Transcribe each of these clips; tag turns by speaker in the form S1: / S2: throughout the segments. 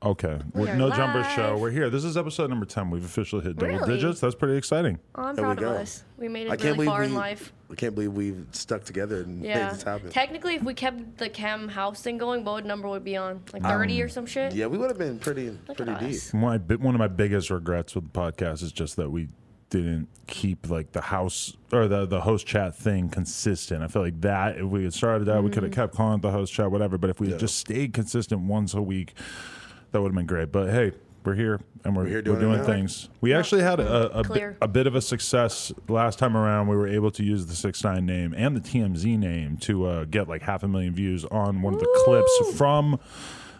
S1: Okay.
S2: We
S1: We're-
S2: are
S1: no jumper show.
S2: live.
S1: We're here. This is episode number 10. We've officially hit double
S2: Really?
S1: digits. That's pretty exciting.
S2: Well, Oh, I'm
S3: There we
S2: proud of
S3: go.
S2: us. We made
S3: I
S2: it
S3: can't
S2: really
S3: believe
S2: far
S3: we,
S2: in life.
S3: I can't believe we've stuck together and made
S2: Yeah.
S3: this happen.
S2: Technically, if we kept the chem house thing going, what would number would be on? Like 30 or some shit?
S3: yeah, we would have been pretty
S2: Look
S3: pretty
S2: at
S3: deep.
S2: us.
S1: My bi- one of my biggest regrets with the podcast is just that we didn't keep like the house or the the host chat thing consistent. I feel like that if we had started that, we could have kept calling it the host chat, whatever. But if we had
S3: Yeah.
S1: just stayed consistent once a week, that would have been great. But hey. We're here and we're,
S3: here
S1: we're
S3: doing it
S1: doing,
S3: now.
S1: things. We actually had a, a, bi-
S2: Clear.
S1: a bit of a success last time around. We were able to use the 6 9 name and the TMZ name to uh, get like half a million views on one of the clips from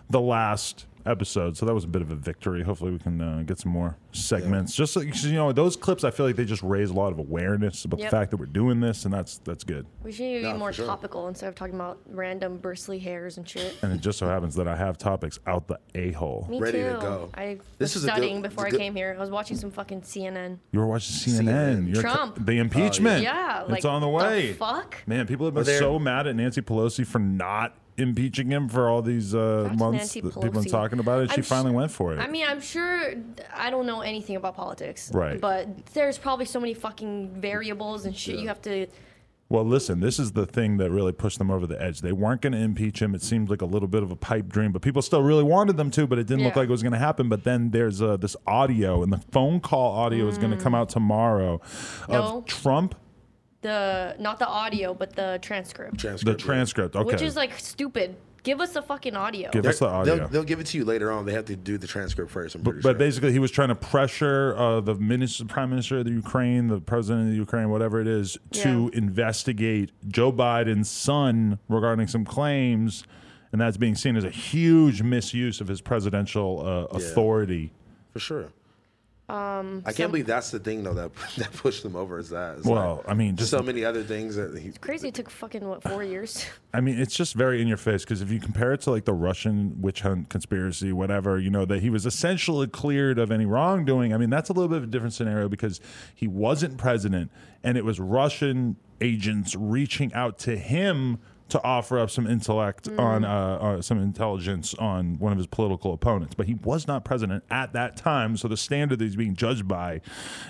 S1: the last episode. So that was a bit of a victory. Hopefully, we can uh, get some more segments. Just like, 'cause, you know, those clips, I feel like they just raise a lot of awareness about the
S2: Yep.
S1: fact that we're doing this, and that's that's good.
S2: We should need to
S3: Nah,
S2: be
S3: for
S2: more
S3: sure.
S2: topical instead of talking about random bristly hairs and shit.
S1: And it just so happens that I have topics out the a hole.
S2: Me
S3: Ready
S2: too.
S3: to go.
S2: I
S3: This
S2: was
S3: is a good-
S2: studying
S3: it's a
S2: before I
S3: good-
S2: came here. I was watching some fucking CNN.
S1: You were watching CNN,
S3: CNN.
S1: You're co-
S2: Trump. Oh,
S1: the impeachment.
S2: Yeah, like
S1: it's on the
S2: the
S1: way.
S2: fuck?
S1: man, people have been
S3: there-
S1: so mad at Nancy Pelosi for not impeaching him for all these uh,
S2: That's
S1: months
S2: Nancy
S1: that people have been
S2: Pelosi.
S1: talking about it. She
S2: I'm sh-
S1: finally went for it.
S2: I mean, I'm sure I don't know anything about politics.
S1: Right.
S2: But there's probably so many fucking variables and shit you have to.
S1: Well, listen, this is the thing that really pushed them over the edge. They weren't going to impeach him. It seemed like a little bit of a pipe dream, but people still really wanted them to, but it didn't look
S2: Yeah.
S1: like it was going to happen. But then there's uh, this audio, and the phone call audio is going to come out tomorrow
S2: Mm. No.
S1: of Trump,
S2: The not the audio, but the transcript,
S1: the
S3: Transcript.
S1: transcript. Okay.
S2: which is like stupid. Give us the fucking audio.
S1: Give us the audio.
S3: They'll, they'll give it to you later on. They have to do the transcript first. I'm pretty
S1: But
S3: sure.
S1: basically, he was trying to pressure uh, the minister, prime minister of the Ukraine, the president of the Ukraine, whatever it is, to investigate Joe Biden's son regarding some claims, and that's being seen as a huge misuse of his presidential uh, authority.
S3: for sure. Um, I can't believe that's the thing though that that pushed them over is that. It's
S1: Well, I mean,
S3: like,
S1: just
S3: so many other things that he,
S2: Crazy. It took fucking what four years.
S1: I mean, it's just very in your face because if you compare it to like the Russian witch hunt conspiracy, whatever, you know, that he was essentially cleared of any wrongdoing. I mean, that's a little bit of a different scenario because he wasn't president and it was Russian agents reaching out to him to offer up some intellect on uh, uh, some intelligence on one of his political opponents. But he was not president at that time, so the standard that he's being judged by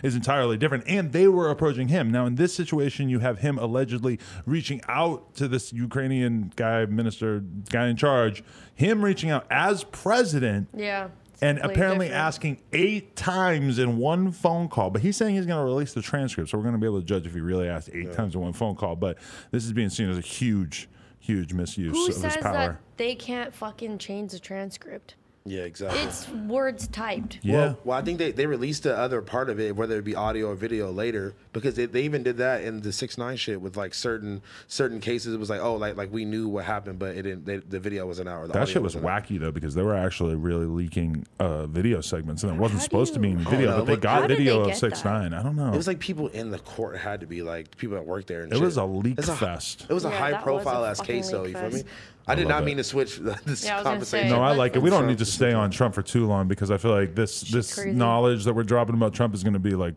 S1: is entirely different. And they were approaching him. Now, in this situation, you have him allegedly reaching out to this Ukrainian guy, minister, guy in charge, him reaching out as president.
S2: yeah. it's
S1: And
S2: completely
S1: apparently
S2: different.
S1: asking eight times in one phone call, but he's saying he's going to release the transcript, so we're going to be able to judge if he really asked eight times in one phone call. But this is being seen as a huge, huge misuse
S2: Who
S1: of
S2: says
S1: his power.
S2: that they can't fucking change the transcript?
S3: yeah exactly.
S2: It's words typed.
S1: yeah,
S3: Well, well, I think they, they released the other part of it, whether it be audio or video later, because they, they even did that in the six nine shit with like certain certain cases. It was like, oh, like like we knew what happened, but it didn't. They, the video was an hour. The
S1: That
S3: audio
S1: shit was
S3: wasn't out.
S1: wacky though because they were actually really leaking uh, video segments and it wasn't
S2: How do
S1: supposed to be in
S2: you-
S1: video,
S3: Oh, no,
S1: but they
S3: but-
S1: got
S2: How did
S1: video
S2: they
S1: of
S2: get
S1: six
S2: that?
S1: nine. I don't know.
S3: It was like people in the court had to be like people that worked there. And
S1: It was
S3: shit.
S1: a leak
S3: It's
S1: fest.
S3: It was a
S2: Yeah,
S3: high
S2: that was a
S3: profile ass
S2: fucking
S3: case, though.
S2: leak
S3: You feel me?
S2: fest.
S3: I did
S1: love
S3: not
S1: it.
S3: mean to switch the- this
S2: Yeah, I was gonna say.
S3: conversation.
S1: no, I
S2: Let's-
S1: like it. We
S2: let's
S1: don't need to
S3: Trump.
S1: stay on Trump for too long because I feel like this this
S2: crazy.
S1: knowledge that we're dropping about Trump is going to be like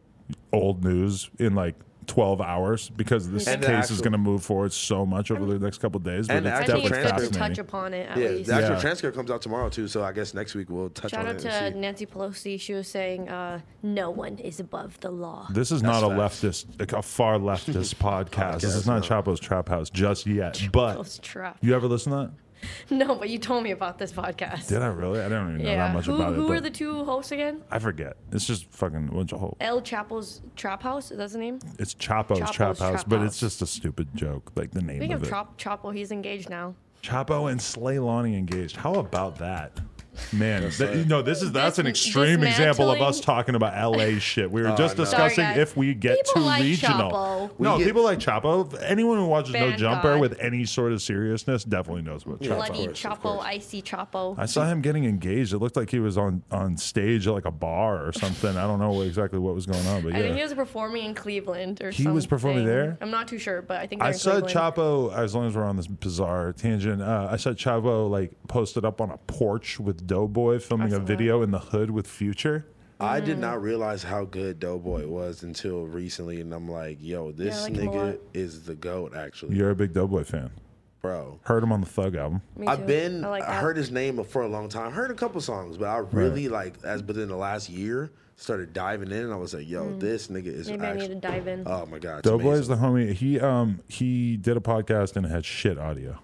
S1: old news in like. 12 hours because this
S3: And the
S1: case is
S3: actual-
S1: going to move forward so much over the next couple of days. But
S3: and the
S1: it's
S2: I
S3: actual
S2: think
S1: definitely
S2: it's good to
S3: transcript.
S2: touch
S1: fascinating.
S2: upon it at
S3: Yeah,
S2: least.
S3: the actual
S1: Yeah.
S3: transcript comes out tomorrow too, so I guess next week we'll touch
S2: Shout
S3: on
S2: out
S3: it.
S2: to
S3: and see.
S2: Nancy Pelosi. She was saying, uh, "No one is above the law."
S1: This is
S3: That's
S1: not a
S3: facts.
S1: leftist, like a far leftist podcast. This is not Chapo's Trap House just yet.
S2: Chapo's
S1: But
S2: Trap.
S1: you ever listen to that?
S2: no, but you told me about this podcast.
S1: Did I really? I don't even know
S2: yeah.
S1: that much
S2: who
S1: about it.
S2: who
S1: but-
S2: are the two hosts again?
S1: I forget. It's just fucking bunch of hole.
S2: El Chapo's Trap House. Is that the name?
S1: It's Chapo's,
S2: Chapo's
S1: Trap House,
S2: Trap
S1: but
S2: House.
S1: it's just a stupid joke, like the name
S2: Speaking
S1: of
S2: of
S1: it.
S2: Chop, Chapo, he's engaged now.
S1: Chapo and Sleilani engaged. How about that? Man, th- you know, this is that's an
S2: Dism-
S1: extreme example of us
S2: dismantling-
S1: talking about LA shit. We were just
S3: Oh, no.
S2: Sorry,
S1: discussing
S2: guys.
S1: if we get
S2: People
S1: too
S2: like
S1: regional.
S2: Chapo.
S1: No,
S3: get-
S1: people like Chapo. Anyone who watches No
S2: Thank
S1: Jumper
S2: God.
S1: with any sort of seriousness definitely knows about Chapo.
S2: Bloody
S3: course, of
S2: Chapo, icy Chapo.
S1: I saw him getting engaged. It looked like he was on on stage at like a bar or something. I don't know what- exactly what was going on, but yeah.
S2: I think he was performing in Cleveland or
S1: He
S2: something.
S1: was performing there?
S2: I'm not too sure, but I think
S1: I
S2: they're in
S1: saw
S2: Cleveland.
S1: Chapo. As long as we're on this bizarre tangent, uh, I saw Chapo like posted up on a porch with Doughboy filming
S2: saw
S1: a
S2: that.
S1: video in the hood with Future.
S3: I did
S2: Mm.
S3: not realize how good Doughboy was until recently, and I'm like, yo, this
S2: like him a lot.
S3: nigga is the goat. Actually,
S1: You're a big Doughboy fan.
S3: bro.
S1: Heard him on the Thug album.
S2: Me too.
S3: I've been I,
S2: I like that.
S3: heard his name for a long time. Heard a couple songs, but I really like as within the last year started diving in and I was like, yo, this nigga is
S2: Mm. Maybe I need to
S3: actually
S2: dive in.
S3: Oh my god. it's
S1: Doughboy
S3: amazing.
S1: is the homie. He um he did a podcast and it had shit audio.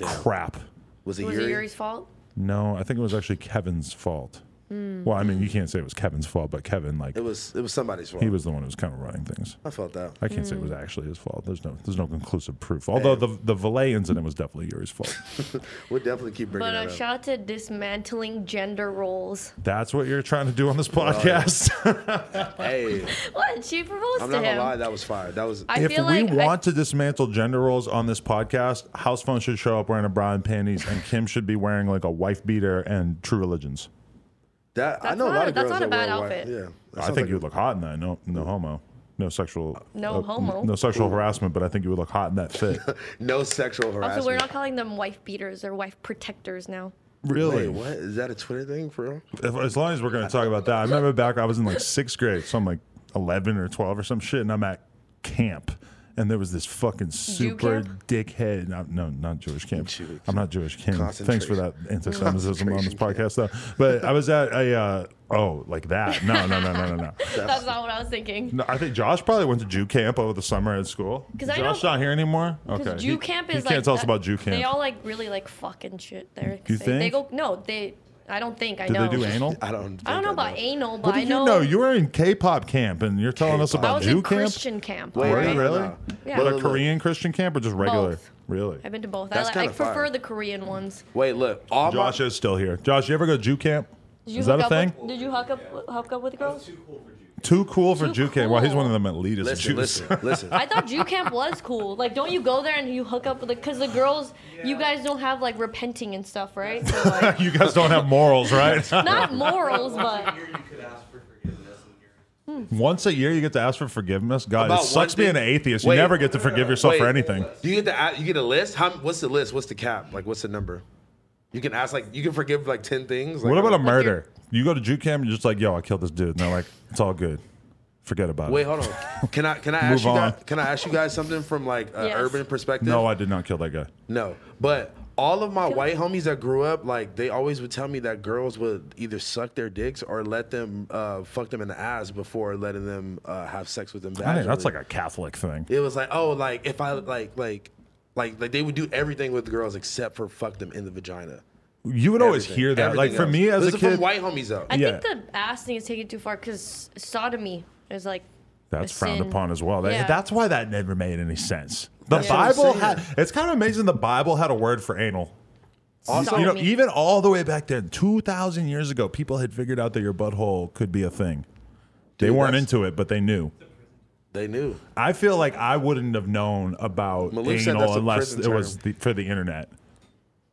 S1: Crap.
S3: Was it
S2: was
S3: Yuri?
S2: it Yuri's fault?
S1: No, I think it was actually Kevin's fault. Well, I mean, you can't say it was Kevin's fault, but Kevin like
S3: It was it was somebody's fault.
S1: he was the one who was kind of running things.
S3: I felt that.
S1: I can't say it was actually his fault. There's no there's no conclusive proof. Although the the Valet incident was definitely Yuri's fault.
S3: We'll definitely keep bringing
S2: But uh,
S3: that up.
S2: shout out to dismantling gender roles.
S1: That's what you're trying to do on this podcast.
S3: hey,
S2: What? She proposed
S3: I'm
S2: to
S3: not gonna
S2: him.
S3: lie, that was fire. That was
S2: I
S1: if we
S2: feel like I-
S1: want to dismantle gender roles on this podcast, House Phone should show up wearing a bra and panties, and Kim should be wearing like a wife beater and True Religions.
S3: that. I
S2: That's
S3: know a
S2: not
S3: lot
S2: a-
S3: of
S2: that's
S3: girls
S2: not a
S3: that
S2: bad
S3: wear white-
S2: outfit.
S3: Yeah, that
S1: I
S3: sounds
S1: think
S3: like
S1: you would look hot in that. No, no homo. No sexual.
S2: No
S1: uh,
S2: homo.
S1: No sexual harassment, but I think you would look hot in that fit.
S3: no sexual harassment.
S2: also, we're not calling them wife beaters or wife protectors now.
S1: really?
S3: Wait, what is that a Twitter thing for real?
S1: If, as long as we're going to talk about that, I remember back I was in like sixth grade, so I'm like 11 or 12 or some shit, and I'm at camp, and there was this fucking super
S2: camp?
S1: dickhead. No, no, not Jewish camp.
S3: Jewish.
S1: I'm not Jewish Kim. Thanks for that
S3: Concentration.
S1: anti-Semitism on this
S3: Concentration
S1: podcast, though. But I was at a uh, oh like that. No, no, no, no, no, no.
S2: That's not what I was thinking.
S1: No, I think Josh probably went to Jew camp over the summer at school.
S2: 'Cause I
S1: Josh
S2: know-
S1: not here anymore.
S2: Because
S1: Okay,
S2: Jew
S1: He-
S2: camp
S1: he
S2: is like
S1: can't tell us
S2: that-
S1: about Jew camp.
S2: They all like really like fucking shit there. 'cause
S1: You
S2: they, They
S1: think?
S2: go no, they. I don't think I
S1: Did
S2: know.
S1: they do anal?
S3: I don't.
S2: I don't
S3: think
S2: know about anal, but
S1: What do
S2: I
S1: you
S2: know.
S1: know? You were in K-pop camp, and you're telling us
S3: K-pop.
S2: I
S1: about
S2: was
S1: Jew
S2: in
S1: camp.
S2: Christian camp.
S3: Wait,
S1: Were
S2: alright?
S1: you
S3: no,
S1: really?
S3: no.
S2: Yeah.
S1: But
S2: Look,
S1: a
S3: look.
S1: Korean Christian camp or just regular?
S2: Both.
S1: Really?
S2: I've been to both.
S3: That's
S2: I, li- I
S3: kinda fire.
S2: prefer the Korean ones.
S3: Wait, look. All my-
S1: Josh is still here. Josh, you ever go to Jew camp?
S2: Did you
S1: Is that
S2: hook
S1: a
S2: up
S1: thing?
S2: With, did you hook up, hook up with girls?
S1: Too cool for
S2: Too
S1: Jew camp. Well, he's one of
S2: cool.
S1: them elitists.
S3: listen,
S1: Jews.
S3: listen, listen.
S2: I thought Jew camp was cool. Like, don't you go there and you hook up with the? Because the girls, you guys don't have like repenting and stuff, right? So, like,
S1: you guys don't have morals, right?
S2: not morals, but
S4: Here you could ask for forgiveness and you're
S1: Once a year, you get to ask for forgiveness. God,
S3: About
S1: it sucks
S3: one
S1: being an
S3: thing-
S1: atheist.
S3: Wait,
S1: you never get to forgive yourself for
S3: wait.
S1: anything.
S3: Do you get the you get a list? How what's the list? What's the cap? Like what's the number? You can ask like you can forgive like ten things. Like,
S1: What about a
S3: I'm-
S1: murder? You go to Jew camp and you're just like, yo, I killed this dude. And they're like, it's all good. Forget about
S3: Wait,
S1: it.
S3: hold on. Can I can I ask
S1: Move
S3: you guys,
S1: on.
S3: can I ask you guys something from like an
S2: Yes.
S3: urban perspective?
S1: No, I did not kill that guy.
S3: No, but all of my white homies that grew up, like they always would tell me that girls would either suck their dicks or let them uh, fuck them in the ass before letting them uh, have sex with them.
S1: I think that's
S3: vaginally.
S1: like a Catholic thing.
S3: it was like oh like if I like like like like they would do everything with the girls except for fuck them in the vagina.
S1: You would always
S3: Everything.
S1: hear that. Like
S3: Everything
S1: for
S3: else.
S1: me as
S3: This
S1: a
S3: is from
S1: kid,
S3: white homies though.
S2: I
S1: Yeah.
S2: think the ass thing is taken too far because sodomy is like.
S1: That's
S2: a
S1: frowned
S2: sin.
S1: upon as well. That-
S2: Yeah.
S1: That's why that never made any sense. The
S3: That's what I'm
S1: Bible
S3: saying.
S1: had. It's kind of amazing. The Bible had a word for anal.
S2: Also-
S1: you know,
S2: Sodomy.
S1: even all the way back then, two thousand years ago, people had figured out that your butthole could be a thing. they
S3: Dude,
S1: weren't
S3: that's-
S1: into it, but they knew.
S3: They knew.
S1: I feel like I wouldn't have known about
S3: Malouf said that's
S1: anal
S3: a
S1: unless
S3: prison
S1: it was the, for the internet.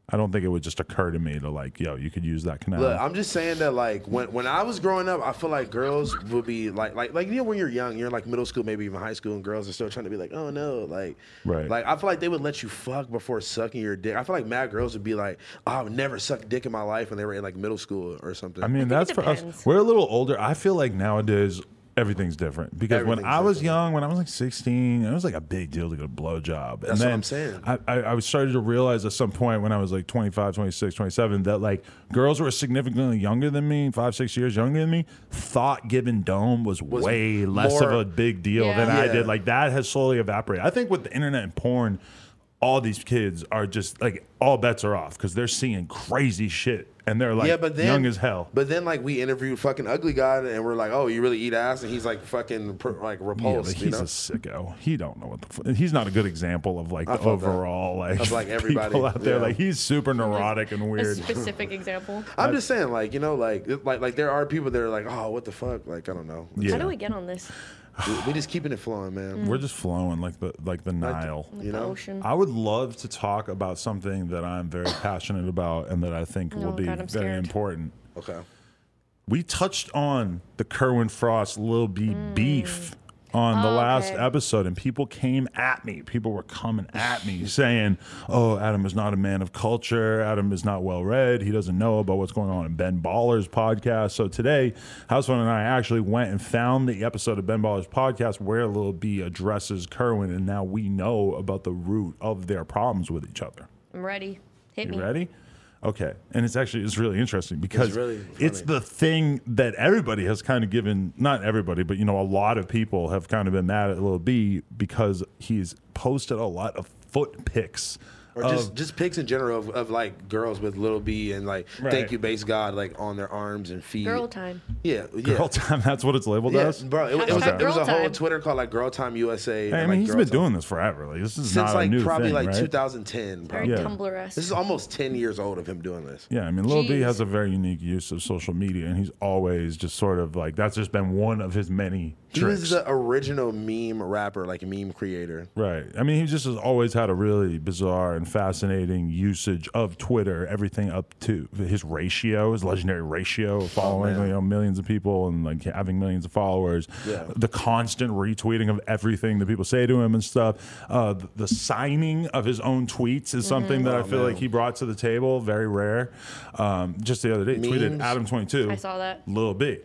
S1: I don't think it would just occur to me to like, yo, you could use that canal.
S3: Look, I'm just saying that like when when I was growing up, I feel like girls would be like like like you know when you're young, you're in, like middle school, maybe even high school, and girls are still trying to be like, oh no, like
S1: Right.
S3: Like I feel like they would let you fuck before sucking your dick. I feel like mad girls would be like, oh, I've never sucked dick in my life when they were in like middle school or something.
S1: I mean,
S2: think it
S1: that's for us.
S2: depends.
S1: We're a little older. I feel like nowadays everything's different because when
S3: Everything's
S1: I was
S3: different.
S1: young, when I was like 16, it was like a big deal to get a blowjob.
S3: That's
S1: and
S3: what
S1: then
S3: I'm saying.
S1: I, I, I was started to realize at some point when I was like 25, 26, 27, that like girls who were significantly younger than me, five, six years younger than me, thought giving dome was, way less
S3: more-
S1: of a big deal than
S2: Yeah.
S1: I
S3: Yeah.
S1: did. Like that has slowly evaporated. I think with the internet and porn, all these kids are just like all bets are off because they're seeing crazy shit and they're like
S3: yeah, but then
S1: young as hell.
S3: But then like we interviewed fucking ugly guy, and we're like, oh, you really eat ass, and he's like fucking pr- like
S1: Yeah, but
S3: repulsed.
S1: he's
S3: you know?
S1: a sicko. He don't know what the. F- he's not a good example of like the
S3: felt that.
S1: overall like
S3: Of, like, everybody.
S1: people out there.
S3: Yeah.
S1: Like he's super neurotic and
S2: A
S1: weird.
S2: specific example.
S3: I'm just saying, like you know, like like like there are people that are like, oh, what the fuck, like I don't know.
S1: Yeah,
S2: How do we get on this?
S3: We, we just keeping it flowing, man.
S1: we're just flowing like the like the Nile.
S3: You
S2: The
S3: know,
S2: ocean.
S1: I would love to talk about something that I'm very passionate about and that I think will
S2: Oh,
S1: be
S2: God, I'm
S1: very
S2: scared.
S1: important.
S2: Mm.
S3: okay.
S1: We touched on the Kerwin Frost Lil B beef on the
S2: Mm. Oh,
S1: last
S2: okay.
S1: episode, and people came at me. People were coming at me saying, "Oh, Adam is not a man of culture. Adam is not well read. He doesn't know about what's going on in Ben Baller's podcast." So today, Houseman and I actually went and found the episode of Ben Baller's podcast where Lil B addresses Kerwin, and now we know about the root of their problems with each other.
S2: I'm ready. Hit me.
S1: You ready? Okay. And it's actually it's really interesting because it's,
S3: really funny.
S1: the thing that everybody has kind of given not everybody, but you know, a lot of people have kind of been mad at Lil B because he's posted a lot of foot pics.
S3: Or
S1: Um,
S3: just just pics in general of, of like girls with little B and like
S1: Right.
S3: thank you base God like on their arms and feet.
S2: Girl time.
S3: Yeah, yeah.
S1: Girl time, that's what it's labeled
S3: Yeah,
S1: as.
S3: bro. It, it was,
S2: Hashtag
S3: it was a
S2: girl
S3: whole
S2: time.
S3: Twitter called like Girl Time USA.
S1: Hey, I mean,
S3: and, like,
S1: he's
S3: Girl
S1: been
S3: Time.
S1: doing this forever. Like this is
S3: since
S1: not a
S3: like
S1: new
S3: probably
S1: thing,
S3: like
S1: right?
S3: 2010, bro.
S2: Very
S1: Yeah.
S2: Tumblr-esque.
S3: This is almost 10 years old of him doing this.
S1: Yeah, I mean, Lil B
S2: Jeez.
S1: has a very unique use of social media, and he's always just sort of like that's just been one of his many
S3: He
S1: tricks.
S3: was the original meme rapper, like meme creator.
S1: Right. I mean, he just has always had a really bizarre and fascinating usage of Twitter, everything up to his ratio, his legendary ratio of following,
S3: Oh, man.
S1: you know, millions of people and like having millions of followers,
S3: Yeah.
S1: the constant retweeting of everything that people say to him and stuff. Uh, the, the signing of his own tweets is
S2: Mm-hmm.
S1: something
S3: Oh,
S1: that I feel like he brought to the table, very rare. Um, just the other day, he tweeted
S3: Memes.
S1: Adam22.
S2: I saw that.
S1: Lil B.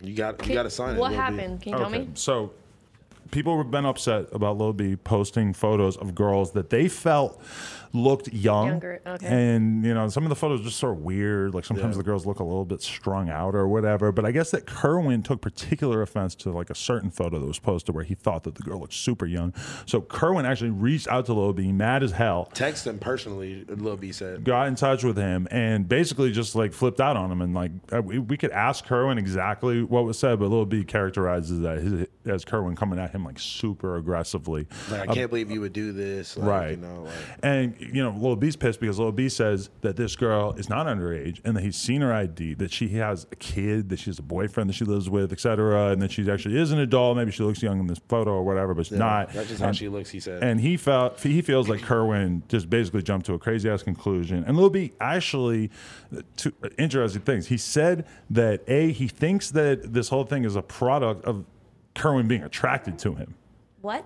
S3: You got you got to sign it.
S2: What
S3: Lil B.
S2: happened? Can you tell me?
S1: So people have been upset about Lil B posting photos of girls that they felt looked young.
S2: Younger, okay.
S1: And you know, some of the photos just sort of weird. Like sometimes the girls look a little bit strung out or whatever. But I guess that Kerwin took particular offense to like a certain photo that was posted where he thought that the girl looked super young. So Kerwin actually reached out to Lil B, mad as hell.
S3: Text him personally. Lil B said.
S1: Got in touch with him and basically just like flipped out on him and like uh, we, we could ask Kerwin exactly what was said, but Lil B characterizes that his, as Kerwin coming at him like super aggressively,
S3: Like I can't believe you would do this. Like,
S1: right?
S3: You know, like,
S1: and you know Lil B's pissed because Lil B says that this girl is not underage and that he's seen her ID, that she has a kid, that she has a boyfriend that she lives with, etc., and that she actually is an adult. Maybe she looks young in this photo or whatever, but she's not.
S3: that's just how
S1: And-
S3: she looks. He said.
S1: and he felt he feels like Kerwin just basically jumped to a crazy ass conclusion. And Lil B actually, two interesting things. He said that a he thinks that this whole thing is a product of Kerwin being attracted to him.
S2: What?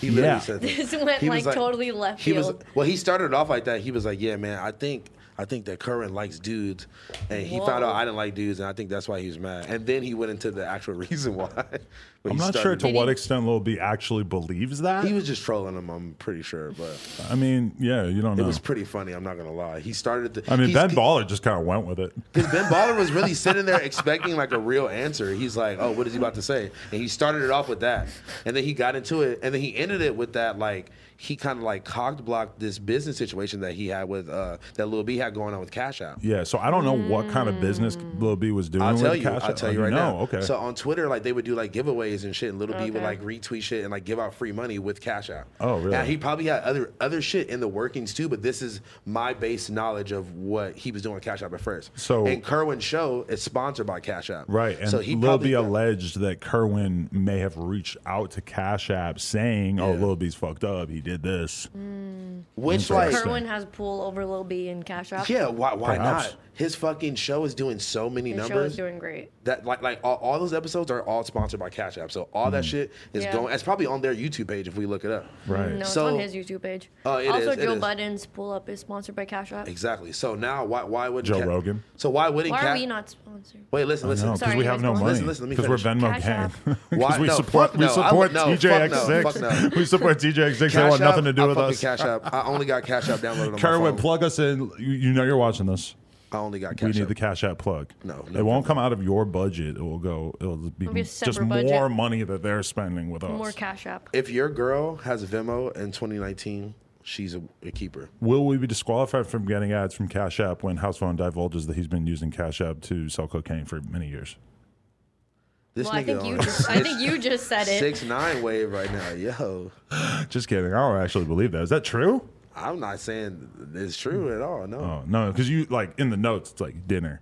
S3: He literally
S1: Yeah.
S3: said that.
S2: This went
S3: He
S2: like,
S3: was like-
S2: totally left
S3: He was
S2: field.
S3: well. He started off like that. He was like, "Yeah, man, I think I think that Curran likes dudes," and he found
S2: Whoa.
S3: out I didn't like dudes, and I think that's why he was mad. And then he went into the actual reason why.
S1: I'm not sure to
S2: Did
S1: what
S2: he-
S1: extent Lil B actually believes that.
S3: he was just trolling him. I'm pretty sure, but
S1: I mean, yeah, you don't
S3: it
S1: know.
S3: was pretty funny. I'm not gonna lie. He started the.
S1: Oh. I mean,
S3: he's-
S1: Ben Baller just kind of went with it.
S3: Because Ben Baller was really sitting there expecting like a real answer. He's like, "Oh, what is he about to say?" And he started it off with that, and then he got into it, and then he ended it with that like he kind of like cocked blocked this business situation that he had with uh that Lil B had going on with Cash App.
S1: Yeah, so I don't know what kind of business Lil B was doing.
S3: I'll
S1: with
S3: tell
S1: the
S3: you.
S1: Cash
S3: I'll
S1: App.
S3: tell
S1: Oh,
S3: you right
S1: know,
S3: now.
S1: Okay.
S3: So on Twitter, like they would do like giveaways and shit, and Little B would
S2: Okay.
S3: like retweet shit and like give out free money with Cash App.
S1: Oh, really?
S3: Now he probably had other other shit in the workings too, but this is my base knowledge of what he was doing with Cash App at first.
S1: So-
S3: and Kerwin's show is sponsored by Cash App.
S1: Right, and
S3: so he
S1: Lil
S3: probably
S1: B alleged that Kerwin may have reached out to Cash App saying, "Oh,
S3: Yeah.
S1: Lil B's fucked up. He did this."
S2: Mm,
S3: which
S1: Interesting.
S3: like
S2: Kerwin has pool over Lil B and Cash App.
S3: yeah, why why
S1: Perhaps.
S3: not? His fucking show is doing so many
S2: His show
S3: numbers.
S2: is doing great.
S3: that like like all, all those episodes are all sponsored by Cash App, so all
S1: Mm-hmm.
S3: that shit is
S2: Yeah.
S3: going. It's probably on their YouTube page if we look it up.
S1: Right.
S2: No,
S3: So-
S2: it's on his YouTube page.
S3: Oh, it
S2: also,
S3: is, it
S2: Joe
S3: is.
S2: Budden's pull up is sponsored by Cash App.
S3: Exactly. So now, why why would
S1: Joe Rogan?
S3: So why wouldn't
S2: Why
S3: Ca-
S2: are we not sponsored?
S3: Wait, listen, listen.
S1: No, because
S2: Sorry,
S1: we have no
S2: anyways, go on.
S1: money.
S3: Listen, listen, let me
S1: Because we're
S3: finish.
S1: Venmo
S2: Cash
S1: gang.
S2: App.
S1: Because
S3: Why-
S1: we
S3: no,
S1: support
S3: fuck
S1: we
S3: no, I
S1: support
S3: would- no,
S1: TJX6.
S3: fuck no, fuck no.
S1: we support TJX6. They
S3: Cash
S1: want nothing
S3: App,
S1: to do
S3: I
S1: with
S3: fuck
S1: us.
S3: Cash App. I only got Cash App downloaded on my
S1: Kerwin,
S3: phone.
S1: plug us in. You, you know you're watching this.
S3: I only got
S1: We
S3: Cash
S1: need
S3: App.
S1: the Cash App plug.
S3: No, no
S1: it won't come out of your budget. It will go. It'll be,
S2: be a
S1: just
S2: separate budget.
S1: more money that they're spending with us.
S2: More Cash App.
S3: if your girl has Venmo in 2019, she's a, a keeper.
S1: Will we be disqualified from getting ads from Cash App when House Phone divulges that he's been using Cash App to sell cocaine for many years?
S3: This
S2: Well, I
S3: nigga
S2: think you
S3: on
S2: just, I think you just said it.
S3: six nine wave right now, yo.
S1: Just kidding. I don't actually believe that. Is that true?
S3: I'm not saying it's true at all. No.
S1: Oh no, because you like in the notes it's like dinner.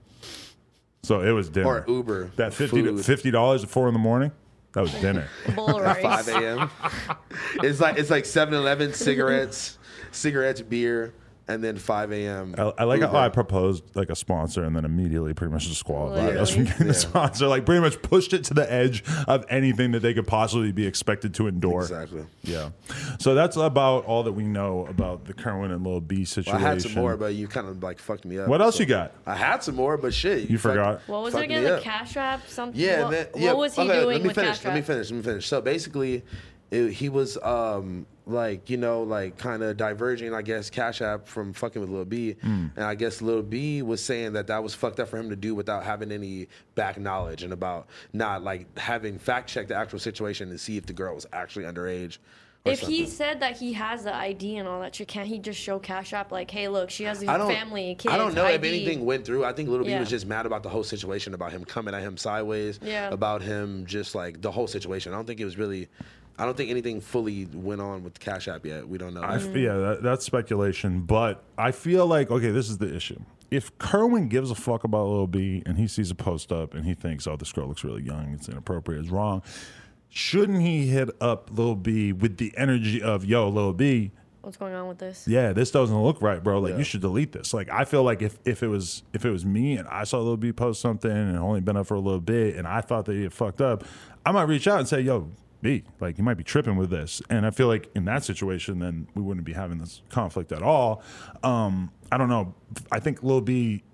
S1: So it was dinner
S3: Or
S1: Oh,
S3: Uber,
S1: That 50
S3: food.
S1: dollars at four in the morning. That was dinner.
S2: Bowl of rice.
S3: 5 a.m. it's like it's like 7-Eleven cigarettes, cigarettes, beer, and then 5 a.m.
S1: I, I like
S3: Uber.
S1: how I proposed like a sponsor and then immediately pretty much disqualified us from
S2: Literally.
S1: getting the sponsor. Like pretty much pushed it to the edge of anything that they could possibly be expected to endure.
S3: exactly.
S1: Yeah. So that's about all that we know about the Kerwin and Lil B
S3: Well, I
S1: situation.
S3: had some more, but you kind of like fucked me up.
S1: What else
S3: So-
S1: you got?
S3: I had some more, but shit,
S1: You forgot.
S2: What was
S3: fucked
S2: it again?
S3: me
S2: The
S3: up.
S2: cash wrap? Something. What,
S3: Yeah, and that- yeah,
S2: what was he
S3: I'll let-
S2: doing
S3: Let me
S2: with
S3: finish.
S2: cash
S3: let
S2: wrap?
S3: me finish. Let me finish. So basically, it, he was um like you know like kind of diverging, I guess, Cash App from fucking with Lil B,
S1: Hmm.
S3: and I guess Lil B was saying that that was fucked up for him to do without having any back knowledge and about not like having fact checked the actual situation to see if the girl was actually underage. or
S2: If he
S3: something.
S2: said that he has the ID and all that shit, can't he just show Cash App like, hey, look, she has a
S3: I don't,
S2: family, kids,
S3: I don't know if
S2: ID.
S3: anything went through. I think Little B
S2: Yeah.
S3: was just mad about the whole situation, about him coming at him sideways,
S2: Yeah.
S3: about him just like the whole situation. I don't think it was really, I don't think anything fully went on with Cash App yet. We don't know.
S1: I f- yeah, that, that's speculation, but I feel like okay, this is the issue. If Kerwin gives a fuck about Lil B and he sees a post up and he thinks, "Oh, this girl looks really young. It's inappropriate. It's wrong," shouldn't he hit up Lil B with the energy of, "Yo, Lil B,
S2: What's going on with this?
S1: yeah, this doesn't look right, bro. Like
S3: Yeah.
S1: you should delete this. Like I feel like if if it was if it was me and I saw Lil B post something and it only been up for a little bit and I thought that he had fucked up, I might reach out and say, yo. B, like you might be tripping with this, and I feel like in that situation, then we wouldn't be having this conflict at all. Um, I don't know. I think Lil B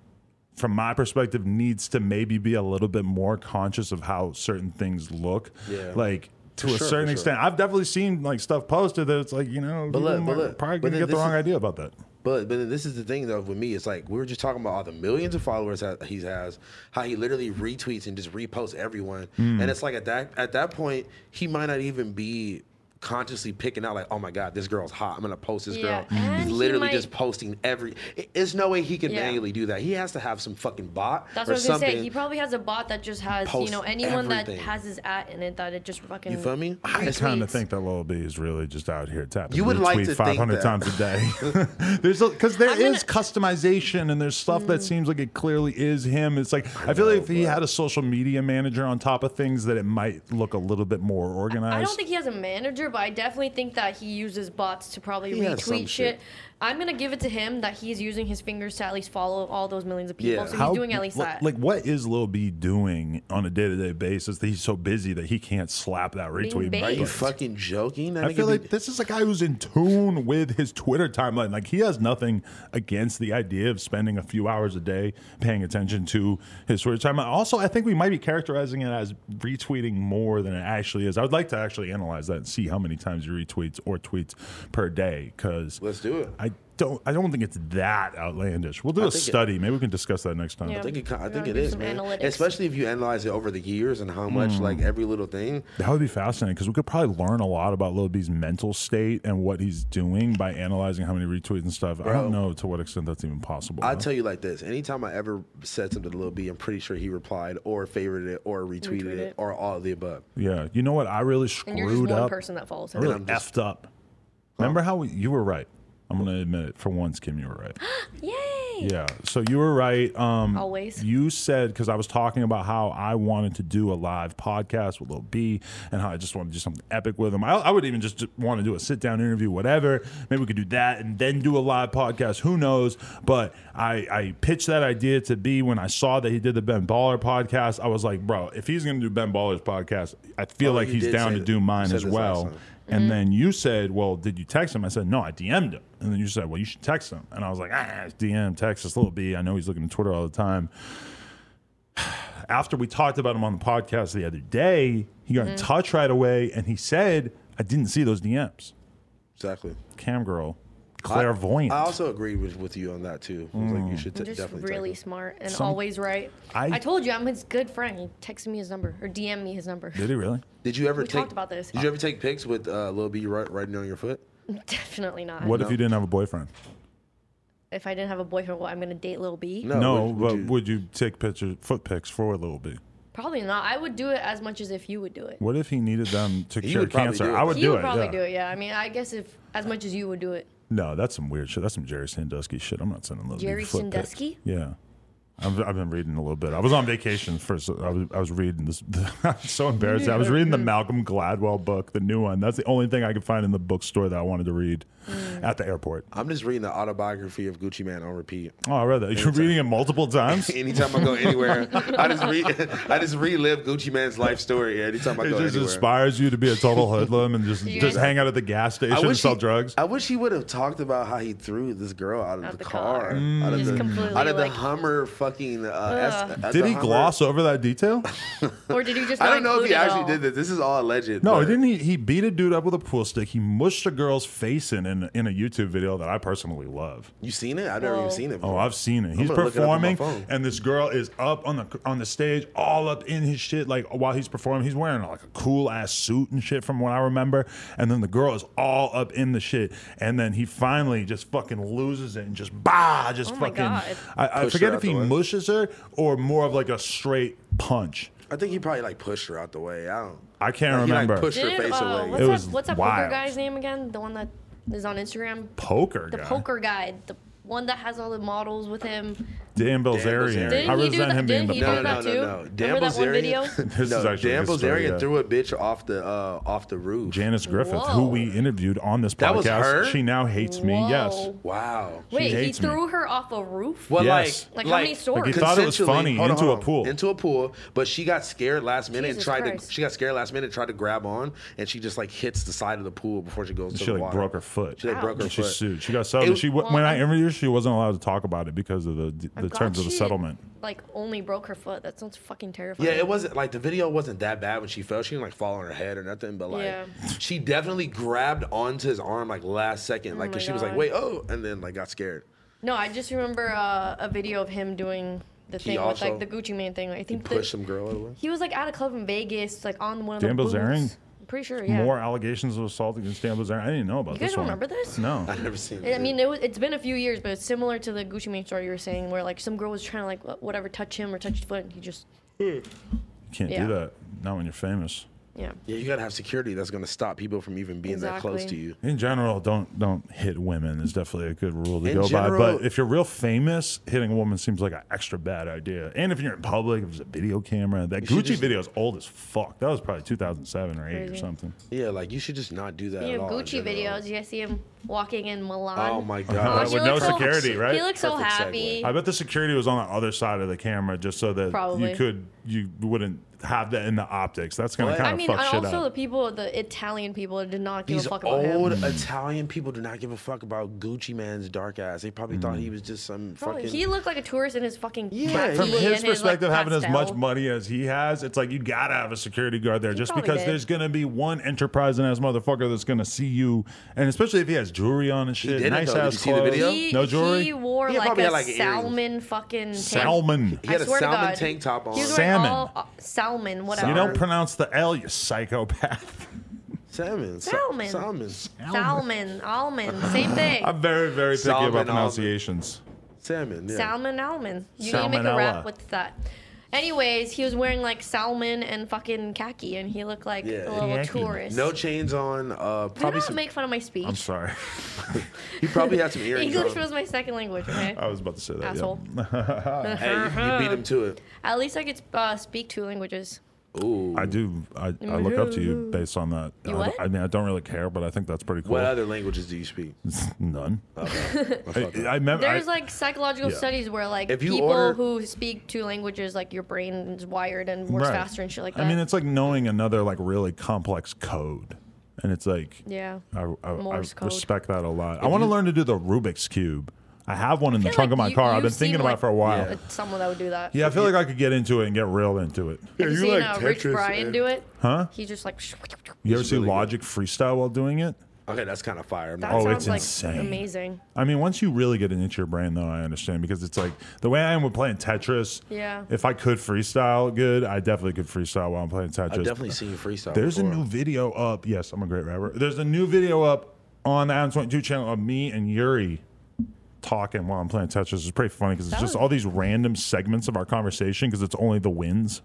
S1: from my perspective, needs to maybe be a little bit more conscious of how certain things look.
S3: Yeah.
S1: Like to a
S3: sure, for
S1: certain
S3: sure.
S1: extent, I've definitely seen like stuff posted that it's like you know,
S3: But look,
S1: people
S3: but
S1: might-
S3: look,
S1: probably
S3: but
S1: gonna
S3: then
S1: get the
S3: this
S1: wrong
S3: is-
S1: idea about that.
S3: But but this is the thing though with me. It's like we were just talking about all the millions of followers that he has, how he literally retweets and just reposts everyone.
S1: Mm.
S3: And it's like at that at that point, he might not even be consciously picking out like, oh my god, this girl's hot. I'm gonna post this
S2: Yeah,
S3: girl.
S2: and
S3: He's
S2: he
S3: literally
S2: might-
S3: just posting every. it- There's no way he can
S2: Yeah.
S3: manually do that. He has to have some fucking bot
S2: That's
S3: or
S2: what I was gonna
S3: something.
S2: say. He probably has a bot that just has, you
S3: Posts
S2: know, anyone
S3: everything.
S2: that has his at in it that it just fucking.
S3: you feel me?
S1: I
S3: It's-
S1: kind of
S2: Retweets.
S1: think that Lil B is really just out here tapping.
S3: You would like
S1: retweet
S3: to think
S1: 500
S3: that.
S1: times a day. there's because there
S2: I'm
S1: is
S2: gonna- Mm.
S1: customization and there's stuff that seems like it clearly is him. It's like I, feel like if he had a social media manager on top of things, that it might look a little bit more organized.
S2: I don't think he has a manager, but I definitely think that he uses bots to probably
S3: He has some
S2: retweet shit.
S3: shit.
S2: I'm gonna give it to him that he's using his fingers to at least follow all those millions of people.
S3: Yeah.
S2: So
S1: How-
S2: he's doing at least
S1: li-
S2: that.
S1: Like, what is Lil B doing on a day to day basis that he's so busy that he can't slap that retweet?
S2: Being
S1: button?
S3: Are you
S2: based.
S3: fucking joking? That
S1: I
S3: nigga
S1: feel
S3: be-
S1: like this is a guy who's in tune with his Twitter timeline. Like, he has nothing against the idea of spending a few hours a day paying attention to his Twitter timeline. Also, I think we might be characterizing it as retweeting more than it actually is. I would like to actually analyze that and see how many times he retweets or tweets per day because
S3: Let's do it.
S1: I don't. I don't think it's that outlandish. We'll do a
S3: think it-
S1: study. Maybe we can discuss that next time.
S2: Yeah.
S3: I think it, ki- I
S2: You
S3: think
S2: gotta
S3: it
S2: do
S3: is,
S2: some
S3: man.
S2: analytics.
S3: Especially if you analyze it over the years and how
S1: Mm.
S3: much like every little thing.
S1: That would be fascinating because we could probably learn a lot about Lil B's mental state and what he's doing by analyzing how many retweets and stuff. I don't know to what extent that's even possible.
S3: I'll
S1: huh?
S3: tell you like this: anytime I ever said something to Lil B, I'm pretty sure he replied or favorited it or retweeted
S2: Retweet
S3: it,
S2: it.
S3: or all of the above.
S1: yeah, you know what? I really screwed
S2: and you're just one
S1: up.
S2: person that follows
S1: I
S2: him.
S1: really
S3: I'm just-
S1: effed up. Remember how we, you were right? I'm gonna admit it for once, Kim. You were right.
S2: Yay!
S1: Yeah. So you were right. Um,
S2: Always.
S1: You said because I was talking about how I wanted to do a live podcast with Lil B, and how I just want to do something epic with him. I, I would even just want to do a sit down interview, whatever. Maybe we could do that and then do a live podcast. Who knows? But I, I pitched that idea to B when I saw that he did the Ben Baller podcast. I was like, bro, if he's gonna do Ben Baller's podcast, I feel
S3: Oh,
S1: like
S3: you
S1: he's
S3: did
S1: down
S3: say
S1: to
S3: that.
S1: do
S3: You
S1: mine
S3: said
S1: as
S3: this last
S1: well.
S3: time.
S1: And
S2: Mm-hmm.
S1: then you said, "Well, did you text him?" I said, "No, I DM'd him." And then you said, "Well, you should text him." And I was like, "Ah, DM, text this little B. I know he's looking at Twitter all the time." After we talked about him on the podcast the other day, he
S2: Mm-hmm.
S1: got in touch right away, and he said, "I didn't see those DMs."
S3: Exactly.
S1: Cam girl,
S3: I-
S1: clairvoyant.
S3: I, also agree with, with you on that too. It's Like you
S1: Mm.
S3: should t-
S2: I'm just
S3: definitely.
S2: really
S3: take
S2: smart and
S1: Some-
S2: always right.
S1: I-
S2: I, told you I'm his good friend. He texted me his number or DM me his number.
S1: did he really?
S3: it. Did you ever
S2: We
S3: take?
S2: talked about this.
S3: Did you ever take pics with uh, Lil B ri- riding on your foot?
S2: Definitely not.
S1: What if you didn't have a boyfriend?
S2: If I didn't have a boyfriend, what I'm gonna date Lil B?
S1: No,
S3: Uh,
S1: but
S3: would- would you-
S1: would you take pictures, foot pics for Lil B?
S2: Probably not. I would do it as much as if you would do it.
S1: What if he needed them to
S3: He
S1: cure
S3: would probably do
S1: cancer?
S3: it.
S1: I would
S2: he
S1: do
S2: would
S1: it.
S2: probably
S1: yeah.
S2: do it. Yeah. I mean, I guess if as much as you would do it.
S1: No, that's some weird shit. That's some Jerry Sandusky shit. I'm not sending Lil B
S2: Jerry
S1: foot pics.
S2: Sandusky?
S1: Yeah. I've, I've been reading a little bit. I was on vacation for. So I was, I was reading this. I'm so embarrassed. I was reading the Malcolm Gladwell book, the new one. That's the only thing I could find in the bookstore that I wanted to read at the airport.
S3: I'm just reading the autobiography of Gucci Man on repeat.
S1: Oh, I read that. You're reading it multiple times.
S3: Anytime I go anywhere, I just re- I just relive Gucci Man's life story. Anytime I
S1: It
S3: go
S1: just
S3: anywhere,
S1: inspires you to be a total hoodlum and just,
S2: You
S1: just
S2: guys-
S1: hang out at the gas station
S3: I
S1: and
S3: wish
S1: sell
S3: he,
S1: drugs.
S3: I wish he would have talked about how he threw this girl out of
S2: Out
S3: the,
S2: the car.
S3: car, out of
S2: Just
S3: the,
S2: completely,
S3: out of the
S2: like-
S3: Hummer fucking. Uh, S- uh,
S1: Did
S3: the
S1: he
S3: Hummer-
S1: gloss over that detail?
S2: Or did you just?
S3: I
S2: not
S3: don't know if
S2: include
S3: he
S2: it
S3: actually
S2: all?
S3: did this. This is all alleged.
S1: No,
S3: but-
S1: didn't he? He beat a dude up with a pool stick. He mushed a girl's face in in, in a YouTube video that I personally love.
S3: You seen it? I've never even
S2: Whoa.
S3: seen it.
S1: Oh,
S3: before.
S1: I've seen it. He's
S3: gonna look it up on my
S1: performing,
S3: phone.
S1: and this girl is up on the on the stage, all up in his shit. Like while he's performing, he's wearing like a cool ass suit and shit, from what I remember. And then the girl is all up in the shit, and then he finally just fucking loses it and just bah, just
S2: Oh my
S1: fucking.
S2: God.
S1: I, I
S3: Pushed her
S1: forget
S3: out
S1: if he
S3: the way.
S1: mushes her or more of like a straight punch.
S3: I think he probably like pushed her out the way. I don't.
S1: I can't
S3: Like, he, like,
S1: remember.
S3: pushed- your
S2: Did
S3: face
S2: uh,
S3: away.
S2: what's
S1: It
S2: that,
S1: was
S2: what's that
S1: wild.
S2: poker guy's name again? The one that is on Instagram.
S1: poker
S2: The
S1: guy.
S2: poker guy, the one that has all the models with him.
S1: Dan Bilzerian.
S3: Bilzerian.
S1: I
S2: Didn't he do
S1: resent
S2: that?
S1: him being
S2: Didn't he
S1: the
S2: do
S1: poker.
S2: that
S3: no,
S2: too?
S3: no, no. Dan
S2: Remember that one
S3: Bilzerian-
S2: video?
S1: This is
S3: no,
S1: actually
S3: Dan
S1: his story,
S3: Bilzerian
S1: yeah.
S3: threw a bitch off the uh, off the roof.
S1: Janice Griffith, who
S2: Whoa.
S1: we interviewed on this podcast.
S3: That was her?
S1: She now hates me. Yes.
S2: Whoa.
S3: wow.
S2: Wait, he
S1: hates me.
S2: threw her off a roof?
S3: Well,
S1: Yes.
S2: Like, how many stories?
S1: Like, he thought it was
S3: consensually-
S1: funny
S3: hold on,
S1: into
S3: hold
S1: a
S3: on.
S1: pool.
S3: Into a pool, but she got scared last minute and
S2: Jesus
S3: tried
S2: Christ.
S3: to. She got scared last minute, and tried to grab on, and she just like hits the side of the pool before she goes to
S1: she
S3: the
S1: like
S3: water.
S1: broke her foot.
S3: She like broke her
S1: she
S3: foot.
S1: sued. She got settled.
S3: It-
S1: she w-
S2: Well,
S1: when I
S2: I'm-
S1: interviewed her, she wasn't allowed to talk about it because of the the
S2: God,
S1: terms of the
S2: she,
S1: settlement.
S2: Like only broke her foot. That sounds fucking terrifying.
S3: Yeah, it wasn't like the video wasn't that bad when she fell. She didn't like fall on her head or nothing, but like
S2: Yeah.
S3: she definitely grabbed onto his arm like last second, like
S2: my
S3: 'cause she was like,
S2: God.
S3: "Wait, oh!" and then like got scared.
S2: No, I just remember uh, a video of him doing the thing
S3: also-
S2: with like the Gucci Mane thing. I think
S3: Pushed
S2: the,
S3: some girl away.
S2: he was like at a club in Vegas, like on one of
S1: Dan
S2: the booths.
S1: Bilzerian?
S2: I'm pretty sure. Yeah.
S1: More allegations of assault against Dan Bilzerian. I didn't know about
S2: You
S1: this
S2: guys
S1: one.
S2: remember this?
S1: No.
S3: I never seen.
S2: I mean, it was, it's been a few years, but it's similar to the Gucci Mane story you were saying, where like some girl was trying to like wh- whatever touch him or touch his foot, and he just
S1: You can't
S2: Yeah.
S1: do that. Not when you're famous.
S2: yeah.
S3: yeah, you gotta have security that's gonna stop people from even being that close to
S2: Exactly.
S3: you.
S1: In general, don't don't hit women is definitely a good rule to
S3: In
S1: go
S3: general-
S1: by. But if you're real famous, hitting a woman seems like an extra bad idea. And if you're in public, if it's a video camera, that
S3: should
S1: Gucci
S3: just-
S1: video is old as fuck. That was probably 2007 or eight or
S2: Crazy.
S1: something.
S3: Yeah, like you should just not do that.
S2: You
S3: at
S2: know,
S3: all in
S2: Gucci
S3: general.
S2: videos. You guys see him walking in Milan.
S3: Oh my
S1: Uh,
S3: god.
S1: with no security, right?
S2: He looks so
S3: Perfect segue.
S2: happy.
S1: I bet the security was on the other side of the camera just so that
S2: Probably.
S1: you could you wouldn't have that in the optics. That's gonna
S3: What?
S1: kind
S2: I
S1: of
S2: mean,
S1: fuck
S2: and
S1: shit
S2: also the
S1: up.
S2: people, the Italian people, did not give
S3: These
S2: a fuck about
S3: old
S2: him.
S3: Italian people do not give a fuck about Gucci Man's dark ass. They probably thought
S1: Mm.
S3: he was just some
S2: Probably.
S3: fucking.
S2: He looked like a tourist in his fucking
S3: Yeah,
S2: khaki
S3: from
S1: From
S2: and
S1: his
S2: like,
S1: perspective, having as much
S2: pastel.
S1: money as he has, it's like you gotta have a security guard there, just
S2: probably
S1: because
S2: did.
S1: there's gonna be one enterprising ass motherfucker that's gonna see you, and especially if he has jewelry on and shit,
S3: didn't,
S1: nice
S3: though. Did
S1: ass
S3: you see the
S1: clothes,
S3: video?
S2: He,
S1: no jewelry.
S2: He wore
S3: He
S2: like
S3: probably
S2: a
S3: had, like, earrings.
S2: salmon fucking tank.
S1: Salmon.
S3: He had
S2: I
S3: a
S2: swear to
S3: salmon
S2: God.
S3: tank top
S2: He was
S3: on.
S2: wearing
S1: Salmon.
S2: All, uh, salmon, whatever.
S1: You don't
S3: Salmon.
S1: pronounce the L, you psychopath.
S3: Salmon. sa-
S2: Salmon.
S3: Salmon.
S2: Salmon, almond, same thing.
S1: I'm very, very picky
S3: Salmon
S1: about
S3: almond.
S1: pronunciations.
S3: Salmon. Yeah.
S2: Salmon, almond. You need to make a
S1: Salmonella.
S2: rap with that. Anyways, he was wearing like salmon and fucking khaki, and he looked like
S3: Yeah.
S2: a little
S1: Khaki.
S2: tourist.
S3: No chains on. Uh,
S2: Do
S3: probably
S2: not
S3: some,
S2: make fun of my speech.
S1: I'm sorry,
S3: he probably had some earrings
S2: English
S3: on.
S2: was my second language. Okay.
S1: I was about to say that. yeah.
S2: Asshole.
S1: Oh.
S3: Hey, you, you beat him to it.
S2: At least I could uh, speak two languages.
S3: Ooh.
S1: I do. I, I look up to you based on that.
S2: You
S1: I,
S2: what?
S1: I mean, I don't really care, but I think that's pretty cool.
S3: What other languages do you speak?
S1: None. I,
S3: Motherfucker.
S1: I remember.
S2: There's
S1: I-
S2: like psychological
S1: Yeah.
S2: studies where like
S3: If you
S2: people
S3: order-
S2: who speak two languages, like your brain is wired and works
S1: Right.
S2: faster and shit like that.
S1: I mean, it's like knowing another like really complex code, and it's like
S2: yeah.
S1: I, I, I
S2: Morse code.
S1: respect that a lot. I want to learn to do the Rubik's cube. I have one in the
S2: feel
S1: trunk
S2: like
S1: of my
S2: you-
S1: car. I've
S2: you
S1: been thinking
S2: seem
S1: about it
S2: like-
S1: for a while. Yeah.
S2: Uh, Someone that would do that.
S1: I feel like I could get into it and get real into it.
S2: Have you,
S3: you
S2: seen
S3: like
S2: uh, Rich
S3: Tetris
S2: Brian
S3: and-
S2: do it? Huh? He just like.
S1: You ever see
S3: really good.
S1: Logic freestyle while doing it?
S3: Okay, that's kind of fire. I'm
S2: That
S1: Oh,
S3: not-
S1: it's
S2: sounds like
S1: insane.
S2: amazing.
S1: I mean, once you really get it into your brain, though, I understand because it's like the way I am with playing Tetris.
S2: Yeah.
S1: If I could freestyle good, I definitely could freestyle while I'm playing Tetris.
S3: I've definitely seen you freestyle.
S1: There's a
S3: before.
S1: new video up. Yes, I'm a great rapper. There's a new video up on the Adam 22 channel of me and Yuri talking while I'm playing Tetris. It's pretty funny because it's
S2: That
S1: just
S2: was-
S1: all these random segments of our conversation because it's only the wins.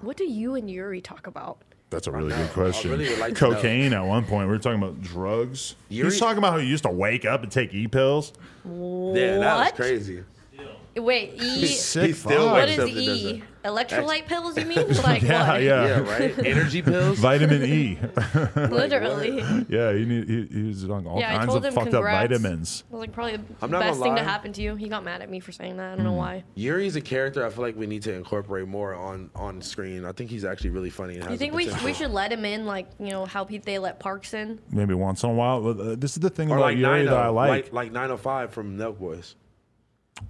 S2: What do you and Yuri talk about?
S1: That's a really
S3: know.
S1: good question.
S3: I really would like to know.
S1: Cocaine at one point. We were talking about drugs. He was
S3: Yuri-
S1: talking about how he used to wake up and take e pills.
S3: Yeah, that was
S2: What?
S3: crazy.
S2: Wait, E.
S1: Sick
S3: He
S1: vibe.
S3: still
S2: What
S3: like
S2: is
S3: something, doesn't
S2: E?
S3: it?
S2: Electrolyte pills? You mean? Like
S1: Yeah,
S2: what?
S1: yeah.
S3: Yeah, right. Energy pills.
S1: Vitamin E.
S2: Literally. I
S1: yeah, he, need, he, he was on all
S2: Yeah, I
S1: kinds
S2: told
S1: of
S2: him
S1: fucked
S2: congrats.
S1: up vitamins.
S2: was like probably the
S3: I'm not
S2: best
S3: gonna
S2: thing to
S3: lie.
S2: happen to you. He got mad at me for saying that. I don't
S1: Hmm.
S2: know why.
S3: Yuri's a character I feel like we need to incorporate more on on screen. I think he's actually really funny. and
S2: You
S3: has the
S2: think we
S3: potential.
S2: we should let him in like you know how pe- they let Parks in?
S1: Maybe once in a while. But, uh, This is the thing
S3: Or
S1: about
S3: like
S1: Yuri
S3: 90,
S1: that I like.
S3: like like 905 from Milk Boys.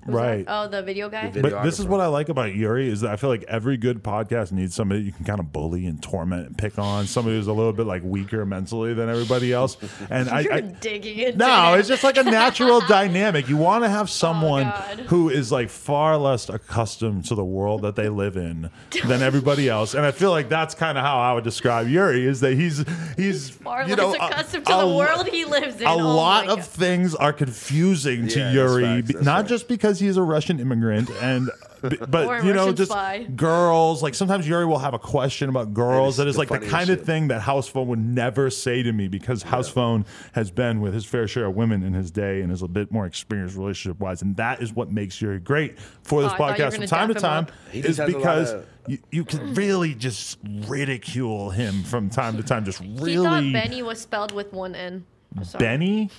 S1: right.
S2: Oh, the video guy.
S3: The
S1: But this is
S3: videographer.
S1: what I like about Yuri is that I feel like every good podcast needs somebody you can kind of bully and torment and pick on somebody who's a little bit like weaker mentally than everybody else. And I,
S2: You're
S1: I
S2: digging it.
S1: no, it's just like a natural dynamic. You want to have someone
S2: Oh God.
S1: who is like far less accustomed to the world that they live in than everybody else. And I feel like that's kind of how I would describe Yuri is that he's he's
S2: far
S1: you
S2: less
S1: know, a-
S2: accustomed to
S1: a
S2: the
S1: lo-
S2: world he lives in.
S1: a
S2: Oh my
S1: lot
S2: God.
S1: of things are confusing
S3: Yeah,
S1: to
S3: that's
S1: Yuri,
S3: facts,
S1: b-
S3: that's
S1: not
S3: facts.
S1: just because he's a Russian immigrant and. b- But
S2: Or a
S1: you know,
S2: Russian
S1: just
S2: spy.
S1: girls. Like sometimes Yuri will have a question about girls
S3: it's
S1: that is
S3: the
S1: like the
S3: funniest
S1: kind of
S3: shit.
S1: thing that House Phone would never say to me because House Phone has been with his fair share of women in his day and is a bit more experienced relationship wise, and that is what makes Yuri great for this
S2: Oh, I thought you were
S1: podcast from
S2: gonna
S1: time to
S2: dap him
S1: time.
S2: up.
S3: He
S1: Is
S3: just has a lot
S1: because
S3: of-
S1: you, you can really just ridicule him from time to time. Just
S2: He
S1: really,
S2: thought Benny was spelled with one N. I'm sorry.
S1: Benny?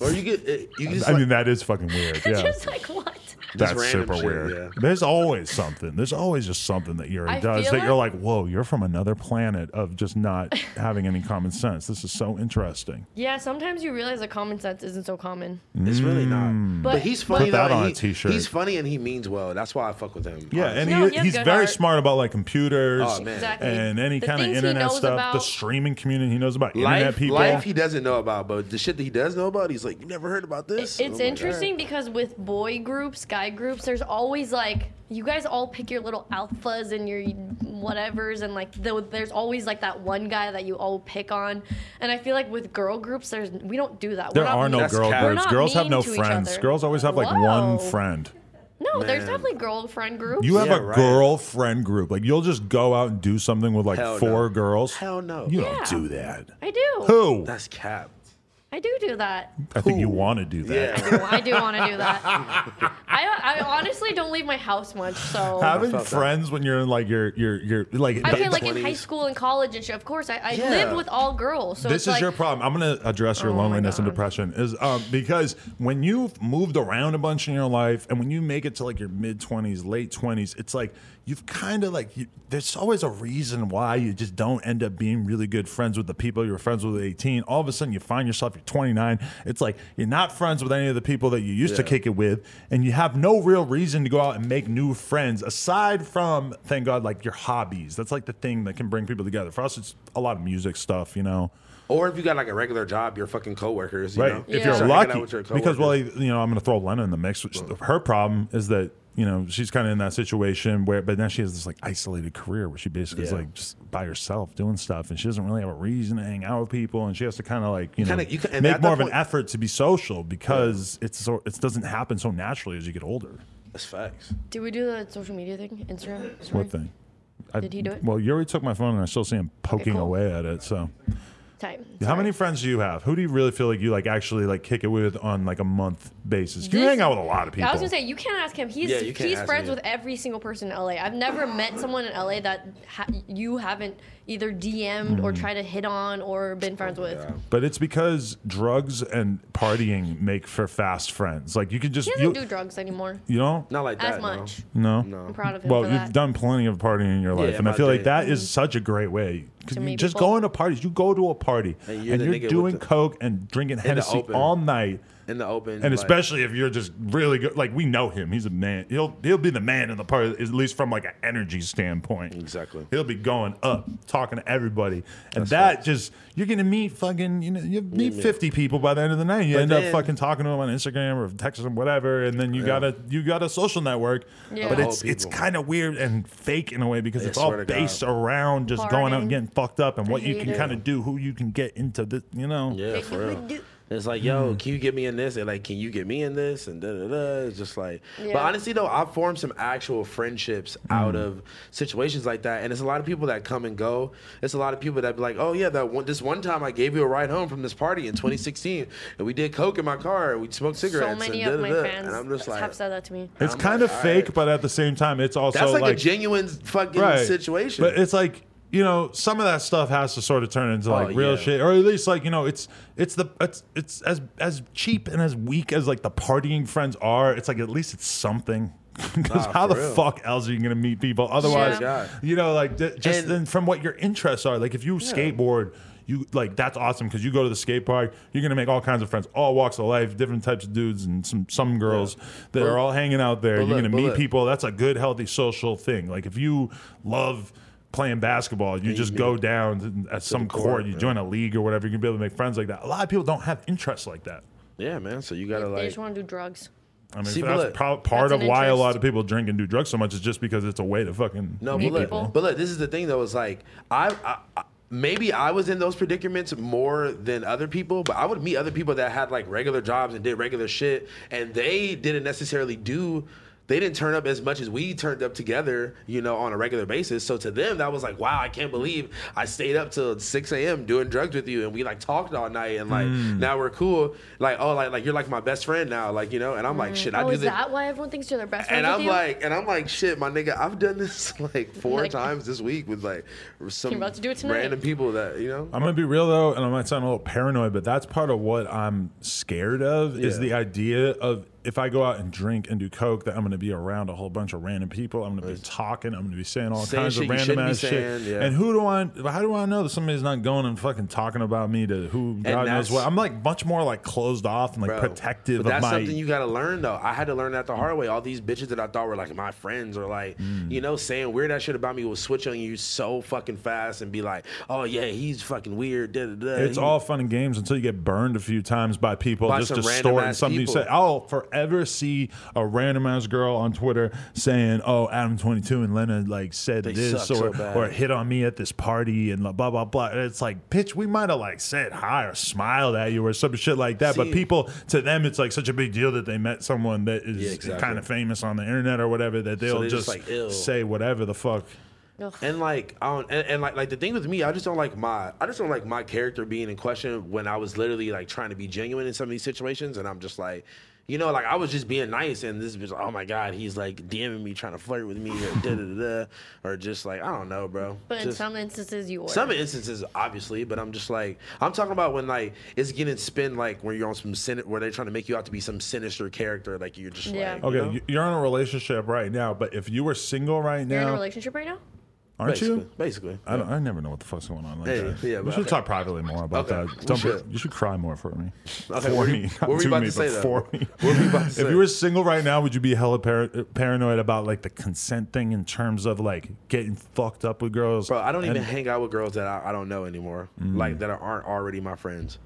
S3: Or you get it- you just
S1: I
S3: like,
S1: mean, that is fucking weird. Yeah.
S2: just like what?
S3: Just
S1: That's
S3: random
S1: super
S3: shit,
S1: weird.
S3: yeah.
S1: There's always something. There's always just something that Yuri
S2: I
S1: does
S2: feel
S1: that you're like, whoa, you're from another planet of just not having any common sense. This is so interesting.
S2: Yeah, sometimes you realize that common sense isn't so common.
S1: Hmm.
S3: it's really not. But,
S2: But-
S3: he's
S1: mm.
S3: funny.
S1: Put that
S3: though,
S1: on
S3: and
S1: a
S3: he-
S1: t-shirt.
S3: He's funny and he means well. That's why I fuck with him.
S1: Yeah,
S3: honestly.
S1: and
S2: No,
S1: he,
S2: he has
S1: he's
S2: good
S1: very
S2: heart.
S1: smart about like computers
S3: Oh, man.
S2: Exactly.
S1: and any
S2: The
S1: kind of
S2: things he
S1: internet
S2: knows
S1: stuff, the
S2: about-
S1: streaming community he knows about internet
S3: life,
S1: people.
S3: life he doesn't know about, but the shit that he does know about, he's like, you never heard about this.
S1: Oh
S2: It's
S3: Oh I'm like,
S2: interesting because with boy groups, guy groups, there's always like you guys all pick your little alphas and your whatevers, and like the, there's always like that one guy that you all pick on. And I feel like with girl groups, there's we don't do that. We're
S1: there
S2: not
S1: are no
S2: mean-
S3: That's
S1: girl
S3: cat- We're
S1: groups.
S2: not
S1: Girls have
S2: mean
S1: no
S2: to each
S1: friends.
S2: other.
S1: Girls always have like
S2: Whoa.
S1: one friend.
S2: No, there's
S3: Man.
S2: definitely girlfriend groups.
S1: You have
S3: Yeah,
S1: a
S3: right.
S1: girlfriend group. Like you'll just go out and do something with like
S3: Hell no.
S1: four girls.
S3: Hell no.
S1: You
S2: Yeah.
S1: don't do that.
S2: I do.
S1: Who?
S3: That's cap.
S2: I do do that.
S1: I think you want to do that.
S3: Yeah.
S2: Well, I do want to do that. I, I honestly don't leave my house much, so.
S1: Having
S3: felt that.
S1: friends when you're in like your your your like.
S2: I
S1: th-
S2: feel like in high
S3: 20s.
S2: school and college and shit. Of course, I, I
S3: Yeah.
S2: lived with all girls, so
S1: this
S2: it's
S1: is
S2: like,
S1: your problem. I'm gonna address your
S2: Oh my
S1: loneliness and
S2: God.
S1: depression is um, because when you've moved around a bunch in your life and when you make it to like your mid 20s, late 20s, it's like you've kind of like you, there's always a reason why you just don't end up being really good friends with the people you were friends with at 18. All of a sudden you find yourself you're 29. It's like you're not friends with any of the people that you used to
S3: Yeah.
S1: kick it with, and you have no real reason to go out and make new friends aside from thank God like your hobbies. That's like the thing that can bring people together. For us, it's a lot of music stuff, you know.
S3: Or if you got like a regular job, your fucking coworkers. You
S1: Right.
S3: Know?
S1: If
S2: Yeah.
S1: you're
S2: Start
S3: hanging out
S1: lucky,
S3: with your
S1: because well,
S3: coworkers.
S1: you know, I'm going to throw Lena in the mix. Which her problem is that you know she's kind of in that situation where, but now she has this like isolated career where she basically is
S3: Yeah.
S1: like just by herself doing stuff, and she doesn't really have a reason to hang out with people, and she has to kind of like you know
S3: Kinda- you can- and
S1: make
S3: at that
S1: more of an
S3: point-
S1: effort to be social because it's so it doesn't happen so naturally as you get older.
S3: that's facts.
S2: Did we do the social media thing? Instagram? Sorry.
S1: What thing? I,
S2: Did he do it?
S1: Well, Yuri took my phone, and I still see him poking
S2: cool.
S1: away at it. So,
S2: Time.
S1: how
S2: Sorry.
S1: many friends do you have? Who do you really feel like you like actually like kick it with on like a month basis? You
S2: This-
S1: hang out with a lot of people.
S2: I was gonna say you can't ask him. He's
S3: Yeah, you can't
S2: he's
S3: ask
S2: friends
S3: me.
S2: with every single person in LA. I've never met someone in LA that ha- you haven't either DM'd
S1: Mm-hmm.
S2: or tried to hit on or been friends with.
S3: God.
S1: But it's because drugs and partying make for fast friends. Like you can just
S2: He doesn't
S1: you,
S2: do drugs anymore
S1: you don't
S3: Not like that.
S2: as much.
S1: no
S3: No.
S2: I'm proud of him
S1: Well,
S2: for
S1: you've
S2: that. Mm-hmm.
S1: done plenty of partying in your life,
S3: Yeah,
S1: and I
S3: about
S1: feel like
S3: that.
S1: that is such a great way. 'Cause
S2: To
S1: you
S2: meet
S1: just
S2: people.
S1: going to parties. You go to a party and,
S3: And you're the nigga
S1: you're
S3: with
S1: doing
S3: the-
S1: coke and drinking Hennessy
S3: open.
S1: all night.
S3: No. In the open.
S1: And
S3: like-
S1: especially if you're just really good, like we know him, he's a man. He'll he'll be the man in the party, at least from like an energy standpoint.
S3: Exactly.
S1: He'll be going up, talking to everybody, and that just you're gonna meet fucking you know you meet fifty people by the end of the night. You
S3: But
S1: end up
S3: then-
S1: fucking talking to them on Instagram or texting them, whatever, and then you got a you got a social network.
S2: Yeah.
S1: But it's
S3: All
S1: it's
S3: people.
S1: kind of weird and fake in a way because it's
S3: swear
S1: all
S3: to God.
S1: based around just going out and
S2: Partying.
S1: getting fucked up and what you
S2: hate
S1: can
S2: it.
S1: kind of do, who you can get into the you know.
S3: Yeah, for real.
S2: Do-
S3: It's like, yo,
S1: Hmm.
S3: can you get me in this? They're like, can you get me in this? And da da da. It's just like, but
S2: Yeah.
S3: honestly though, I've formed some actual friendships
S1: Hmm.
S3: out of situations like that, and it's a lot of people that come and go. It's a lot of people that be like, oh yeah, that one, this one time I gave you a ride home from this party in 2016, and we did coke in my car, and we smoked cigarettes.
S2: So many
S3: and
S2: of my
S3: da-da-da."
S2: friends
S3: and I'm just like,
S2: have said that to me.
S1: It's
S3: I'm
S1: kind
S3: like,
S1: of
S3: all
S1: fake,
S3: right.
S1: but at the same time, it's also
S3: that's like,
S1: like
S3: a genuine fucking situation.
S1: But it's like you know, some of that stuff has to sort of turn into like real
S3: Oh, yeah.
S1: shit, or at least like you know, it's it's the it's it's as as cheap and as weak as like the partying friends are. It's like at least it's something. Because
S3: Nah,
S1: how the
S3: for real.
S1: fuck else are you gonna meet people? Otherwise,
S3: Yeah.
S1: you know, like d- just
S3: And-
S1: then from what your interests are. Like if you skateboard. You like that's awesome because you go to the skate park, you're gonna make all kinds of friends, all walks of life, different types of dudes and some some girls that are all hanging out there.
S3: But
S1: You're
S3: look,
S1: gonna
S3: but
S1: meet
S3: look.
S1: people people. That's a good, healthy social thing. Like if you love playing basketball, you just go down to- at some court,
S3: court,
S1: you
S3: yeah.
S1: join a league or whatever. You can be able to make friends like that. A lot of people don't have interests like that.
S3: yeah, man. So you gotta
S2: they
S3: like,
S2: just want to do drugs.
S1: I mean,
S3: See, but
S1: that's
S3: look,
S1: prob- part
S2: that's
S1: of
S2: an
S1: why a
S2: interest.
S1: lot of people drink and do drugs so much is just because it's a way to fucking
S3: No,
S1: meet
S3: but look,
S1: people.
S3: but look, this is the thing though. It's like I, I, I maybe I was in those predicaments more than other people, but I would meet other people that had like regular jobs and did regular shit, and they didn't necessarily do. They didn't turn up as much as we turned up together, you know, on a regular basis. So to them, that was like, wow, I can't believe I stayed up till 6 a.m. doing drugs with you, and we like talked all night, and like now we're cool. Like, oh, like like you're like my best friend now, like you know. And I'm like, shit, I
S2: oh,
S3: do
S2: is
S3: this.
S2: that why everyone thinks you're their best friend?
S3: And
S2: with
S3: I'm
S2: you?
S3: like, and I'm like, shit, my nigga, I've done this like four
S2: Like-
S3: times this week with like some
S2: You're about to do it tonight.
S3: random people that you know.
S1: I'm gonna be real though, and I might sound a little paranoid, but that's part of what I'm scared of is
S3: Yeah.
S1: the idea of if I go out and drink and do coke, that I'm gonna be around a whole bunch of random people. I'm gonna be talking. I'm gonna be saying all
S3: Saying
S1: kinds
S3: shit
S1: of
S3: you
S1: random
S3: shouldn't be
S1: ass shit.
S3: saying, yeah.
S1: And who do I? How do I know that somebody's not going and fucking talking about me to who God knows
S3: that's-
S1: what? I'm like much more like closed off and like
S3: Bro,
S1: protective
S3: but
S1: of
S3: that's
S1: my.
S3: something you gotta learn though. I had to learn that the hard way. All these bitches that I thought were like my friends or like,
S1: Mm.
S3: you know, saying weird ass shit about me will switch on you so fucking fast and be like, oh yeah, he's fucking weird. Da, da, da.
S1: It's
S3: He-
S1: all fun and games until you get burned a few times by people
S3: By
S1: just
S3: some random
S1: distorting
S3: ass
S1: something you
S3: people.
S1: say. I'll forever see a random ass girl on Twitter saying, "Oh, Adam twenty two and Leonard like said this
S3: suck so
S1: or
S3: bad."
S1: or hit on me at this party and blah blah blah." And it's like, bitch, we might have like said hi or smiled at you or some shit like that. but
S3: See-
S1: people to them, it's like such a big deal that they met someone that is
S3: Yeah, exactly.
S1: kind of famous on the internet or whatever that they'll
S3: they're
S1: just,
S3: just like, "Ew."
S1: say whatever the fuck.
S3: And like, I don't, and, and like, like the thing with me, I just don't like my, I just don't like my character being in question when I was literally like trying to be genuine in some of these situations, and I'm just like, you know, like I was just being nice, and this bitch, oh my god, he's like DMing me, trying to flirt with me, or da da da, da, or just like, I don't know, bro.
S2: But in
S3: Just-
S2: some instances, you were.
S3: some instances, obviously, but I'm just like I'm talking about when like it's getting spin like when you're on some sin where they're trying to make you out to be some sinister character, like you're just
S2: Yeah.
S3: like
S1: Okay,
S3: you know?
S1: you- you're in a relationship right now, but if you were single right
S2: You're in a
S1: now,
S2: relationship right now?
S1: aren't
S3: basically,
S1: you?
S3: basically.
S1: I, don't, I never know what the fuck's going on. Like
S3: Hey,
S1: that.
S3: yeah,
S1: we
S3: but-
S1: should talk privately more about
S3: Okay,
S1: that.
S3: we
S1: Don't be-
S3: should.
S1: you should cry more for me.
S3: Okay,
S1: for
S3: what were
S1: me,
S3: you-
S1: not
S3: what were you
S1: to
S3: about
S1: me,
S3: to say,
S1: but
S3: though?
S1: for me.
S3: What were you about to
S1: If
S3: say?
S1: you were single right now, would you be hella par- paranoid about like the consent thing in terms of like getting fucked up with girls?
S3: Bro, I don't even
S1: And- Mm.
S3: hang out with girls that I, I don't know anymore, like that aren't already my friends.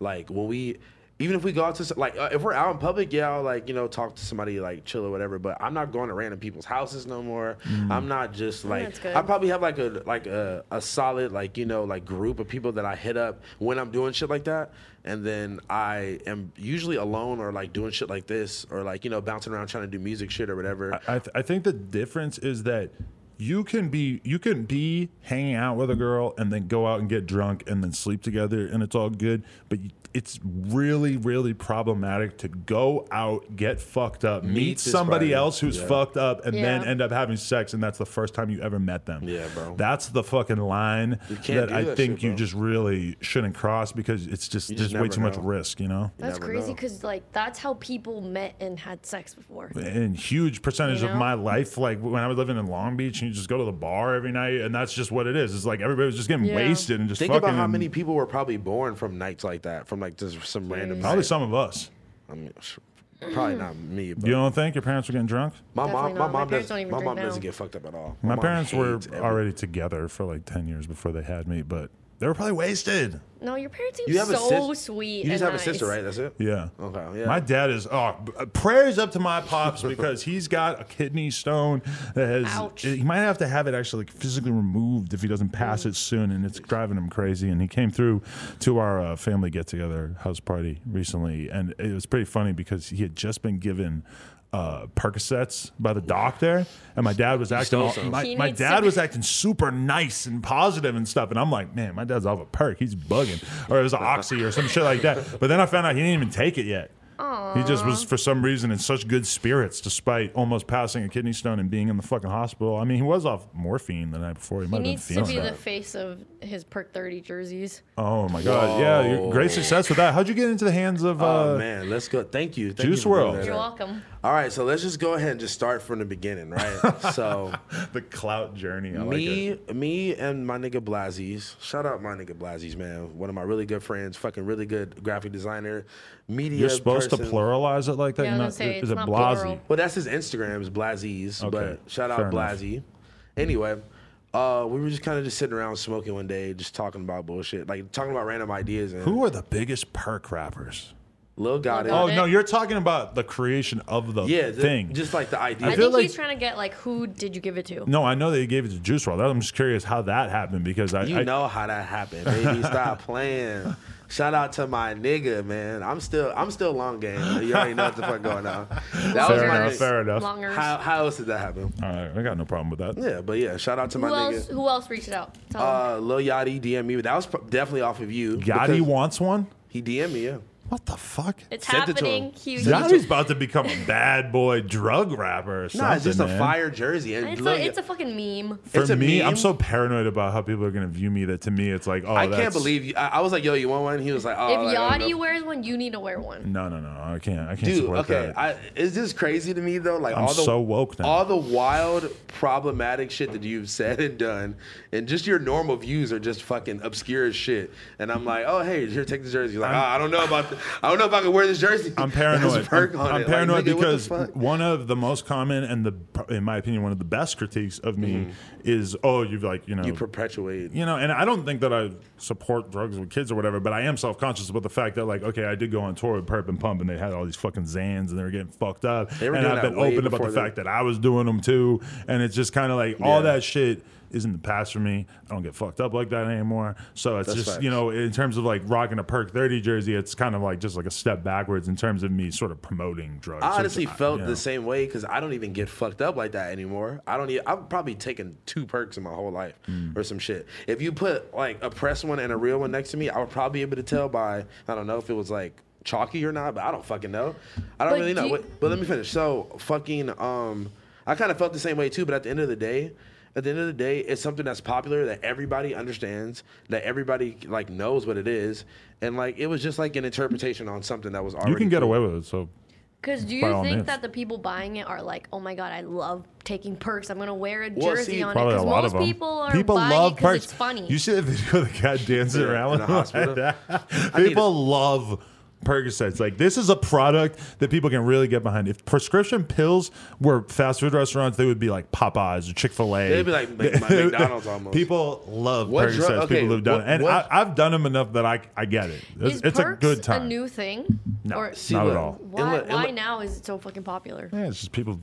S3: Like when we, even if we go out to s- like uh, if we're out in public, yeah, I'll like you know talk to somebody like chill or whatever. But I'm not going to random people's houses no more.
S1: Mm.
S3: I'm not just
S2: Oh, that's
S3: like
S2: good.
S3: I probably have like a like a, a solid like you know like group of people that I hit up when I'm doing shit like that. And then I am usually alone or like doing shit like this or like you know bouncing around trying to do music shit or whatever.
S1: I, th- I think the difference is that you can be you can be hanging out with a girl and then go out and get drunk and then sleep together and it's all good but you- it's really really problematic to go out get fucked up meet,
S3: this
S1: somebody
S3: Friday.
S1: else who's
S3: Yeah.
S1: fucked up and then
S2: Yeah.
S1: end up having sex and that's the first time you ever met them
S3: Yeah, bro.
S1: that's the fucking line
S3: can't
S1: that
S3: do
S1: i
S3: that
S1: think
S3: shit,
S1: you
S3: bro.
S1: just really shouldn't cross because it's just
S3: just
S1: there's way
S3: never
S1: too much
S3: know.
S1: risk you know
S2: That's
S3: never
S2: crazy
S3: know.
S2: because, like, that's how people met and had sex before.
S1: and huge percentage
S2: You
S1: of
S2: know?
S1: my life. Like when I was living in Long Beach, and you just go to the bar every night, and that's just what it is. It's like everybody was just getting
S2: Yeah.
S1: wasted and just
S3: Think
S1: fucking.
S3: about how
S1: and
S3: many people were probably born from nights like that, from like just some random.
S1: probably
S3: night.
S1: some of us.
S3: I mean, sh- probably not me, but
S1: You don't think your parents were getting drunk?
S3: my mom,
S2: Definitely not.
S3: my
S2: My
S3: mom,
S2: parents
S3: does,
S2: don't even
S3: my
S2: drink
S3: mom doesn't
S2: now.
S3: get fucked up at all.
S1: My
S3: mom
S1: parents were
S3: hates every-
S1: already together for like ten years before they had me, but They were probably wasted.
S2: No, your parents seem
S3: You have a
S2: so
S3: sis-
S2: sweet.
S3: You just
S2: and
S3: have
S2: nice.
S3: a sister, right? That's it.
S1: Yeah.
S3: Okay, yeah.
S1: My dad is oh b- prayers up to my pops because he's got a kidney stone that has
S2: Ouch.
S1: he might have to have it actually like physically removed if he doesn't pass it soon and it's driving him crazy and he came through to our uh, family get together house party recently and it was pretty funny because he had just been given uh, Percocets by the doctor, and my dad was acting.
S3: stole
S1: all-
S3: some.
S1: my,
S2: He
S1: my
S2: needs to
S1: dad
S2: be-
S1: was acting super nice and positive and stuff, and I'm like, man, my dad's off a perk. He's bugging, or it was an oxy or some shit like that. But then I found out he didn't even take it yet. He just was for some reason in such good spirits, despite almost passing a kidney stone and being in the fucking hospital. I mean, he was off morphine the night before. He might have been
S2: He needs to
S1: feeling
S2: be
S1: that.
S2: the face of his perk thirty jerseys.
S1: oh my god! Yeah, you're- great success with that. How'd you get into the hands of? Uh,
S3: Oh man, let's go. Thank you. Thank
S1: Juice
S3: you for bringing
S1: WRLD.
S3: that
S2: You're
S3: up.
S2: welcome.
S3: All right, so let's just go ahead and just start from the beginning, right? so
S1: the clout journey. I like it.
S3: me, me, and my nigga Blazzies. Shout out my nigga Blazzies, man. One of my really good friends, fucking really good graphic designer, media.
S1: You're supposed
S3: person.
S1: to pluralize it like that.
S2: Yeah, I
S1: You're
S2: was
S1: not,
S2: gonna say,
S1: is
S2: it's
S1: it
S2: not
S1: Blasi?
S2: plural.
S3: Well, that's his Instagram's Blazzies,
S1: Okay,
S3: but shout
S1: fair
S3: out
S1: enough.
S3: Blazzy. Anyway, uh, we were just kind of just sitting around smoking one day, just talking about bullshit, like talking about random ideas. And
S1: Who are the biggest perk rappers?
S3: Lil got it.
S2: Got
S1: Oh
S2: it.
S1: no, you're talking about the creation of the
S3: yeah, the-
S1: thing.
S3: just like the idea.
S2: I
S1: feel
S2: think
S1: like-
S2: he's trying to get like who did you give it to?
S1: no, I know they gave it to Juice World. I'm just curious how that happened because I,
S3: You
S1: I-
S3: know how that happened, baby. Stop playing. Shout out to my nigga, man. I'm still I'm still long game. You already know what the fuck going on. That
S1: fair
S3: was my
S1: enough,
S3: nigga.
S1: fair enough.
S2: Longers.
S3: How how else did that happen?
S1: All right, I got no problem with that.
S3: Yeah, but yeah, shout out to my
S2: who else?
S3: nigga.
S2: Who else reached out? Tell him.
S3: Uh, Lil Yachty DM me. That was pro- definitely off of you.
S1: Yachty
S3: because
S1: wants one.
S3: He DM me. Yeah.
S1: What the fuck?
S2: It's
S3: send it to
S2: happening.
S3: him.
S2: He, he-
S1: Yachty's about to become a bad boy drug rapper or something.
S3: Nah, it's just a
S1: man.
S3: fire jersey. And
S2: it's,
S3: Lil
S2: a, it's
S3: Ya-
S2: a fucking meme.
S1: For
S3: it's a
S1: me, I'm
S3: meme.
S1: so paranoid about how people are gonna view me that to me it's like, oh,
S3: I
S1: that's-
S3: can't believe you. I, I was like, yo, you want one? He was like, oh,
S2: If
S3: like, I don't
S2: Yachty
S3: know.
S2: wears one, you need to wear one.
S1: No, no, no, I can't. I can't
S3: Dude,
S1: support
S3: okay.
S1: that.
S3: I, is this crazy to me though? Like
S1: I'm
S3: all the
S1: so woke now.
S3: all the wild problematic shit that you've said and done, and just your normal views are just fucking obscure as shit. And I'm like, oh hey, here take the jersey. You're like, ah, I don't know about, th- I don't know if I can wear this jersey.
S1: I'm
S3: There's
S1: paranoid.
S3: perk
S1: I'm,
S3: on
S1: I'm
S3: it. Like,
S1: paranoid
S3: nigga, what the
S1: because
S3: fuck?
S1: one of the most common and the, in my opinion, one of the best critiques of me is, oh, you've like, you know,
S3: Mm-hmm. you perpetuate.
S1: you know, and I don't think that I support drugs with kids or whatever, but I am self conscious about the fact that, like, okay, I did go on tour with Perp and Pump and they had all these fucking Zans and they were getting fucked up.
S3: They were
S1: and
S3: doing
S1: I've
S3: that
S1: been
S3: way
S1: open about the
S3: before they-
S1: fact that I was doing them too. And it's just kind of like all
S3: Yeah.
S1: that shit is in the past for me. I don't get fucked up like that anymore. So it's just, you
S3: facts.
S1: know, in terms of like rocking a Perk 30 jersey, it's kind of like just like a step backwards in terms of me sort of promoting drugs.
S3: I honestly
S1: It's-
S3: felt
S1: you know.
S3: the same way because I don't even get fucked up like that anymore. I don't. Even, I've probably taken two perks in my whole life
S1: Mm.
S3: or some shit. If you put like a press one and a real one next to me, I would probably be able to tell by I don't know if it was like chalky or not, but I don't fucking know. I don't
S2: But
S3: really know.
S2: do you-
S3: Wait, but let me finish. So fucking um, I kind of felt the same way too. But at the end of the day. At the end of the day, it's something that's popular that everybody understands, that everybody like knows what it is, and like it was just like an interpretation on something that was already.
S1: You can get
S3: cool.
S1: away with it. So
S2: Because do you
S1: By all
S2: think
S1: means.
S2: that the people buying it are like, oh my god, I love taking perks. I'm gonna wear a jersey
S3: Well, see,
S2: on it.
S1: Probably a
S2: Because
S1: lot of
S2: most
S1: them.
S2: people are
S1: people
S2: buying
S1: love
S2: it because
S1: perks.
S2: it's funny.
S1: You see the video of the guy dancing
S3: Yeah,
S1: around
S3: in
S1: with
S3: the
S1: them like
S3: hospital.
S1: that?
S3: need
S1: People love Percocets. Like this is a product that people can really get behind. If prescription pills were fast food restaurants, they would be like Popeyes or Chick Fil A.
S3: They'd be like Mc- my McDonald's almost.
S1: People love
S3: What
S1: Percocets.
S3: drug- okay,
S1: people have done
S3: what-
S1: it, and
S3: what-
S1: I, I've done them enough that I I get it. It's,
S2: Is
S1: it's a
S2: perks
S1: good time.
S2: A new thing?
S1: No.
S2: Or
S1: See, Not at all.
S2: why?
S3: it look- it
S2: why
S3: look-
S2: now is it so fucking popular?
S1: yeah, it's just people.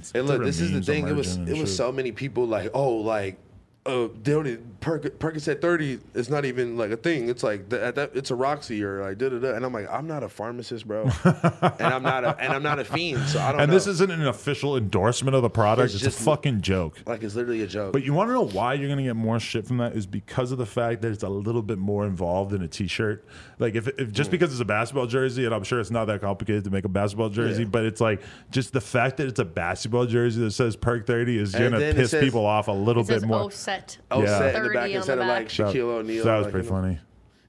S1: it's
S3: And look,
S1: different
S3: this is the
S1: memes
S3: thing. It was
S1: emerging
S3: it
S1: and
S3: was
S1: shit.
S3: so many people like, oh, like, uh, they don't even, Perc- Percocet thirty is not even like a thing. It's like the, at that, it's a Roxy or like da da da. And I'm like, I'm not a pharmacist, bro, and I'm not a and I'm not a fiend, so I don't.
S1: And
S3: know.
S1: this isn't an official endorsement of the product.
S3: It's
S1: It's, a
S3: just-
S1: fucking joke.
S3: like it's literally a joke.
S1: But you want to know why you're gonna get more shit from that is because of the fact that it's a little bit more involved than a T-shirt. Like if, if
S3: Mm.
S1: just because it's a basketball jersey, and I'm sure it's not that complicated to make a basketball jersey,
S3: Yeah.
S1: but it's like just the fact that it's a basketball jersey that says Perk 30 is
S3: And
S1: gonna
S3: then it
S1: piss
S3: says-
S1: people off a little
S2: It says
S1: bit more.
S2: O set.
S3: oh,
S1: yeah.
S3: set in
S2: 30
S3: the
S2: on
S3: back
S2: the
S3: instead of
S2: back.
S3: like Shaquille O'Neal.
S1: that was
S3: like,
S1: pretty
S3: you know.
S1: funny.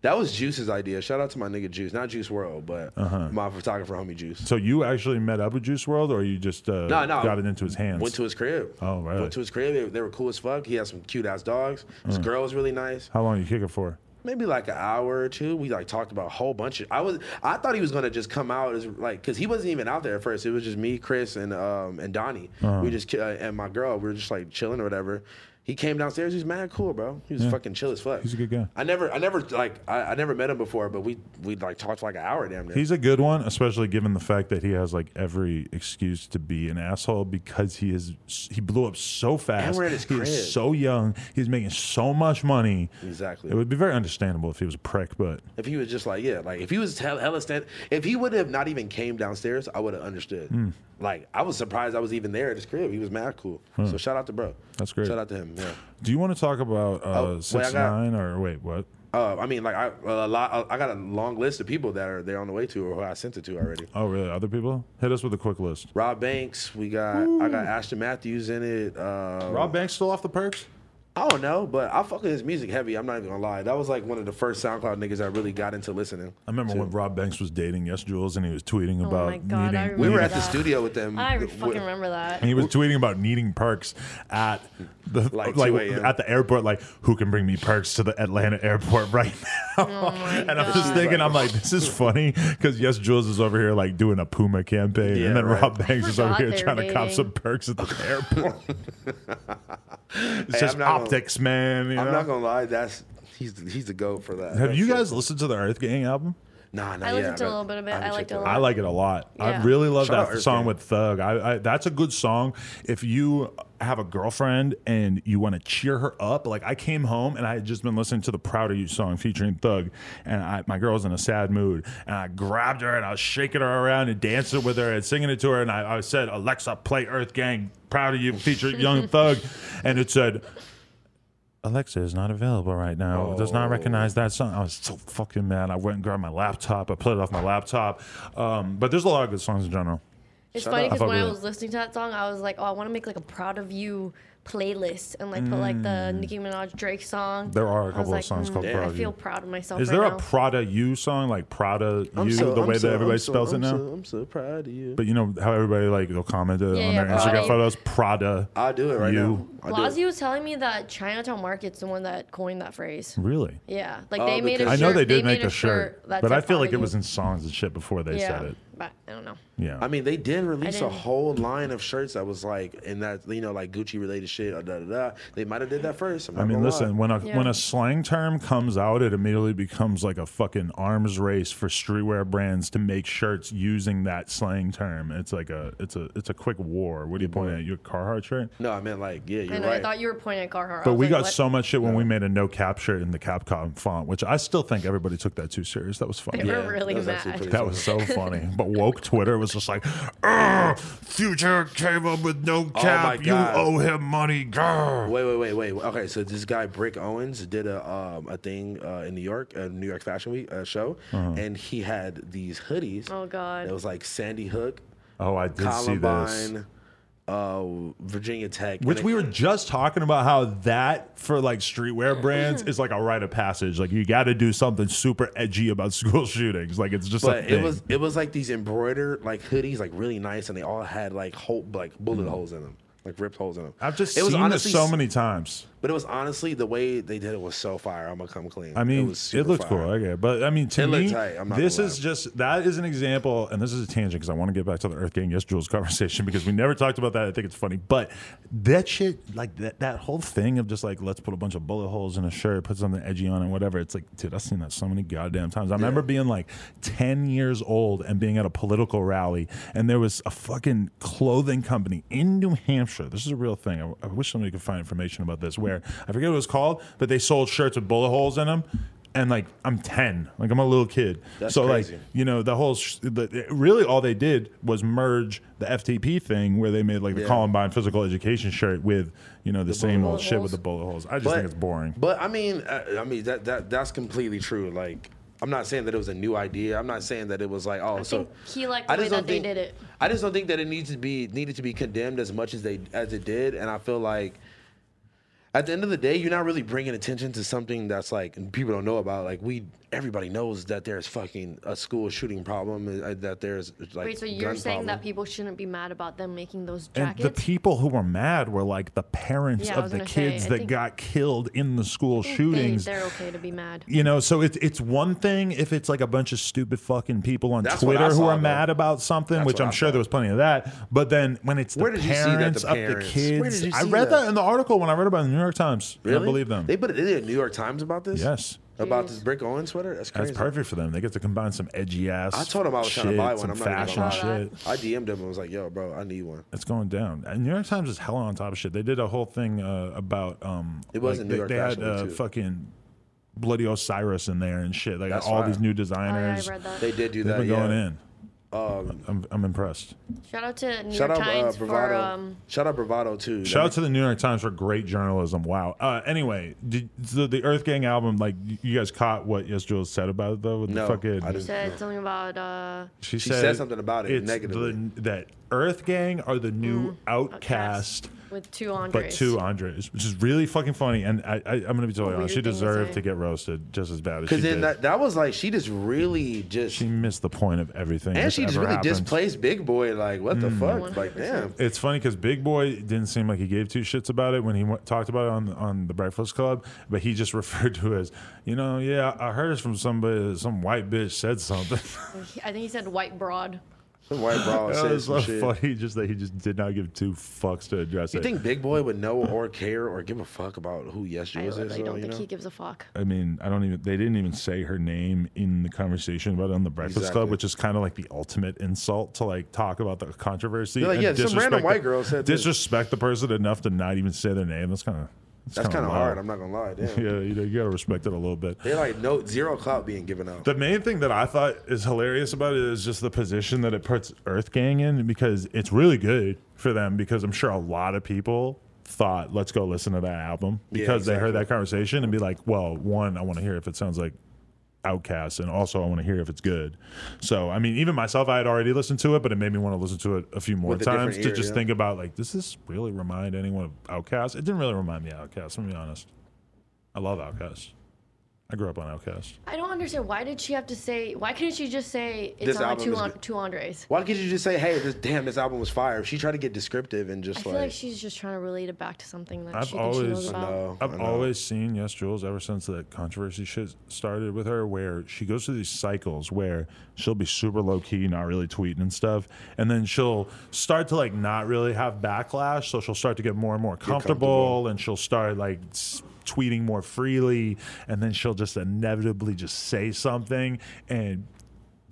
S3: That was Juice's idea. Shout out to my nigga Juice, not Juice World, but
S1: Uh-huh.
S3: my photographer homie Juice.
S1: So you actually met up with Juice World, or you just uh,
S3: No, no.
S1: got it into his hands?
S3: Went to his crib.
S1: Oh, really?
S3: Went to his crib. They, they were cool as fuck. He had some cute ass dogs. His
S1: Mm.
S3: girl was really nice.
S1: How long you kick it for?
S3: maybe like an hour or two. We like talked about a whole bunch of. I was I thought he was gonna just come out as like because he wasn't even out there at
S1: Uh-huh.
S3: first. It was just me, Chris, and um and Donnie. We just ki- uh, and my girl. We were just like chilling or whatever. He came downstairs. He's mad cool, bro. He was fucking chill as fuck.
S1: He's a good guy.
S3: I never, I never like, I, I never met him before, but we we like talked for like an hour damn near.
S1: He's a good one, especially given the fact that he has like every excuse to be an asshole because he is he blew up so fast.
S3: we're at his
S1: he
S3: crib.
S1: is so young. He's making so much money.
S3: Exactly.
S1: It would be very understandable if he was a prick, but
S3: If he was just like, yeah, like if he was hell, hella stand, if he would have not even came downstairs, I would have understood.
S1: Hmm.
S3: Like I was surprised I was even there at his crib. He was mad cool. So shout out to bro.
S1: Hmm. That's great.
S3: Shout out to him. Yeah.
S1: do you want to talk about uh,
S3: Oh, wait, I
S1: six
S3: got-
S1: nine or wait what?
S3: Uh, I mean, like I a lot. uh, I got a long list of people that are there on the way to, or who I sent it to already.
S1: Oh really? Other people? Hit us with a quick list.
S3: Rob Banks. We got. I got Ashton Matthews in it. Uh,
S1: Rob Banks still off the perks?
S3: I don't know, but I fuck with his music heavy. I'm not even gonna lie. That was like one of the first SoundCloud niggas I really got into listening.
S1: I remember when Rob Banks was dating Yes Jules, and he was tweeting
S2: Oh
S1: about
S2: my God, I
S1: needing.
S2: remember
S3: We were
S1: needing-
S3: at the
S2: that.
S3: studio with them.
S2: I
S3: The-
S2: fucking remember that.
S1: And he was tweeting about needing perks at the like,
S3: Like 2 a.m..
S1: at the airport, like who can bring me perks to the Atlanta airport right now? and I'm just
S2: Oh God.
S1: thinking, I'm like, this is funny because yes, Jules is over here like doing a Puma campaign,
S3: Yeah,
S1: and then
S3: right.
S1: Rob Banks is over
S2: forgot
S1: here
S2: they were
S1: trying to cop
S2: dating.
S1: some perks at the airport. it's
S3: Hey,
S1: just
S3: I'm not gonna-
S1: optics, man. you
S3: I'm
S1: know?
S3: not gonna lie. That's he's he's the goat for that.
S1: Have
S3: That
S1: you
S3: shit.
S1: guys listened to the Earth Gang album?
S3: Nah, nah,
S2: I
S3: yeah,
S2: listened to a
S3: but
S2: little bit of it.
S3: haven't
S2: I liked
S3: checked
S2: it a
S3: out.
S2: lot.
S1: I like it a lot. I
S2: Yeah.
S1: really love
S3: Shout out
S1: that
S3: Earth
S1: song
S3: Gang.
S1: with Thug. I, I that's a good song. If you have a girlfriend and you want to cheer her up, like I came home and I had just been listening to the "Proud of You" song featuring Thug, and I, my girl was in a sad mood, and I grabbed her and I was shaking her around and dancing with her and singing it to her, and I, I said, "Alexa, play Earth Gang." Proud of you, featuring Young Thug, and it said, Alexa is not available right now. Does not recognize that song. I was so fucking mad. I went and grabbed my laptop. I played it off my laptop. Um, but there's a lot of good songs in general.
S2: It's funny
S3: up.
S1: I
S2: because
S1: fuck
S2: when I
S1: with it.
S2: was listening to that song, I was like, oh, I want to make like a proud of you playlist and like put like the Nicki Minaj Drake song.
S1: Mm. There are a
S2: I was "Mm,
S1: couple of songs called Proud
S2: I
S1: of
S2: feel
S1: You.
S2: proud of myself.
S1: Is
S2: right
S1: there
S2: now.
S1: a Prada You song like Prada
S3: I'm
S1: You
S3: so-
S1: the
S3: I'm
S1: way
S3: so-
S1: that everybody
S3: I'm so-
S1: spells it
S3: I'm
S1: now?
S3: so- I'm so proud of you.
S1: But you know how everybody like they'll comment it
S2: Yeah,
S1: on
S2: yeah,
S1: their
S2: Prada
S1: Instagram
S2: You.
S1: photos. Prada.
S3: I'll do it right
S1: You.
S3: now. I'll do
S2: Blasio
S3: it.
S2: was telling me that Chinatown Market's the one that coined that phrase.
S1: Really?
S2: Yeah, like they made a
S3: because-
S2: shirt.
S1: Oh, I know they did
S2: made
S1: make a shirt,
S2: that
S1: but
S2: said
S1: I feel
S2: proud
S1: like
S2: of
S1: it
S2: you.
S1: was in songs and shit before they
S2: yeah,
S1: said it.
S2: but I don't know.
S1: Yeah.
S3: I mean, they did release a
S2: didn't-
S3: whole line of shirts that was like, and that you know, like Gucci related shit. Or da, da, da. They might have did that first. I'm not
S1: I mean,
S3: gonna lie.
S1: listen. When a
S2: Yeah.
S1: when a slang term comes out, it immediately becomes like a fucking arms race for streetwear brands to make shirts using that slang term. It's like a it's a it's a quick war. What are you
S3: Mm-hmm.
S1: pointing at? Your Carhartt shirt?
S3: No, I meant like, yeah, you're
S2: I know.
S3: right.
S2: I thought you were pointing at Carhartt. I
S1: But
S2: was
S1: we
S2: like,
S1: got
S2: what?
S1: so much shit when we made a no cap shirt in the Capcom font, which I still think everybody took that too serious. That was funny.
S2: They were really
S3: that was actually
S2: mad.
S3: pretty
S1: That was so funny. But woke Twitter was just like, "Ugh, Future came up with no cap. you
S3: Oh God.
S1: owe him money. Grr."
S3: Wait, wait, wait, wait. Okay, so this guy Brick Owens did a um, a thing uh, in New York, a New York Fashion Week uh, show,
S1: Uh-huh.
S3: and he had these hoodies.
S2: Oh, God.
S3: It was like Sandy Hook,
S1: Oh, I did see this.
S3: Columbine, uh, Virginia Tech,
S1: Which
S3: and
S1: we
S3: it-
S1: were just talking about how that for like streetwear brands
S3: Mm-hmm.
S1: is like a rite of passage. Like you got to do something super edgy about school shootings. Like it's just
S3: But
S1: a
S3: it
S1: thing.
S3: was it was like these embroidered like hoodies, like really nice, and they all had like hole like bullet holes in them, like ripped holes in them.
S1: Mm. I've just
S3: it
S1: seen
S3: honestly
S1: this so
S3: s-
S1: many times.
S3: but it was honestly the way they did it was so fire. I'm gonna come clean.
S1: I mean, it,
S3: super
S1: looks
S3: fire.
S1: cool. Okay, but I mean, to
S3: It looked
S1: me,
S3: tight, I'm not
S1: this
S3: gonna
S1: is just that is an example, and this is a tangent because I want to get back to the Earth Gang Yes Jules conversation because we never talked about that. I think it's funny, but that shit, like that, that whole thing of just like let's put a bunch of bullet holes in a shirt, put something edgy on it, whatever. It's like, dude, I've seen that so many goddamn times. I remember being like ten years old and being at a political rally, and there was a fucking clothing company in New Hampshire. This is a real thing. I, I wish somebody could find information about this. Where I forget what it was called, but they sold shirts with bullet holes in them and like I'm 10, like I'm a little kid.
S3: That's
S1: so
S3: crazy.
S1: like you know the whole sh- the, really all they did was merge the FTP thing where they made like the
S3: Yeah.
S1: Columbine physical education shirt with you know the, same old
S2: bullet
S1: shit with
S2: holes.
S1: the bullet holes. I just
S3: But-
S1: think it's boring.
S3: But I mean, uh, I mean that that that's completely true. Like, I'm not saying that it was a new idea. I'm not saying that it was like, oh, so
S2: think he liked the way
S3: don't
S2: that they did it.
S3: I just don't think that it needs to be needed to be condemned as much as they as it did. And I feel like at the end of the day, you're not really bringing attention to something that's like people don't know about. Like we everybody knows that there's fucking a school shooting problem. uh, That there's like
S2: Wait, so you're
S3: gun
S2: saying
S3: problem.
S2: that people shouldn't be mad about them making those
S1: And
S2: jackets?
S1: the people who were mad were like the parents
S2: Yeah, I
S1: of
S2: was
S1: the
S2: gonna say,
S1: kids
S2: I
S1: that
S2: think-
S1: got killed in the school shootings.
S2: They, are okay to be mad.
S1: You know, so it's it's one thing if it's like a bunch of stupid fucking people on
S3: That's what I
S1: Twitter who
S3: saw,
S1: are
S3: though.
S1: mad about something,
S3: That's
S1: which
S3: what
S1: I'm
S3: I
S1: sure
S3: saw.
S1: there was plenty of that. But then when it's the
S3: Where did you see that the
S1: parents of
S3: parents-
S1: the kids,
S3: where did you
S1: I
S3: see
S1: read that?
S3: that?
S1: in the article when I read about it in the New York Times. I
S3: Really?
S1: believe them.
S3: They put it in the New York Times about this.
S1: yes,
S3: About this Brick Owen sweater. That's
S1: that's
S3: crazy.
S1: perfect for them. They get to combine some edgy ass.
S3: I told 'em I was
S1: shit,
S3: trying to buy one.
S1: some
S3: I'm not even
S1: fashion
S3: gonna
S2: lie.
S1: shit.
S3: I DM'd him and was like, "Yo, bro, I need one."
S1: It's going down. And New York Times is hella on top of shit. They did a whole thing uh, about um.
S3: It was in New
S1: they,
S3: York
S1: They had
S3: Fashion Week,
S1: uh,
S3: too.
S1: fucking Bloody Osiris in there and shit. They got
S3: That's
S1: all
S3: fire.
S1: these new
S2: Oh, yeah, I
S1: designers.
S2: read that.
S3: They did do
S1: They've been
S3: that. yeah. Um,
S1: going in. I'm, I'm impressed.
S2: Shout out to New
S3: Shout
S2: York
S3: out uh,
S2: Times for
S3: Bravado.
S2: um,
S3: Shout out Bravado too.
S1: Shout out to the New York Times for great journalism. Wow. Uh, anyway, did, so the Earth Gang album, like y- you guys caught what Yes Jules said about it though. With
S3: No,
S1: the fucking,
S3: I
S2: you
S3: didn't.
S2: said something about uh,
S1: she,
S3: She said something about it
S1: it's
S3: negatively.
S1: The, that Earth Gang are the new outcast.
S2: with two Andres.
S1: But two Andres, which is really fucking funny, and I, I, I'm gonna be totally
S2: weird
S1: honest. She
S2: thing to
S1: deserved
S2: say.
S1: to get roasted just as bad as she
S3: Because then
S1: did.
S3: that, that was like she just really just
S1: she missed the point of everything.
S3: and
S1: that's
S3: she just
S1: ever Mm.
S3: really
S1: happened.
S3: displaced Big Boy. Like what the fuck? Like
S2: 100%.
S3: damn.
S1: It's funny because Big Boy didn't seem like he gave two shits about it when he went, talked about it on on the Breakfast Club, but he just referred to it as, you know, yeah, I heard it from somebody, some white bitch said something.
S2: I think he said white broad.
S3: Some white bra
S1: that
S3: said
S1: was
S3: some
S1: so
S3: shit.
S1: funny, just that he just did not give two fucks to address
S3: You
S1: it.
S3: think Big Boy would know or care or give a fuck about who Yes
S2: I
S3: was is?
S2: really
S3: though,
S2: don't
S3: you
S2: think
S3: know?
S2: he gives a fuck.
S1: I mean, I don't even. They didn't even say her name in the conversation about it on the Breakfast Club,
S3: Exactly.
S1: which is kind of like the ultimate insult to like talk about the controversy.
S3: You're like,
S1: and
S3: yeah, some
S1: disrespect
S3: random
S1: the-
S3: white girl said this.
S1: disrespect the person enough to not even say their name. That's kind of
S3: That's kind of hard. I'm not gonna lie. Damn.
S1: yeah, you, know, you gotta respect it a little bit.
S3: They like no zero clout being given out.
S1: The main thing that I thought is hilarious about it is just the position that it puts Earth Gang in because it's really good for them because I'm sure a lot of people thought, let's go listen to that album because they heard
S3: exactly.
S1: that conversation and be like, well, one, I want to hear if it sounds like Outcast and also I want to hear if it's good. So, I mean, even myself, I had already listened to it, but it made me want to listen to it a few more
S3: With a different
S1: times to
S3: ear,
S1: just
S3: yeah.
S1: think about like, does this really remind anyone of Outcast? It didn't really remind me of Outcast, I'm gonna be honest. I love Outcast. I grew up on Outcast.
S2: I don't understand. Why did she have to say? Why couldn't she just say it's
S3: This
S2: not
S3: album
S2: two,
S3: is
S2: An-
S3: good.
S2: two Andres?
S3: Why could you just say, "Hey, this damn this album was fire"? She tried to get descriptive and
S2: I
S3: just
S2: feel
S3: like,
S2: like she's just trying to relate it back to something that
S1: I've
S2: she thinks she
S1: always-
S2: knows about.
S3: no, I
S1: I've
S3: know.
S1: always seen Yes Jules ever since that controversy shit started with her, where she goes through these cycles where she'll be super low key, not really tweeting and stuff, and then she'll start to like not really have backlash, so she'll start to get more and more comfortable,
S3: comfortable.
S1: and she'll start like. s- Tweeting more freely, and then she'll just inevitably just say something, and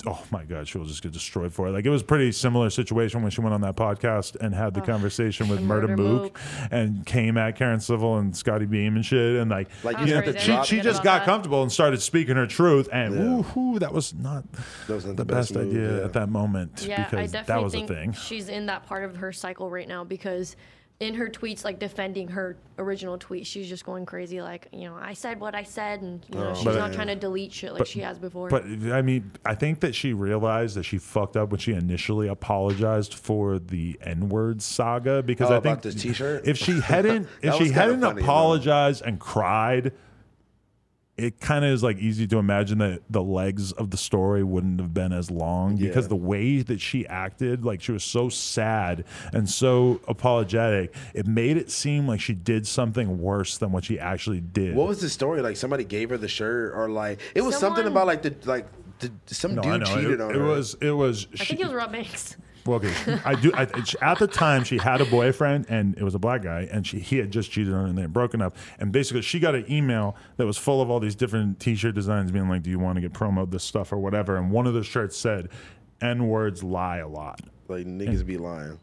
S1: oh my god, she will just get destroyed for it. Like it was a pretty similar situation when she went on that podcast and had the conversation with Murda
S2: Murda
S1: Mook
S2: Mook.
S1: and came at Karen Civil and Scotty Beam and shit. And like,
S3: Like,
S1: you
S3: you
S1: know,
S3: just have to
S1: she,
S3: drop-
S1: she
S2: forget
S1: just
S2: about
S1: got
S2: that.
S1: comfortable and started speaking her truth. And
S3: Yeah.
S1: woohoo, that was not
S3: That wasn't
S1: the
S3: the
S1: best
S3: best move,
S1: idea
S3: yeah.
S1: at that moment
S2: Yeah, I
S1: because
S2: definitely
S1: that was a
S2: think
S1: thing.
S2: she's in that part of her cycle right now because in her tweets, like defending her original tweet, she's just going crazy. Like, you know, I said what I said, and you know,
S3: Oh.
S2: she's
S1: But-
S2: not trying to delete shit like she has before.
S1: But I mean, I think that she realized that she fucked up when she initially apologized for the N word saga because
S3: Oh,
S1: I think
S3: about this t-shirt?
S1: if she hadn't if
S3: That
S1: she
S3: was kinda
S1: hadn't
S3: funny, though.
S1: apologized and cried, it kind of is like easy to imagine that the legs of the story wouldn't have been as long because
S3: Yeah.
S1: the way that she acted, like she was so sad and so apologetic, it made it seem like she did something worse than what she actually did.
S3: what was the story? Like somebody gave her the shirt, or like it was something
S2: Someone-
S3: about like the like the, some
S1: no, I
S3: dude
S1: know.
S3: cheated
S1: it,
S3: on
S1: it
S3: her.
S1: was it was
S2: I think it was Rob Banks.
S1: Well, okay, I do. I, she- at the time, she had a boyfriend, and it was a black guy, and she he had just cheated on her, and they had broken up. And basically, she got an email that was full of all these different T-shirt designs, being like, "Do you want to get promoed this stuff or whatever?" And one of the shirts said, "N words lie a lot."
S3: like niggas be lying.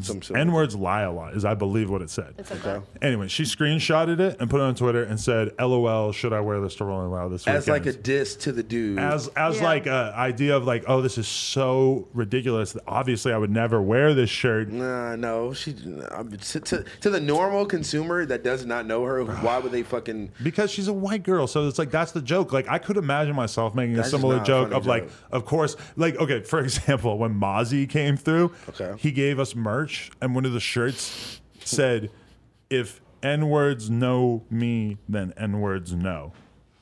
S3: Some shit.
S1: N words lie a lot is, I believe, what it said.
S2: It's a
S3: Okay.
S1: Anyway, she screenshotted it and put it on Twitter and said, "LOL, should I wear this to Rolling Loud this weekend?"
S3: as like a diss to the dude.
S1: as as
S2: Yeah.
S1: like a idea of like, "Oh, this is so ridiculous. that Obviously, I would never wear this shirt."
S3: Nah, no, she I'm- to, to, to the normal consumer that does not know her. Why would they fucking?
S1: Because she's a white girl, so it's like that's the joke. Like I could imagine myself making a
S3: That's
S1: similar
S3: not a
S1: joke
S3: funny
S1: of like,
S3: joke.
S1: of course, like okay, for example, when Mozzie came through,
S3: Okay.
S1: he gave us merch, and one of the shirts said, "If N words know me, then N words know."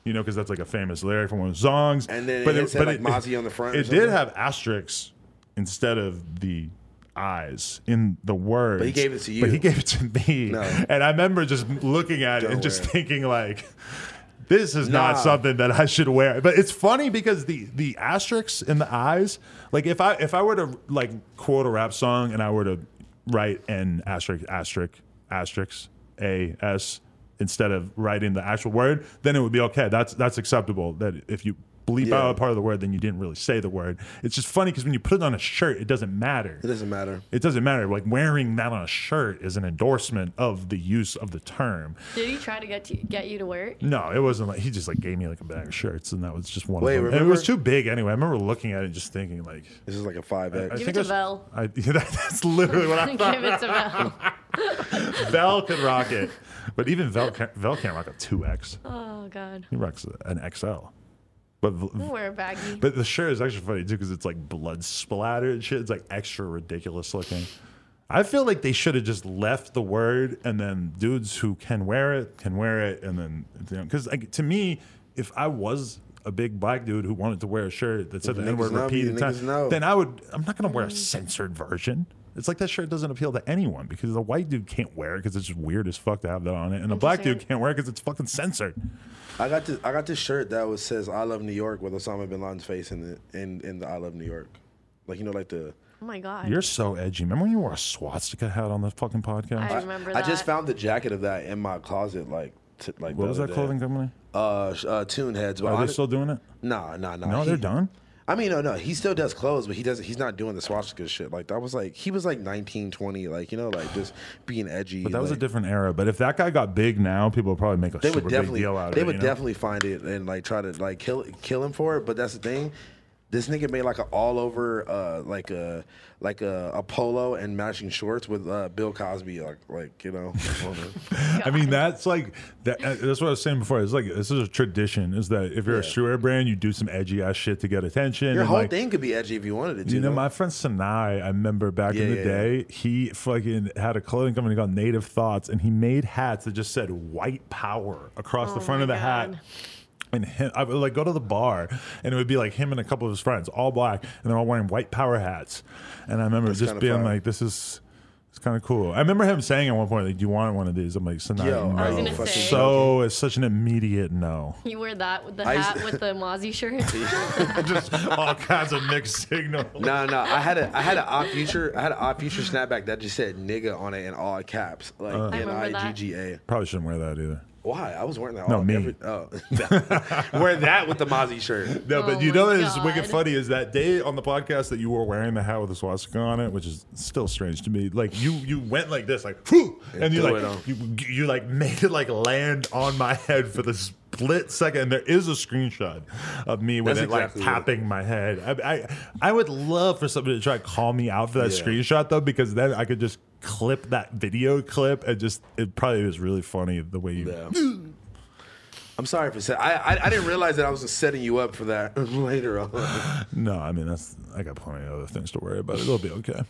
S1: You know, because that's like a famous lyric from one of the songs.
S3: And then it said, like, Mozzie on the front or
S1: It did
S3: something?
S1: have asterisks instead of the eyes in the words.
S3: he gave it to you.
S1: But he gave it to me.
S3: No.
S1: And I remember just looking at it and just
S3: Delaware.
S1: thinking like this is not
S3: Nah.
S1: something that I should wear. But it's funny because the the asterisks in the eyes, like if I if I were to like quote a rap song and I were to write an asterisk asterisk asterisk a s instead of writing the actual word, then it would be okay. That's that's acceptable. That if you bleep
S3: Yeah.
S1: out a part of the word, then you didn't really say the word. It's just funny because when you put it on a shirt, it doesn't matter
S3: It doesn't matter.
S1: it doesn't matter. Like wearing that on a shirt is an endorsement of the use of the term.
S2: Did he try to get to, get you to wear it?
S1: No, it wasn't like he just like gave me like a bag of shirts, and that was just one
S3: Wait,
S1: of them. And it was
S3: remember-
S1: too big anyway. I remember looking at it, and just thinking like,
S3: This is like a five
S1: I
S3: X.
S2: Give
S1: think
S2: it to
S1: was-
S2: Vel.
S1: I, yeah, that- that's literally what I
S2: Give
S1: thought.
S2: it to Val.
S1: Vel could rock it, but even Vel, can, Vel can't rock a two X.
S2: Oh god.
S1: He rocks an XL. But
S2: I'm
S1: V-
S2: wear a baggy.
S1: but the shirt is actually funny too because it's like blood splattered and shit. It's like extra ridiculous looking. I feel like they should have just left the word and then dudes who can wear it can wear it and then because like to me, if I was a big black dude who wanted to wear a shirt that said the
S3: Niggas
S1: N word
S3: know me,
S1: repeated
S3: niggas
S1: times,
S3: know.
S1: then I would. I'm not gonna wear a censored version. It's like that shirt doesn't appeal to anyone because a white dude can't wear it because it's just weird as fuck to have that on it, and a black dude
S2: Interesting.
S1: can't wear it because it's fucking censored.
S3: I got this. I got this shirt that was says "I love New York" with Osama bin Laden's face in the in, in the "I love New York," like you know, like the.
S2: oh my god.
S1: You're so edgy. Remember when you wore a swastika hat on the fucking podcast?
S2: I remember
S3: I
S2: that.
S3: just found the jacket of that in my closet, like t- like.
S1: What
S3: the
S1: was that
S3: other day.
S1: clothing company?
S3: Uh, sh- uh, Tune Heads.
S1: Are they still doing it?
S3: Nah, nah, nah.
S1: No,
S3: He-
S1: they're done.
S3: I mean, no, no. He still does clothes, but he doesn't. He's not doing the swastika shit. Like that was like he was like 19, 20, like you know, like just being edgy.
S1: But that was a
S3: like,
S1: different era. But if that guy got big now, people would probably make a
S3: They
S1: super
S3: would definitely.
S1: big deal out of
S3: They
S1: it.
S3: would
S1: you know?
S3: definitely find it and like try to like kill kill him for it. But that's the thing. This nigga made like a all over uh, like a like a, a polo and matching shorts with uh, Bill Cosby like like you know. on it.
S1: I mean, that's like that, uh, that's what I was saying before. It's like this is a tradition. Is that if you're a streetwear brand, you do some edgy ass shit to get attention.
S3: Your
S1: and
S3: whole
S1: like,
S3: thing could be edgy if you wanted it to.
S1: You know,
S3: though.
S1: my friend Sanai, I remember back in
S3: Yeah,
S1: the
S3: yeah,
S1: day, he fucking had a clothing company called Native Thoughts, and he made hats that just said "White Power" across the front
S2: Oh my
S1: of the hat.
S2: God.
S1: And him, I would like go to the bar, and it would be like him and a couple of his friends, all black, and they're all wearing white power hats. And I remember just
S3: kinda
S1: being
S3: fire.
S1: like, "This is." It's kind of cool. I remember him saying at one point, like, "Do you want one of these?" I'm like, "Sanai,
S2: I
S3: Yo,
S2: was
S1: no."
S2: gonna
S1: Fucking
S2: say.
S1: So it's such an immediate no.
S2: You wear that with the
S3: I used-
S2: hat with the Mozzie shirt.
S1: just all kinds of mixed signals.
S3: No, no, I had a I had an odd future I had an odd future snapback that just said nigga on it in all caps, like
S1: Uh.
S3: N
S2: remember that.
S3: I G G A.
S1: Probably shouldn't wear that either.
S3: Why? I was wearing that.
S1: No,
S3: all
S1: me.
S3: Every, oh, wear that with the Mozzie shirt.
S1: No,
S2: Oh
S1: but you
S2: my
S1: know what is wicked
S2: God.
S1: funny is that day on the podcast that you were wearing the hat with the swastika on it, which is still strange to me. Like you, you went like this, like whoo, and you
S3: threw it on.
S1: like you, you like made it like land on my head for the split second. And there is a screenshot of me with
S3: That's
S1: it like
S3: exactly what it-
S1: tapping my head. I, I I would love for somebody to try to call me out for that
S3: Yeah.
S1: screenshot though, because then I could just clip that video clip and just it probably was really funny the way you.
S3: Yeah. I'm sorry for saying. I, I I didn't realize that I was setting you up for that later on.
S1: No, I mean that's I got plenty of other things to worry about. It'll be okay.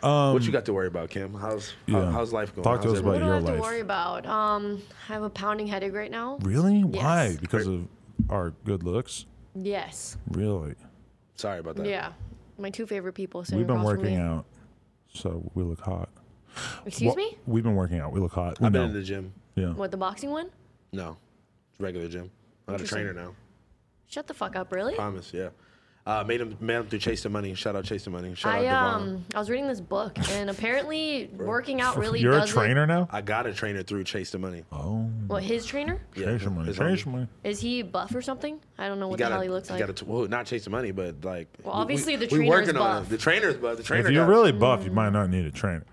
S3: what you got to worry about, Kim? How's how-
S1: Um, yeah.
S3: how's life going?
S1: Talk to
S3: How's
S1: us about
S2: what
S3: everything?
S1: your
S2: do I have to
S1: life.
S2: worry about? Um, I have a pounding headache right now.
S1: Really? Why?
S2: Yes.
S1: Because of our good looks?
S2: Yes.
S1: Really?
S3: Sorry about that.
S2: Yeah. My two favorite people. Sitting
S1: We've been
S2: across from
S1: working
S2: me.
S1: out, so we look hot.
S2: Excuse
S1: Wha-
S2: me?
S1: We've been working out. We look hot.
S3: I've
S1: no.
S3: been in the gym.
S1: yeah.
S2: What the boxing one?
S3: No, regular gym. I got a
S2: Interesting.
S3: trainer now.
S2: Shut the fuck up, really?
S3: Promise. Yeah. Uh, made him made him through Chase the Money. Shout out Chase the Money. Shout
S2: I
S3: out Devon.
S2: um I was reading this book and apparently working out really
S1: You're a
S2: doesn't-
S1: trainer now?
S3: I got a trainer through Chase the Money.
S1: Oh.
S2: What his trainer?
S3: Yeah,
S1: Train some money.
S3: his
S1: Train
S3: homie.
S1: some money.
S2: Is he buff or something? I don't know
S3: You
S2: what the
S3: gotta-
S2: hell he looks
S3: you
S2: like.
S3: gotta t- well, not chase the money, but like.
S2: Well,
S3: we-
S2: obviously
S3: we,
S2: the
S3: we
S2: trainer's
S3: working on
S2: buff.
S3: it. The trainer's buff. The trainer.
S1: If you're
S3: got-
S1: really buff, you might not need a trainer.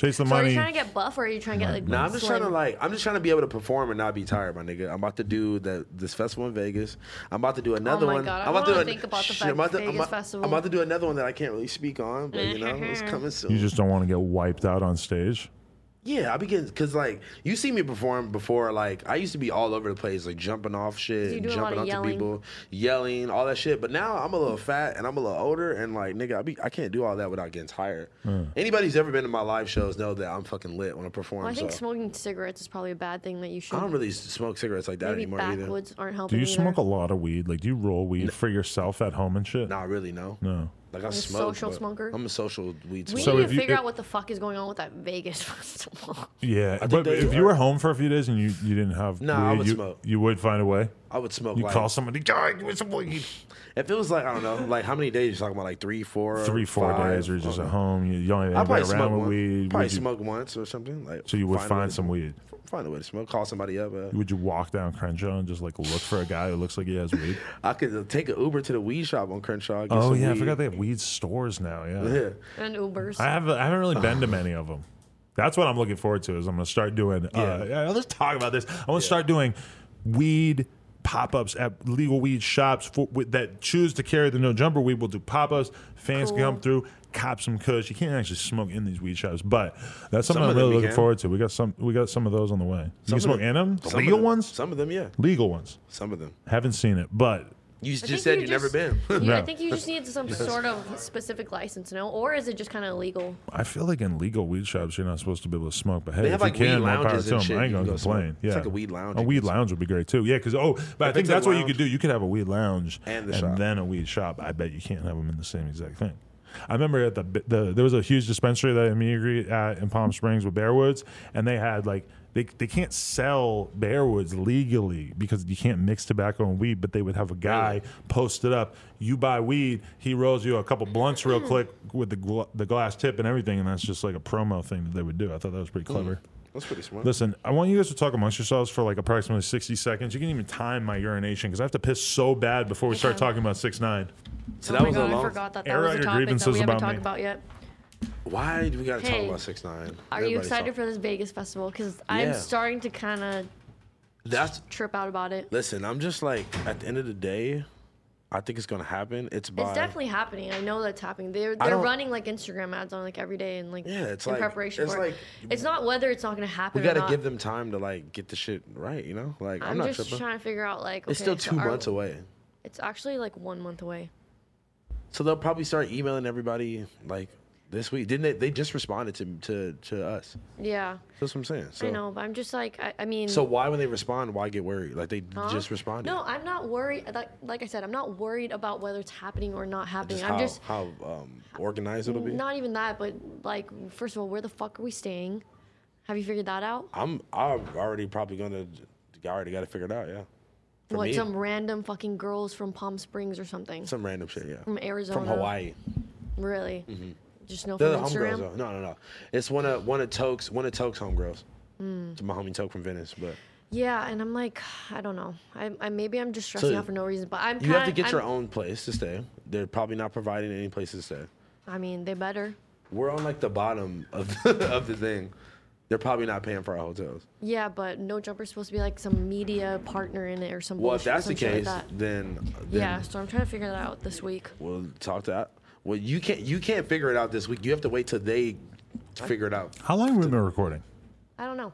S1: Chase the
S2: Mm. so are
S1: money.
S2: you trying to get buff or are you trying to get like
S3: No, I'm just
S2: slim?
S3: trying to like. I'm just trying to be able to perform and not be tired, my nigga. I'm about to do the this festival in Vegas. I'm about to do another
S2: Oh my
S3: one.
S2: God, I
S3: I'm about
S2: wanna
S3: to do
S2: think about the
S3: shit, I'm about to- I'm
S2: Vegas
S3: about-
S2: festival.
S3: I'm about to do another one that I can't really speak on, but you know, it's coming soon.
S1: you just don't want to get wiped out on stage.
S3: Yeah, I begin because like you see me perform before. Like I used to be all over the place, like jumping off shit,
S2: You do a lot
S3: jumping
S2: of
S3: onto
S2: yelling.
S3: people, yelling, all that shit. But now I'm a little fat and I'm a little older, and like nigga, I be I can't do all that without getting tired.
S1: Mm.
S3: Anybody who's ever been to my live shows know that I'm fucking lit when I perform.
S2: Well, I think
S3: so
S2: smoking cigarettes is probably a bad thing that you should.
S3: I don't really s- smoke cigarettes like that
S2: maybe
S3: anymore either.
S2: backwoods aren't
S1: Do
S2: helping.
S1: you
S2: either.
S1: smoke a lot of weed? Like, do you roll weed for yourself at home and shit?
S3: Not really, no.
S1: No.
S3: Like I
S2: a
S3: smoke.
S2: social
S3: but
S2: smoker?
S3: I'm a social weed
S2: We
S3: smoker.
S1: So
S2: need
S1: if
S2: to
S1: you-
S2: figure
S1: if-
S2: out what the fuck is going on with that Vegas festival.
S1: Yeah, but
S3: they
S1: if
S3: do.
S1: you were home for a few days and you, you didn't have
S3: No, I
S1: weed,
S3: would
S1: you,
S3: smoke.
S1: you would find a way.
S3: I would smoke.
S1: You
S3: like,
S1: call somebody, "Guy, give me some weed."
S3: If it was like I don't know, like how many days you talking about? Like three, four,
S1: Three, four
S3: five?
S1: days, or you're just
S3: Okay.
S1: at home. You, you don't have
S3: I
S1: anybody
S3: probably
S1: around
S3: smoke
S1: with
S3: one.
S1: weed.
S3: Probably
S1: would you,
S3: smoke once or something. Like
S1: so you would
S3: a
S1: find,
S3: way to-
S1: some weed.
S3: find a way to smoke. Call somebody up. uh,
S1: Would you walk down Crenshaw and just like look for a guy who looks like he has weed?
S3: I could uh, take an Uber to the weed shop on Crenshaw. Get
S1: oh
S3: some
S1: yeah, I
S3: weed.
S1: forgot they have weed stores now. Yeah,
S3: Yeah.
S2: and Ubers.
S1: I have. I haven't really been to many of them. That's what I'm looking forward to. Is I'm gonna start doing. Uh, yeah, let's talk about this. I want to start doing weed pop ups at legal weed shops for, with, that choose to carry the no jumper weed. We'll do pop ups. Fans can
S2: Cool.
S1: come through. Cop some kush. You can't actually smoke in these weed shops, but that's something
S3: of
S1: I'm
S3: them
S1: really
S3: you
S1: looking
S3: can.
S1: forward to. We got some. We got some of those on the way. You can
S3: of
S1: smoke
S3: them-
S1: in them.
S3: Some of
S1: Legal
S3: them-
S1: ones.
S3: Some of them, yeah.
S1: Legal ones.
S3: Some of them.
S1: Haven't seen it, but
S2: I
S3: You just
S2: think
S3: said you never
S2: just-
S3: been.
S2: you- I
S1: No.
S2: think you just need some sort of specific license, no? Or is it just kind of illegal?
S1: I feel like in legal weed shops you're not supposed to be able to smoke, but hey,
S3: have,
S1: if
S3: like,
S1: you can,
S3: weed
S1: more power
S3: lounges
S1: to
S3: and
S1: 'em.
S3: shit
S1: I
S3: you
S1: ain't
S3: can
S1: gonna
S3: go smoke.
S1: complain.
S3: It's
S1: Yeah,
S3: like a weed lounge
S1: A
S3: you
S1: weed
S3: can
S1: lounge would be great too. Yeah, because oh, but I
S3: If
S1: think
S3: it's a
S1: that's what you could
S3: lounge-
S1: do. You could have a weed lounge
S3: And the shop.
S1: then a weed shop. I bet you can't have them in the same exact thing. I remember at the, the there was a huge dispensary that I immediately at in Palm Springs with Bearwoods, and they had like. They, they can't sell Bearwoods legally because you can't mix tobacco and weed, but they would have a guy posted up. You buy weed, he rolls you a couple blunts
S3: Mm.
S1: real quick with the gl- the glass tip and everything, and that's just like a promo thing that they would do. I thought that was pretty clever.
S3: That's pretty smart.
S1: Listen, I want you guys to talk amongst yourselves for like approximately 60 seconds. You can even time my urination because I have to piss so bad before we start
S2: Okay.
S1: talking about 6 9
S3: so
S2: oh
S3: that
S2: my
S3: was
S2: god,
S3: a long.
S2: I forgot that that
S1: Air
S2: was
S1: out
S2: a
S1: your
S2: topic that
S1: grievances
S2: we haven't
S1: about
S2: talked
S1: me.
S2: about yet.
S3: Why do we got to talk
S2: Hey,
S3: about six nine?
S2: Are you excited for this Vegas festival? Because I'm
S3: Yeah.
S2: starting to kind of
S3: That's
S2: trip out about it.
S3: listen. I'm just like at the end of the day, I think it's gonna happen. It's by
S2: It's definitely happening. I know that's happening. They're
S3: I
S2: they're
S3: don't-
S2: running like Instagram ads on like every day and like
S3: Yeah, it's
S2: in
S3: like-
S2: preparation
S3: it's
S2: for it.
S3: like-
S2: It's not whether it's not gonna happen.
S3: we gotta
S2: or not.
S3: give them time to like get the shit right. You know, like I'm,
S2: I'm,
S3: not
S2: just
S3: tripping.
S2: trying to figure out like.
S3: it's
S2: okay,
S3: still
S2: so
S3: two
S2: are-
S3: months away,
S2: It's actually like one month away.
S3: so they'll probably start emailing everybody like this week. Didn't they? They just responded to to to us.
S2: Yeah,
S3: That's what I'm saying. So,
S2: I know, but I'm just like I, I mean.
S3: So why when they respond, why get worried? Like they
S2: huh?
S3: just responded.
S2: No, I'm not worried. Like, like I said, I'm not worried about whether it's happening or not happening.
S3: just
S2: I'm
S3: how
S2: just
S3: how um, organized it'll be.
S2: not even that, but like first of all, where the fuck are we staying? Have you figured that out?
S3: I'm I'm already probably gonna. I already got to figure it out. Yeah. For
S2: what
S3: me,
S2: some random fucking girls from Palm Springs or something
S3: some random shit. Yeah.
S2: from Arizona,
S3: From Hawaii. Mm-hmm.
S2: Really? Just know
S3: They're the
S2: from
S3: homegirls
S2: Instagram.
S3: though. No, no, no. It's one of one of Toke's one of Toke's homegirls.
S2: Hmm.
S3: It's my homie Toke from Venice, but
S2: Yeah, and I'm like, I don't know. I, I maybe I'm just stressing
S3: So,
S2: out for no reason, but I'm.
S3: you have to
S2: kinda-
S3: get your
S2: I'm-
S3: own place to stay. They're probably not providing any place to stay.
S2: I mean, they better.
S3: We're on like the bottom of of the thing. They're probably not paying for our hotels.
S2: Yeah, but no jumper's supposed to be like some media partner in it or something.
S3: Well, if that's the
S2: like
S3: case,
S2: that.
S3: then, then
S2: yeah. So I'm trying to figure that out this week.
S3: Well, talk to. Well, you can't. You can't figure it out this week. You have to wait till they figure it out.
S1: How long have we been recording?
S2: I don't know.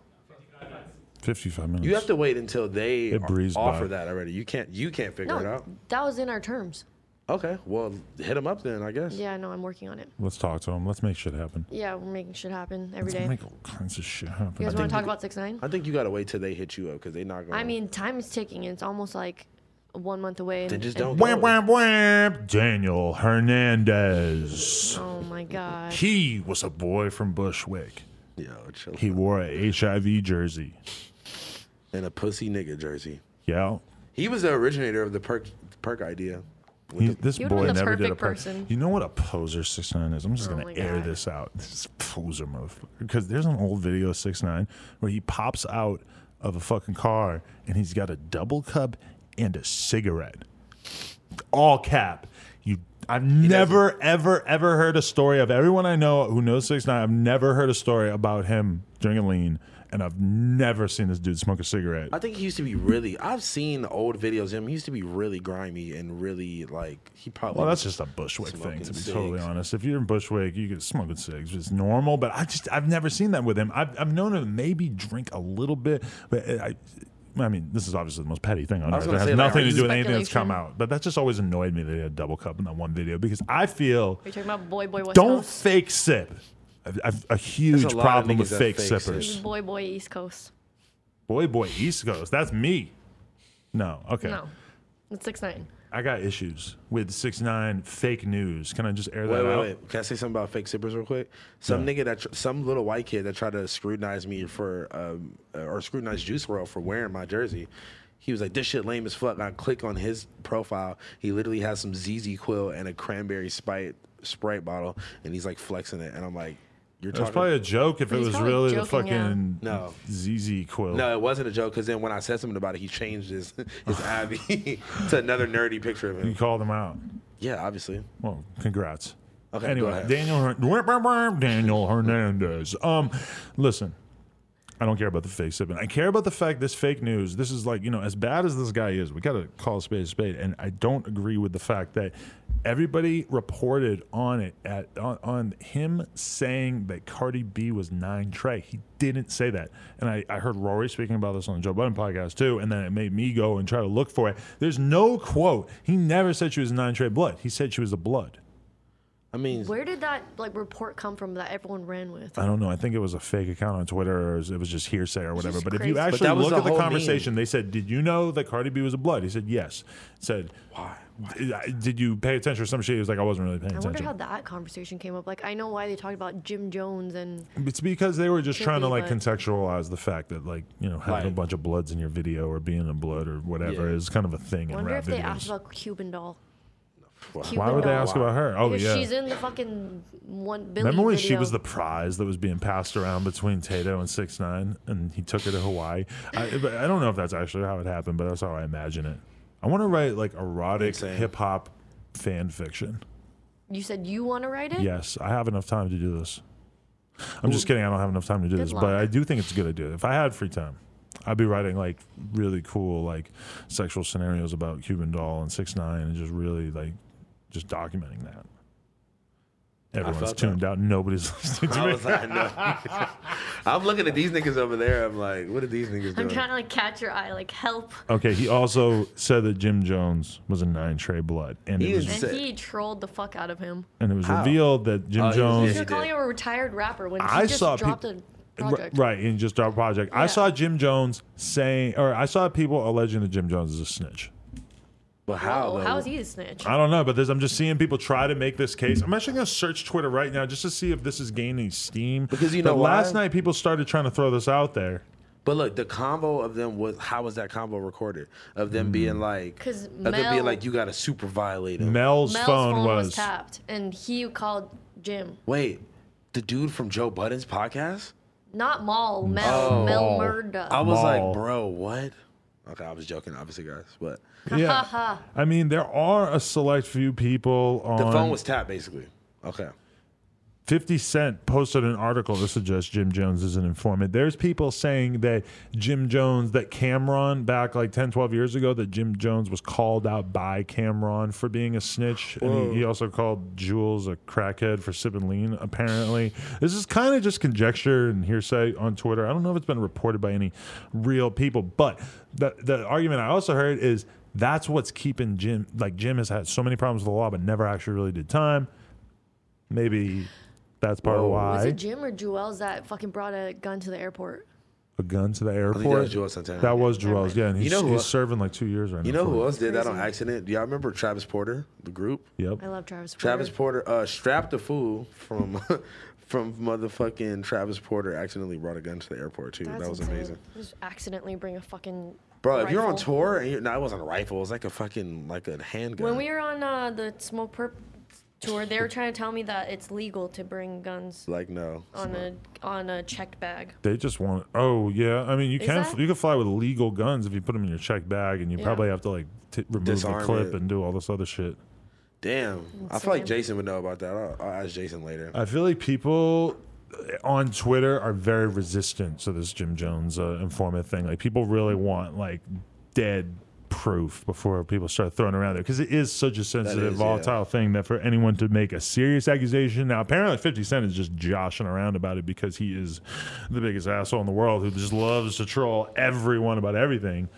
S1: 55 minutes.
S3: You have to wait until they
S1: It breezed
S3: offer
S1: by.
S3: that already. You can't. You can't figure it
S2: No,
S3: out.
S2: that was in our terms.
S3: Okay. Well, hit them up then. I guess.
S2: Yeah, no, I'm working on it.
S1: Let's talk to him. Let's make shit happen.
S2: Yeah, we're making shit happen every
S1: Let's
S2: day.
S1: make all kinds of shit happen.
S2: You guys want to
S1: think-
S2: talk about six nine?
S3: I think you gotta wait till they hit you up because they not gonna.
S2: I mean, time is ticking. and It's almost like one month away. And,
S3: Then just
S2: and-
S3: don't.
S1: Wham,
S3: go.
S1: wham, wham. Daniel Hernandez.
S2: Oh my god.
S1: He was a boy from Bushwick.
S3: Yo, chill.
S1: He wore a HIV jersey.
S3: In a pussy nigga jersey.
S1: Yeah.
S3: He was the originator of the perk perk idea. With
S1: He,
S3: the-
S1: this
S2: You'd
S1: boy
S2: want the
S1: never did a
S2: perfect
S1: per-
S2: person.
S1: You know what a poser six nine is? I'm just
S2: Oh
S1: gonna
S2: my
S1: air
S2: God.
S1: this out. This is poser motherfucker. Because there's an old video of six nine where he pops out of a fucking car and he's got a double cup and a cigarette. All cap. You. I've never, ever, ever heard a story of everyone I know who knows six nine. I've never heard a story about him during a lean and I've never seen this dude smoke a cigarette.
S3: I think he used to be really. I've seen old videos of him. He used to be really grimy and really like he probably.
S1: Well, that's just a Bushwick thing,
S3: Smoking
S1: to be
S3: cigs.
S1: totally honest. If you're in Bushwick, you can smoking cigs, it's normal. But I just I've never seen that with him. I've, I've known him maybe drink a little bit, but uh, I. I mean, this is obviously the most petty thing on earth.
S3: was
S1: It
S3: gonna
S1: has
S3: say, like,
S1: nothing
S3: are
S1: to
S3: you-
S1: do with anything that's come
S2: Speculation.
S1: out. But that's just always annoyed me that they had double cup in that one video because I feel
S2: Are you talking about boy boy West
S1: don't
S2: Coast?
S1: fake sip. I've, I've a huge
S3: lot of
S1: problem
S3: niggas
S1: with
S3: that
S1: fake,
S3: fake sip.
S1: sippers.
S2: boy boy East Coast.
S1: Boy, boy, East Coast. That's me. No, okay.
S2: No, it's six nine.
S1: I got issues with six nine fake news. Can I just air that
S3: Wait, wait,
S1: out?
S3: wait. Can I say something about fake sippers real quick? Some nigga that, tr- some little white kid that tried to scrutinize me for, um, uh, or scrutinize Juice World for wearing my jersey. He was like, "This shit lame as fuck." And I click on his profile. He literally has some ZZ Quill and a cranberry sprite Sprite bottle, and he's like flexing it. And I'm like, "You're
S1: It was
S3: talking."
S1: probably a joke if it
S2: He's
S1: was
S2: probably
S1: really the
S2: joking, yeah.
S1: fucking
S3: No.
S1: ZZ Quill.
S3: no, it wasn't a joke. Because then when I said something about it, he changed his his Abby to another nerdy picture of
S1: You
S3: him.
S1: called him out.
S3: Yeah, obviously.
S1: Well, congrats.
S3: Okay, go
S1: anyway,
S3: ahead.
S1: Daniel Hern- Daniel Hernandez. Um, listen, I don't care about the fake sipping. I care about the fact this fake news. This is like you know, as bad as this guy is, we gotta call a spade a spade. And I don't agree with the fact that everybody reported on it at on, on him saying that Cardi B was nine Trey. He didn't say that. And I, I heard Rory speaking about this on the Joe Budden podcast too. And then it made me go and try to look for it. There's no quote. He never said she was nine Trey blood. He said she was a blood.
S3: I mean,
S2: Where did that like report come from that everyone ran with?
S1: I don't know. I think it was a fake account on Twitter, or it was just hearsay or whatever.
S2: just
S1: But if
S2: crazy.
S1: you
S2: But
S1: actually
S3: that was
S1: look
S3: the
S1: at the
S3: whole
S1: conversation, they said, "Did you know that Cardi B was a blood?" He said, "Yes." It said, "Why? Did you pay attention or some shit?" He was like, "I wasn't really paying
S2: I wonder
S1: attention."
S2: how that conversation came up. Like I know why they talked about Jim Jones and
S1: it's because they were just
S2: Could
S1: trying to
S2: be,
S1: like
S2: but-
S1: contextualize the fact that like you know having a
S3: Right.
S1: bunch of bloods in your video or being a blood or whatever
S3: Yeah.
S1: is kind of a thing in
S2: wonder
S1: rap
S2: if they asked
S1: videos.
S2: about Cuban doll.
S3: Why
S1: Why would they ask about her? Oh
S2: Because
S1: yeah.
S2: she's in the fucking one billion.
S1: Remember when she was the prize that was being passed around between Tato and Six Nine, and he took her to Hawaii? I, but I don't know if that's actually how it happened, but that's how I imagine it. I want to write like erotic
S3: Insane.
S1: hip hop fan fiction.
S2: You said you want to write it.
S1: Yes, I have enough time to do this. I'm just kidding. I don't have enough time to do
S2: Good
S1: this, but
S2: luck.
S1: I do think it's a good idea. If I had free time, I'd be writing like really cool like sexual scenarios about Cuban Doll and Six Nine, and just really like just documenting that. Everyone's
S3: felt
S1: tuned out. Nobody's listening to
S3: I
S1: me.
S3: was like, no. I'm looking at these niggas over there. I'm like, what are these niggas
S2: I'm
S3: doing?
S2: trying to like catch your eye, like help.
S1: Okay, he also said that Jim Jones was a nine tray blood, and
S3: He
S1: it was
S3: is-
S2: And
S3: Sick.
S2: he trolled the fuck out of him.
S1: and it was
S3: How?
S1: revealed that Jim
S3: Oh, he was-
S1: Jones.
S3: yeah,
S2: You're
S3: did.
S2: calling him a retired rapper when he
S1: I
S2: just
S1: saw
S2: dropped
S1: peop-
S2: a project.
S1: R- Right, and just dropped a project. I
S2: Yeah.
S1: saw Jim Jones saying, or I saw people alleging that Jim Jones is a snitch.
S3: but how?
S2: Whoa,
S3: though?
S2: how is he a snitch?
S1: I don't know, but this, I'm just seeing people try to make this case. I'm actually going to search Twitter right now just to see if this is gaining steam.
S3: Because you
S1: But
S3: know why?
S1: last night people started trying to throw this out there.
S3: But look, the combo of them was how was that combo recorded? Of them being like,
S2: 'Cause
S3: of them being
S2: Mel-
S3: like, you gotta super violate him.
S1: Mel's,
S2: Mel's
S1: phone, was,
S2: tapped, and he called Jim,
S3: Wait, the dude from Joe Budden's podcast?
S2: not Maul.
S3: Oh.
S2: Mel, Mel
S1: Maul.
S2: Murda.
S3: I was
S1: Lol.
S3: like, bro, what? Okay, I was joking, obviously, guys. But
S1: yeah. I mean, there are a select few people on
S3: the phone was tapped, basically. Okay.
S1: 50 Cent posted an article to suggest Jim Jones is an informant. There's people saying that Jim Jones, that Cameron back like 10, 12 years ago, that Jim Jones was called out by Cameron for being a snitch. And he, he also called Jules a crackhead for sipping lean, apparently. This is kind of just conjecture and hearsay on Twitter. I don't know if it's been reported by any real people, but the, the argument I also heard is that's what's keeping Jim, like Jim has had so many problems with the law, but never actually really did time. Maybe that's part of
S2: was
S1: why
S2: it Jim or Jewels that fucking brought a gun to the airport?
S1: a gun to the
S3: I think that was
S1: airport.
S3: Joel Santana.
S1: That was Joel's, yeah, and he's,
S3: know who
S1: he's
S3: else-
S1: serving like two years right
S3: you
S1: now.
S3: know who
S1: for
S3: else did that on
S2: Crazy.
S3: accident? Do y'all remember Travis Porter, the group?
S1: it.
S2: I
S1: Yep.
S2: love Travis.
S3: Travis
S2: Porter.
S3: Porter, uh, strapped the fool from from motherfucking Travis Porter accidentally brought a gun to the airport too.
S2: That's
S3: that was
S2: insane.
S3: amazing,
S2: Just accidentally bring a fucking.
S3: bro. If you're on
S2: rifle.
S3: tour and you're, no, it wasn't a rifle. It was like a fucking like a handgun.
S2: When we were on uh, the Smoke Perp tour, they were trying to tell me that it's legal to bring guns
S3: like no,
S2: on a on a checked bag.
S1: They just want. Oh yeah, I mean you can
S2: that-
S1: you can fly with legal guns if you put them in your check bag, and you
S2: Yeah.
S1: probably have to like t- remove
S3: Disarm
S1: the clip
S3: it.
S1: and do all this other shit.
S3: damn. I feel like
S2: Insane.
S3: Jason would know about that. I'll, I'll ask Jason later.
S1: I feel like people on Twitter are very resistant to this Jim Jones uh, informant thing. Like people really want like dead proof before people start throwing around there because it is such a sensitive,
S3: is, yeah.
S1: volatile thing that for anyone to make a serious accusation now, apparently Fifty Cent is just joshing around about it because he is the biggest asshole in the world who just loves to troll everyone about everything.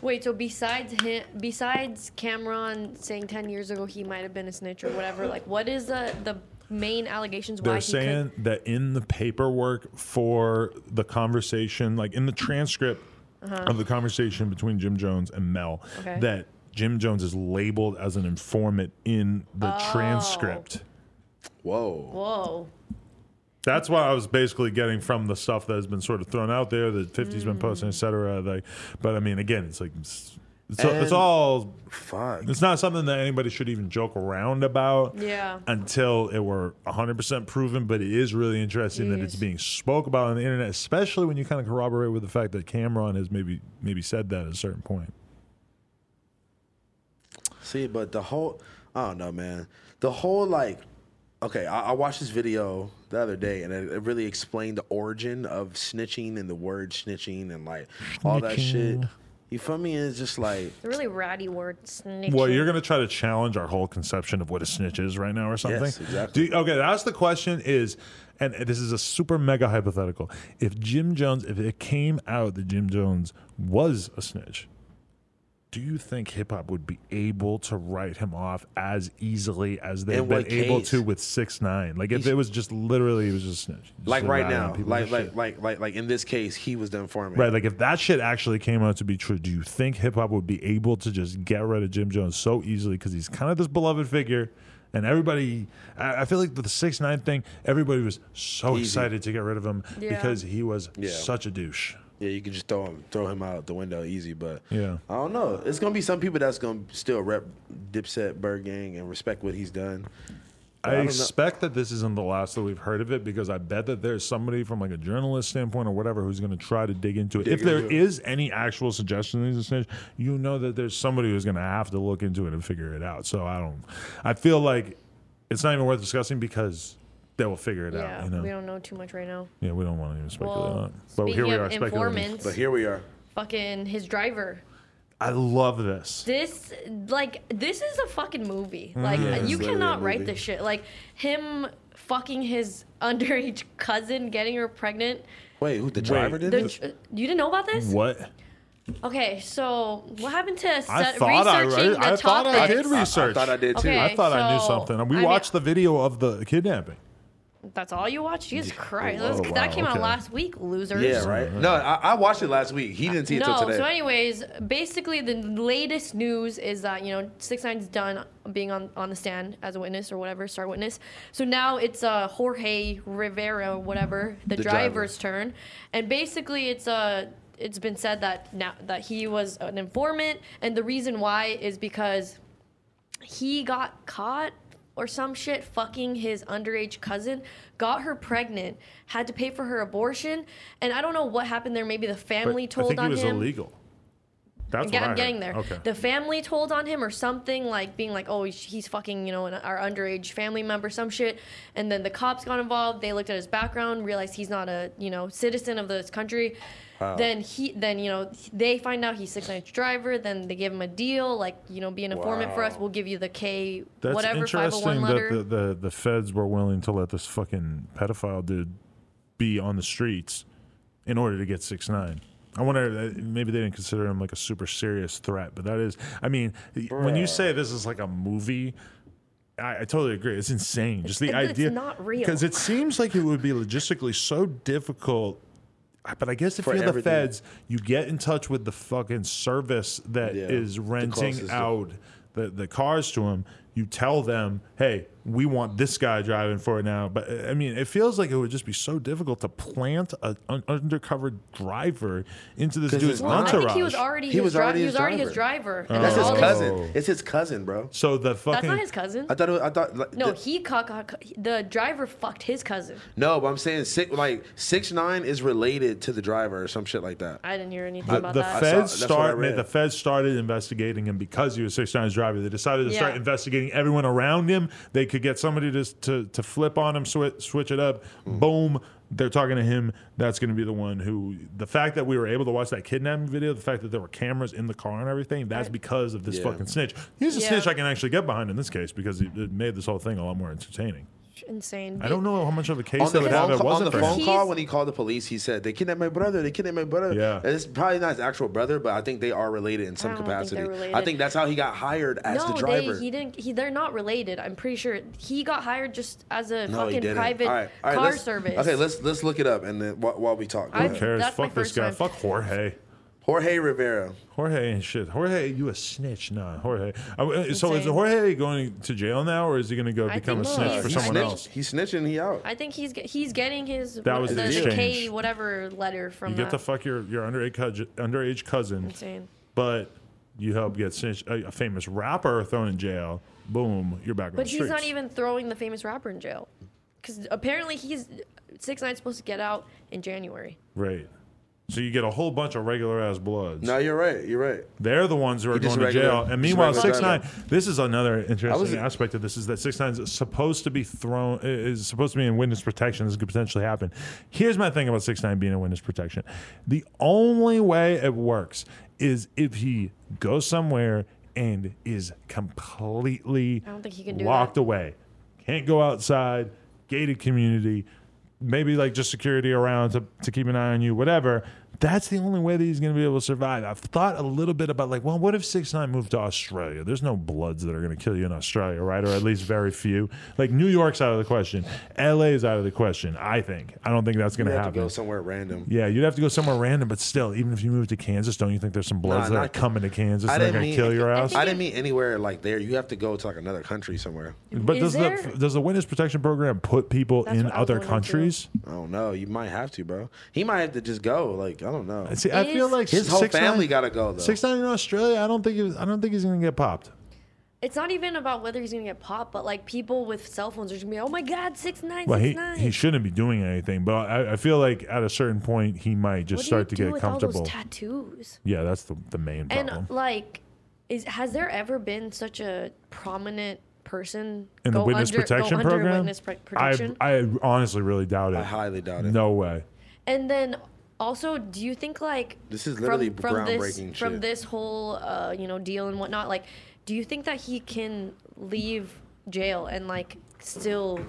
S2: Wait, so besides him, besides Cameron saying ten years ago he might have been a snitch or whatever, like what is the the main allegations why
S1: They're
S2: he
S1: saying that in the paperwork for the conversation, like in the transcript of the conversation between Jim Jones and Mel,
S2: Okay.
S1: that Jim Jones is labeled as an informant in the transcript.
S3: Whoa.
S2: could, whoa
S1: That's what I was basically getting from the stuff that has been sort of thrown out there that 50's been posting, et cetera. Like, but I mean, again, it's like it's, it's, it's
S3: And-
S1: all
S3: Fuck.
S1: it's not something that anybody should even joke around about
S2: Yeah.
S1: until it were 100% proven but it is really interesting that it's
S2: Jeez.
S1: being spoke about on the internet especially when you kind of corroborate with the fact that cameron has maybe maybe said that at a certain point
S3: See, but the whole, I don't know, man. The whole like, okay, I, I watched this video the other day, and it, it really explained the origin of snitching and the word snitching and like all that shit.
S1: Snitching.
S3: You feel me? It's just like,
S2: the really ratty word snitch.
S1: well you're going to try to challenge our whole conception of what a snitch is right now or something
S3: Yes, exactly.
S1: Do you- okay that's the question is and this is a super mega hypothetical if jim jones if it came out that jim jones was a snitch do you think hip hop would be able to write him off as easily as they've
S3: In
S1: been
S3: what
S1: able
S3: case?
S1: to with six nine? Like if it was just literally, it was just snitch. Just
S3: like
S1: rat
S3: right
S1: on
S3: now,
S1: people
S3: like
S1: and
S3: like,
S1: shit.
S3: like like like in this case, he was the informant.
S1: right, like if that shit actually came out to be true, do you think hip hop would be able to just get rid of Jim Jones so easily because he's kind of this beloved figure? And everybody, I I feel like the six nine thing. Everybody was so
S3: Easy.
S1: excited to get rid of him
S2: Yeah.
S1: because he was
S3: Yeah.
S1: such a douche.
S3: Yeah, you can just throw him throw him out the window easy, but
S1: Yeah.
S3: I don't know. It's gonna be some people that's gonna still rep Dipset Bird Gang and respect what he's done.
S1: I,
S3: don't know.
S1: expect that this isn't the last that we've heard of it because I bet that there's somebody from like a journalist standpoint or whatever who's going to try to dig into it. if
S3: into
S1: there
S3: it.
S1: is any actual suggestion that he's a snitch, you know that there's somebody who's going to have to look into it and figure it out. So I don't. I feel like it's not even worth discussing because they will figure it
S2: yeah,
S1: out. You know.
S2: we don't know too much right now.
S1: yeah, we don't want to even speculate on
S2: Well,
S1: it. But
S2: speaking
S1: here we
S2: of
S1: are speculating.
S2: informants,
S3: But here we are.
S2: fucking his driver.
S1: I love this.
S2: This like this is a fucking movie.
S1: Mm-hmm.
S2: Like
S3: it's
S2: you
S3: literally
S2: cannot
S3: a
S2: write
S3: movie.
S2: this shit. Like him fucking his underage cousin, getting her pregnant.
S3: Wait, who the driver did
S2: The,
S3: this?
S2: tr- you didn't know about this?
S1: What?
S2: Okay, so what happened to
S1: I
S2: se-
S1: thought I,
S2: researching
S1: read-
S2: the
S1: I
S2: topics?
S1: thought I did
S3: I- I
S1: research.
S3: thought I did too.
S2: Okay.
S1: I thought I knew
S2: so,
S1: something. And
S2: I
S1: we
S2: mean-
S1: watched the video of the kidnapping.
S2: That's all you watched? Jesus Christ. That's-
S1: Oh, wow,
S2: that came out
S1: okay.
S2: last week, losers.
S3: Yeah, right. No, I, I watched it last week. He didn't see it
S2: No,
S3: till today.
S2: so anyways, basically the latest news is that, you know, Six Nine's done being on, on the stand as a witness or whatever, star witness. So now it's uh, Jorge Rivera, whatever, the,
S3: The driver.
S2: driver's turn. And basically it's uh, it's been said that now that he was an informant and the reason why is because he got caught or some shit fucking his underage cousin, got her pregnant, had to pay for her abortion, and I don't know what happened there. Maybe the family
S1: But
S2: told
S1: I think
S2: on
S1: he was
S2: him.
S1: illegal. That's
S2: Get-
S1: what I
S2: I'm
S1: heard.
S2: getting there.
S1: Okay.
S2: The family told on him or something, like being like, "Oh, he's- he's fucking, you know, an, our underage family member, some shit." And then the cops got involved. They looked at his background, realized he's not a, you know, citizen of this country. Then he, then you know, they find out he's six nights driver. Then they give him a deal, like you know, be an informant for us.
S3: Wow.
S2: We'll give you the K,
S1: That's
S2: whatever five hundred
S1: interesting
S2: one
S1: that
S2: letter.
S1: the, the, the feds were willing to let this fucking pedophile dude be on the streets in order to get six nine. I wonder. uh, Maybe they didn't consider him like a super serious threat, but that is. I mean, when you say this is like a movie, I, I totally agree. It's insane. Just the
S2: It's- it's
S1: idea.
S2: not real.
S1: Because it seems like it would be logistically so difficult. I- But I guess if
S3: For
S1: you're the
S3: everything.
S1: feds, you get in touch with the fucking service that is
S3: Yeah, the
S1: renting
S3: closest-
S1: out the, the cars to him. You tell them, hey, we want this guy driving for it now. But uh, I mean, it feels like it would just be so difficult to plant an un- undercover driver into this
S3: 'Cause
S1: dude's
S3: it's not.
S2: I
S1: entourage.
S2: think he was already
S3: He
S2: his
S3: was
S2: dri-
S3: already
S2: he
S3: his
S2: was already his driver. And
S3: That's his
S2: all this-
S1: Oh.
S3: cousin. It's his cousin, bro.
S1: so the fucking
S2: That's not his cousin.
S3: I thought. It was, I thought. Like,
S2: No,
S3: the,
S2: he caught, the driver fucked his cousin.
S3: no, but I'm saying six. Like six nine is related to the driver or some shit like that.
S2: I didn't hear anything
S1: The,
S2: about
S1: the
S2: that.
S3: saw-
S1: feds
S3: that's what I
S1: start.
S3: read.
S1: The feds started investigating him because he was six times driver. They decided to start
S2: Yeah.
S1: investigating everyone around him. They could get somebody to to, to flip on him, swi- switch it up.
S3: Mm.
S1: Boom, they're talking to him. That's going to be the one who. The fact that we were able to watch that kidnapping video, the fact that there were cameras in the car and everything, that's because of this
S3: Yeah.
S1: fucking snitch. He's a
S2: Yeah.
S1: snitch I can actually get behind in this case because it, it made this whole thing a lot more entertaining.
S2: Insane.
S1: I don't know how much of a case
S3: On
S1: they
S3: the,
S1: would have.
S3: phone,
S1: if It
S3: call, on the
S1: wasn't for him.
S3: phone call,
S2: He's-
S3: when he called the police, he said, They kidnapped my brother. They kidnapped my brother.
S1: Yeah.
S3: And it's probably not his actual brother, but I think they are related in some
S2: I don't think
S3: capacity.
S2: they're
S3: I
S2: related.
S3: think that's how he got hired as
S2: no,
S3: the driver.
S2: they he didn't. He, they're not related. I'm pretty sure he got hired just as a
S3: no, he
S2: fucking
S3: didn't.
S2: private
S3: All right, all right,
S2: car
S3: let's-
S2: service.
S3: Okay, let's let's look it up and then while, while we talk. Go
S2: I-
S1: Who
S3: ahead.
S1: cares?
S2: That's my
S1: Fuck this
S2: first
S1: guy.
S2: time.
S1: Fuck Jorge.
S3: Jorge Rivera.
S1: Jorge and shit. Jorge, you a snitch? Nah, Jorge. I- uh, So is
S2: Insane.
S1: Jorge going to jail now, or is he going to go
S2: I
S1: become a
S2: think
S1: snitch
S2: he's-
S1: for
S3: He
S2: he's
S1: someone
S3: snitched-
S1: else?
S3: He snitching. He out.
S2: I think he's ge- he's getting his
S1: That
S2: what-
S1: was
S2: the,
S1: his
S2: the
S1: exchange.
S2: K whatever letter from
S1: You get to
S2: that.
S1: fuck your your underage cousin, underage cousin,
S2: Insane.
S1: but you help get snitch, a, a famous rapper thrown in jail. Boom, you're back on
S2: But
S1: the
S2: he's
S1: streets.
S2: not even throwing the famous rapper in jail, because apparently he's six nine supposed to get out in January.
S1: right. So you get a whole bunch of regular ass bloods.
S3: No, you're right. You're right.
S1: They're the ones who are going
S3: just
S1: to
S3: regular-
S1: jail. And
S3: just
S1: meanwhile,
S3: regular
S1: six nine. This is another interesting
S3: was-
S1: aspect of this is that six nine is supposed to be thrown is supposed to be in witness protection. This could potentially happen. Here's my thing about six nine being in witness protection. The only way it works is if he goes somewhere and is completely
S2: I don't think he can do
S1: locked
S2: that.
S1: away. Can't go outside. Gated community. Maybe like just security around to, to keep an eye on you, whatever. That's the only way that he's going to be able to survive. I've thought a little bit about like, well, what if six nine moved to Australia? There's no bloods that are going to kill you in Australia, right? Or at least very few. Like New York's out of the question. LA is out of the question. I think. I don't think that's going
S3: You
S1: to
S3: have to go
S1: happen.
S3: somewhere random.
S1: Yeah, you'd have to go somewhere random, but still, even if you move to Kansas, don't you think there's some bloods that are
S3: not-
S1: coming to Kansas
S3: I
S1: that are
S3: didn't
S1: going to
S3: mean-
S1: kill your ass?
S3: I didn't mean anywhere like there. You have to go to like another country somewhere.
S1: But
S2: Is
S1: does
S2: there-
S1: the does the witness protection program put people
S2: That's
S1: in
S2: what I was
S1: other
S2: wondering, too.
S1: countries?
S3: I don't know. You might have to, bro. He might have to just go. Like I don't know.
S1: See, I feel
S2: Is-
S1: like
S3: His whole
S1: six
S3: family
S1: nine,
S3: gotta go though.
S1: six nine in Australia. I don't think he was, I don't think he's gonna get popped.
S2: It's not even about whether he's gonna get popped, but like people with cell phones are just gonna be, oh my god, six nine,
S1: Well, he
S2: six nine.
S1: he shouldn't be doing anything, but I, I feel like at a certain point he might just
S2: what do
S1: start
S2: you
S1: to
S2: do
S1: get
S2: with
S1: comfortable.
S2: all those tattoos?
S1: yeah, that's the the main
S2: And
S1: problem.
S2: like, is has there ever been such a prominent person
S1: in the
S2: go
S1: witness
S2: under- go
S1: protection
S2: under
S1: program,
S2: Witness pr- protection?
S1: I I honestly really doubt it.
S3: I highly doubt it.
S1: no way.
S2: and then also, do you think like
S3: This is literally
S2: this
S3: groundbreaking
S2: from
S3: shit.
S2: this whole uh, you know deal and whatnot? Like, do you think that he can leave jail and like still?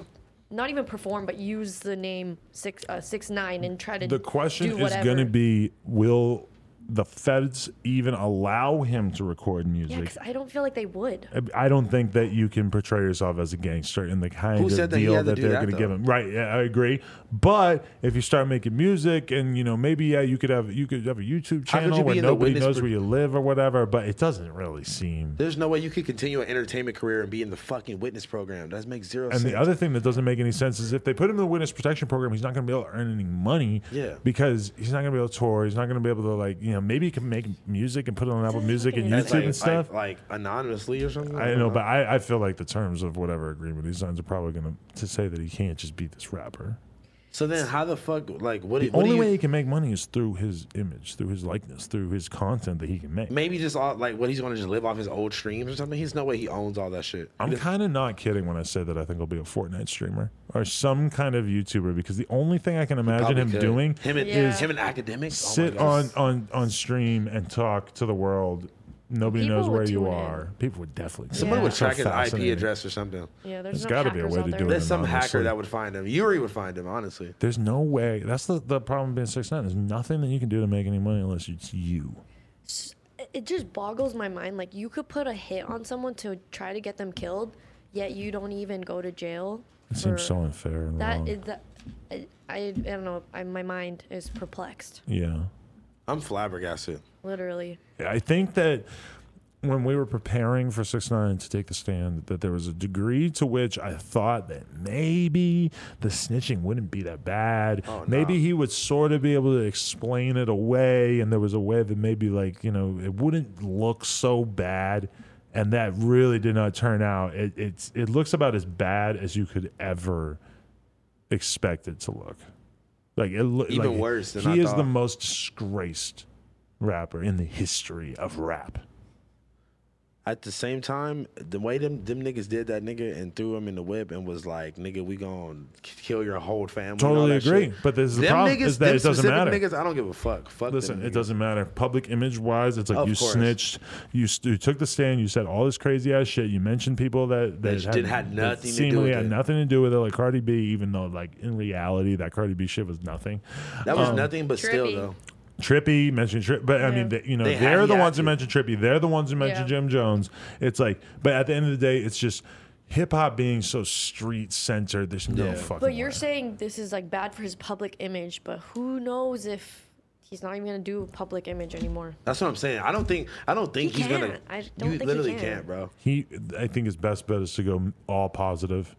S2: Not even perform, but use the name six uh, six nine and try to.
S1: The question
S2: do
S1: is
S2: whatever.
S1: going to be: Will the feds even allow him to record
S2: Yeah,
S1: music?
S2: because I don't feel like they would.
S1: I don't think that you can portray yourself as a gangster in the kind
S3: Who
S1: of
S3: said that he
S1: deal
S3: had to
S1: that
S3: do
S1: they're
S3: that,
S1: going to
S3: though?
S1: give him. Right, yeah, I agree. But if you start making music, and you know, maybe yeah, you could have you could have a YouTube
S3: How could
S1: channel
S3: you be
S1: where
S3: in the
S1: nobody
S3: witness
S1: knows
S3: pro-
S1: where you live or whatever. But it doesn't really seem.
S3: There's no way you could continue an entertainment career and be in the fucking witness program. That makes zero
S1: And
S3: sense.
S1: the other thing that doesn't make any sense is if they put him in the witness protection program, he's not going to be able to earn any money.
S3: Yeah.
S1: Because he's not going to be able to tour. He's not going to be able to like you know maybe he can make music and put it on Apple Music and
S2: fucking
S1: YouTube
S3: That's like,
S1: and stuff.
S3: like, like anonymously or something.
S1: I know, but I, I feel like the terms of whatever agreement he signs are probably going to to say that he can't just beat this rapper.
S3: so then how the fuck like what?
S1: The
S3: what do
S1: only
S3: you-
S1: way he can make money is through his image, through his likeness, through his content that he can make.
S3: maybe just all, like what he's gonna just live off his old streams or something. He's no way he owns all that shit.
S1: I'm kind of not kidding when I say that I think he'll be a Fortnite streamer or some kind of YouTuber because the only thing I can imagine
S3: Probably
S1: him
S3: could.
S1: doing
S3: him and
S2: Yeah.
S3: him and academics. Oh my
S1: sit on,
S3: God.
S1: on on stream and talk to the world. Nobody
S2: People
S1: knows
S2: would
S1: where you
S2: tune in.
S1: are. People would definitely.
S3: Someone
S2: Yeah.
S3: would
S1: It's so
S3: track his IP
S1: fascinating.
S3: address or something.
S2: Yeah, there's,
S1: There's
S2: no
S1: gotta be a
S2: hackers
S1: way
S2: out
S1: to
S2: there.
S1: do it.
S3: There's some
S1: anonymously.
S3: hacker that would find him. Yuri would find him, honestly.
S1: There's no way. That's the, the problem. Being six nine. There's nothing that you can do to make any money unless it's you.
S2: it just boggles my mind. Like you could put a hit on someone to try to get them killed, yet you don't even go to jail.
S1: It seems so unfair. And
S2: That
S1: wrong.
S2: is that. I, I I don't know. I, my mind is perplexed,
S1: yeah.
S3: I'm flabbergasted.
S2: literally.
S1: I think that when we were preparing for six nine to take the stand, that there was a degree to which I thought that maybe the snitching wouldn't be that bad.
S3: no.
S1: Maybe he would sort of be able to explain it away, and there was a way that maybe like you know it wouldn't look so bad. And that really did not turn out. It, it's it looks about as bad as you could ever expect it to look. Like it look
S3: Even
S1: like,
S3: worse than
S1: he
S3: I
S1: is the
S3: thought.
S1: most disgraced rapper in the history of rap.
S3: At the same time, the way them them niggas did that nigga and threw him in the whip and was like, "Nigga, we gonna k- kill your whole family." and all
S1: Totally
S3: that
S1: agree,
S3: shit.
S1: but this is the
S3: Them
S1: problem,
S3: niggas-
S1: is that
S3: them
S1: it doesn't
S3: specific
S1: matter.
S3: Niggas, I don't give a fuck. Fuck.
S1: Listen,
S3: them
S1: it
S3: niggas.
S1: doesn't matter. Public image wise, it's like
S3: Of
S1: you
S3: course.
S1: snitched, you, st- you took the stand, you said all this crazy ass shit, you mentioned people that that
S3: That did- had nothing to do
S1: seemingly
S3: with
S1: had
S3: it.
S1: nothing to do with it, like Cardi B, even though like in reality that Cardi B shit was nothing.
S3: That
S1: um,
S3: was nothing, but still
S2: Trippy.
S3: though.
S1: Trippy mentioned Trippy, but I mean,
S2: Yeah.
S1: they, you know,
S3: They
S1: they
S3: had-
S1: are the
S3: yeah,
S1: ones who
S3: dude.
S1: mentioned Trippy. They're the ones who mentioned
S2: Yeah.
S1: Jim Jones. It's like, but at the end of the day, it's just hip hop being so street centered. There's no
S3: Yeah.
S1: fucking.
S2: But you're
S1: way.
S2: saying this is like bad for his public image, but who knows if he's not even gonna do public image anymore?
S3: That's what I'm saying. I don't think I don't think
S2: He
S3: he's gonna.
S2: can't. I don't
S3: you
S2: think he
S3: literally
S2: can.
S3: can't, bro.
S1: he, I think his best bet is to go all positive,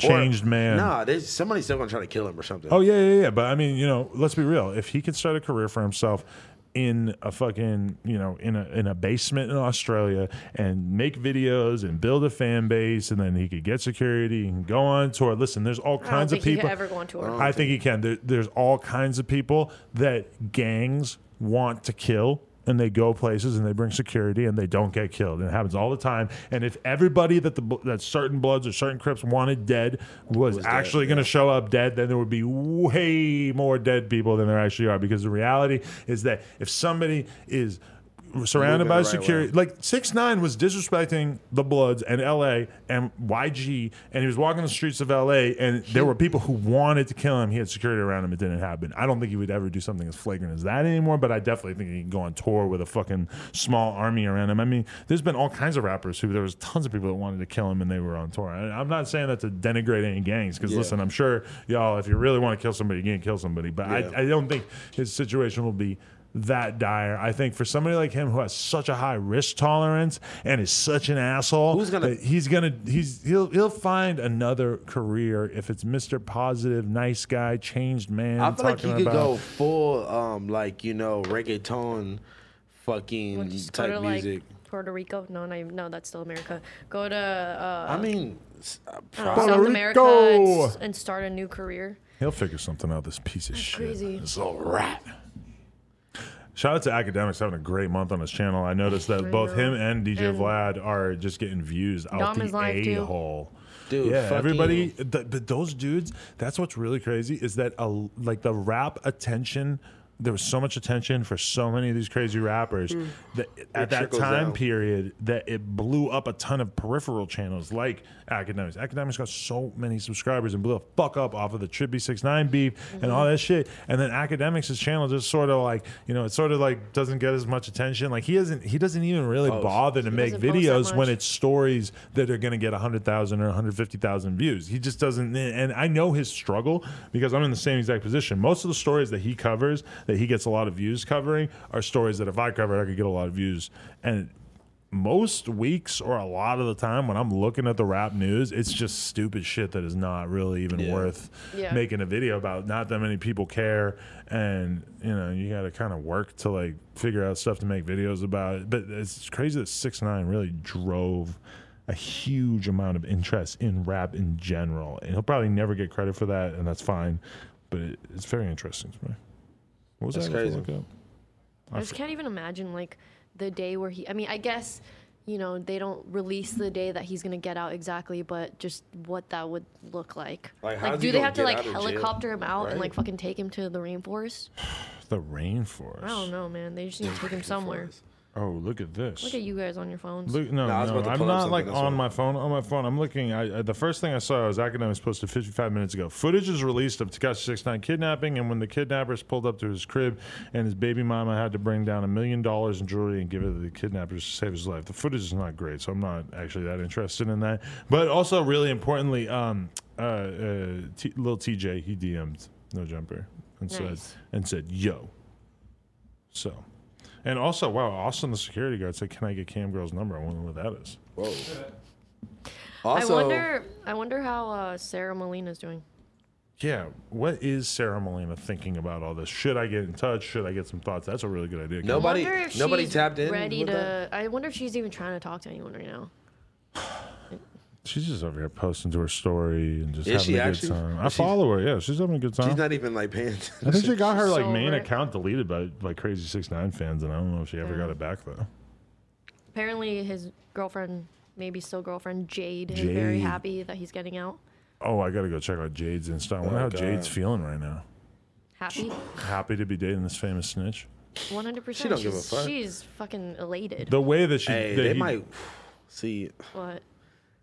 S3: Or-
S1: changed man.
S3: Nah, there's somebody's still gonna try to kill him or something.
S1: Oh yeah, yeah, yeah. But I mean, you know, let's be real. If he can start a career for himself in a fucking, you know, in a in a basement in Australia and make videos and build a fan base, and then he could get security and go on tour. Listen, there's all
S2: I don't
S1: kinds
S2: think
S1: of
S2: he could
S1: people.
S2: ever go on tour.
S3: Oh,
S1: I think he can. There, there's all kinds of people that gangs want to kill. And they go places and they bring security and they don't get killed. And it happens all the time. And if everybody that the bl- that certain bloods or certain crips wanted dead was,
S3: dead,
S1: actually going to show up dead, then there would be way more dead people than there actually are. Because the reality is that if somebody is surrounded
S3: Moving
S1: by
S3: the right
S1: security,
S3: way.
S1: like six nine was disrespecting the Bloods and L.A. and YG, and he was walking the streets of L.A. and there were people who wanted to kill him. He had security around him. It didn't happen. I don't think he would ever do something as flagrant as that anymore. But I definitely think he can go on tour with a fucking small army around him. I mean, there's been all kinds of rappers who there was tons of people that wanted to kill him and they were on tour. And I'm not saying that to denigrate any gangs because
S3: Yeah.
S1: listen, I'm sure y'all, if you really want to kill somebody, you can kill somebody. But
S3: Yeah.
S1: I, I don't think his situation will be that dire. I think for somebody like him who has such a high risk tolerance and is such an asshole,
S3: Who's gonna-
S1: that he's gonna he's he'll he'll find another career if it's Mr. Positive, nice guy, changed man.
S3: I feel like he
S1: talking
S3: could
S1: about-
S3: go full, um, like you know, reggaeton, fucking
S2: Just go to
S3: type
S2: like
S3: music.
S2: Puerto Rico. No, not even, no, that's still America. Go to uh,
S3: I mean, s- uh,
S2: I don't
S3: pro-
S2: know, South
S1: Puerto
S2: America and, s-
S1: Rico.
S2: and start a new career.
S1: He'll figure something out. This piece of shit.
S2: crazy.
S1: It's all right. Shout out to academics having a great month on his channel. I noticed that both him and DJ
S2: And-
S1: Vlad are just getting views out
S2: Dom is
S1: the
S2: live,
S1: a
S2: too.
S1: hole.
S3: Dude,
S1: yeah,
S3: fucking-
S1: everybody. Th- but those dudes. That's what's really crazy is that a, like the rap attention. There was so much attention for so many of these crazy rappers
S2: Mm.
S1: that at that
S3: trickles
S1: time
S3: out.
S1: period that it blew up a ton of peripheral channels like academics. Academics got so many subscribers and blew the fuck up off of the Trippy Six Nine beef and
S2: Mm-hmm.
S1: all that shit. And then academics' channel just sort of like you know it sort of like doesn't get as much attention. Like he doesn't he doesn't even really bother to make
S2: doesn't post that
S1: videos when
S2: much.
S1: it's stories that are going to get hundred thousand or hundred fifty thousand views. He just doesn't. And I know his struggle because I'm in the same exact position. Most of the stories that he covers that he gets a lot of views covering are stories that if I covered I could get a lot of views and most weeks or a lot of the time when I'm looking at the rap news, it's just stupid shit that is not really even worth
S2: Yeah.
S1: making a video about. Not that many people care, and you know you got to kind of work to like figure out stuff to make videos about. It. But it's crazy that Six Nine really drove a huge amount of interest in rap in general, and he'll probably never get credit for that, and that's fine. But it, it's very interesting to me. What was
S3: That's
S1: that? I have to
S3: crazy.
S1: look up.
S2: I just can't even imagine like the day where he. I mean, I guess you know they don't release the day that he's gonna get out exactly, but just what that would look like.
S3: Like, how's he
S2: do they
S3: gonna
S2: have to
S3: get
S2: like
S3: out of jail?
S2: helicopter him out and
S3: Right.
S2: like fucking take him to the rainforest?
S1: The rainforest.
S2: I don't know, man. They just need to take him somewhere.
S1: Oh, look at this.
S2: Look at you guys on your phones.
S1: Look, no,
S3: No, I was
S1: no,
S3: about to
S1: I'm
S3: pull up
S1: not
S3: something,
S1: like
S3: that's
S1: on
S3: why.
S1: my phone. On my phone, I'm looking. I, I the first thing I saw was academics posted 55 minutes ago. Footage is released of Takashi 69 kidnapping, and when the kidnappers pulled up to his crib, and his baby mama had to bring down a million dollars in jewelry and give it to the kidnappers to save his life. The footage is not great, so I'm not actually that interested in that. But also, really importantly, um, uh, uh, T, little TJ he DM'd no jumper and
S2: Nice.
S1: said and said yo. So. And also, wow, Austin, the security guard said, "Can I get Cam Girl's number? I wonder what that is."
S3: Whoa.
S2: I
S3: Also,
S2: wonder. I wonder how uh, Sarah Molina's doing.
S1: Yeah, what is Sarah Molina thinking about all this? Should I get in touch? Should I get some thoughts? That's a really good idea. Cam.
S2: I
S3: nobody,
S2: wonder if
S3: nobody
S2: she's
S3: tapped in.
S2: Ready to?
S3: with that?
S2: I wonder if she's even trying to talk to anyone right now.
S1: She's just over here posting to her story and just
S3: Is
S1: having
S3: she
S1: a good
S3: actually?
S1: time. I
S3: She's-
S1: follow her. Yeah, she's having a good time.
S3: She's not even like paying.
S1: I think she got her like
S2: So
S1: main
S2: right.
S1: account deleted by by Crazy Six Nine fans, and I don't know if she ever got it back though.
S2: apparently his girlfriend, maybe still girlfriend Jade, is very
S1: Jade.
S2: happy that he's getting out.
S1: Oh, I gotta go check out Jade's Insta. I wonder
S3: Oh,
S1: how
S3: God.
S1: Jade's feeling right now.
S2: Happy,
S1: Happy to be dating this famous snitch.
S2: one hundred percent.
S3: She don't give a fuck.
S2: She's fucking elated.
S1: The way that she
S3: Hey,
S1: that
S3: they
S1: he-
S3: might see.
S2: what?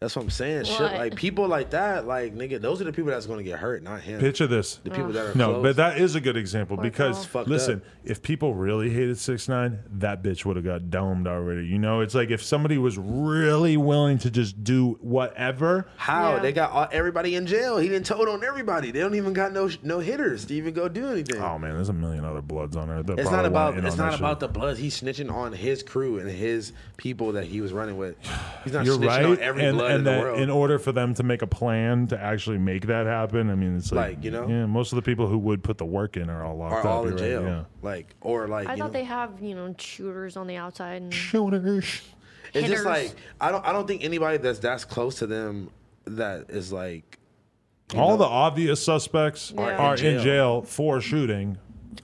S3: That's what I'm saying. Shit,
S2: What?
S3: like people like that, like nigga, those are the people that's gonna get hurt, not him.
S1: picture this.
S3: the people that are
S1: No,
S3: close.
S1: but that is a good example
S2: It's
S1: because
S3: fucked
S1: listen,
S3: up.
S1: if people really hated six nine, that bitch would have got domed already. You know, it's like if somebody was really willing to just do whatever.
S3: How
S2: Yeah.
S3: they got all, everybody in jail? He didn't told on everybody. They don't even got no no hitters to even go do anything.
S1: Oh man, there's a million other bloods on earth. that
S3: it's not
S1: probably want
S3: about
S1: in
S3: it's
S1: on that
S3: not
S1: shit.
S3: about the blood. He's snitching on his crew and his people that he was running with. He's not
S1: You're
S3: snitching
S1: right,
S3: on every
S1: and,
S3: blood
S1: and
S3: in
S1: that
S3: the world.
S1: in order for them to make a plan to actually make that happen, I mean, it's like,
S3: Like, you know?
S1: yeah, most of the people who would put the work in are all locked
S3: are
S1: up.
S3: all in
S1: you're
S3: jail,
S1: Right, yeah.
S3: like or like.
S2: I
S3: you
S2: thought
S3: know,
S2: they have you know shooters on the outside and
S1: Shooters.
S3: It's just
S2: hitters.
S3: like I don't I don't think anybody that's that's close to them that is like
S1: all the obvious suspects
S2: Are
S1: are,
S2: in
S1: in, jail.
S3: jail.
S1: for shooting.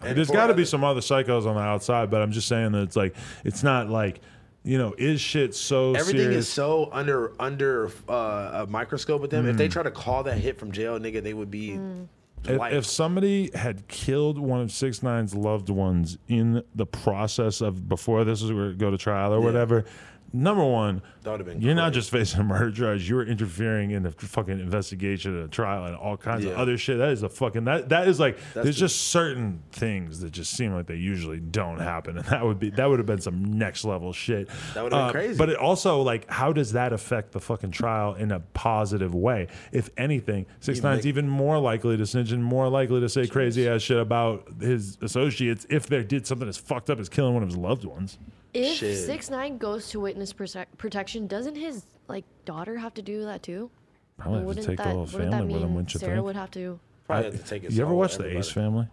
S3: And
S1: There's
S3: for
S1: got to be
S3: other-
S1: some other psychos on the outside, but I'm just saying that it's like it's not like you know is shit so
S3: everything
S1: serious.
S3: is so under under uh, a microscope with them. If they try to call that hit from jail, nigga, they would be.
S1: Mm.
S2: Mm.
S1: if,
S3: life.
S1: if somebody had killed one of Six Nine's loved ones in the process of before this was gonna go to trial or whatever, number one,
S3: That would've been
S1: you're not
S3: crazy.
S1: just facing a murder charge. You're interfering in the fucking investigation and trial and all kinds of
S3: Yeah.
S1: other shit. That is a fucking that that is like there's
S3: the-
S1: just certain things that just seem like they usually don't happen, and that would be that would have been some next level shit.
S3: That would've been crazy.
S1: Uh, But it also like how does that affect the fucking trial in a positive way? If anything, Six Nine's
S3: make-
S1: even more likely to snitch and more likely to say crazy ass shit about his associates if they did something as fucked up as killing one of his loved ones.
S2: If
S3: Shit.
S2: six nine goes to witness prote- protection, doesn't his like daughter have to do that too?
S1: Probably have to
S2: wouldn't
S1: take
S2: that
S1: the whole
S2: wouldn't
S1: family
S2: that
S1: with him,
S2: mean
S1: wouldn't you
S2: Sarah
S1: think?
S2: would have to?
S3: Probably have to take his
S1: you ever
S3: soul,
S1: watch the
S3: everybody.
S1: Ace Family?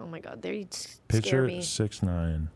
S2: Oh my God, they s- scare
S1: Picture
S2: me.
S1: six nine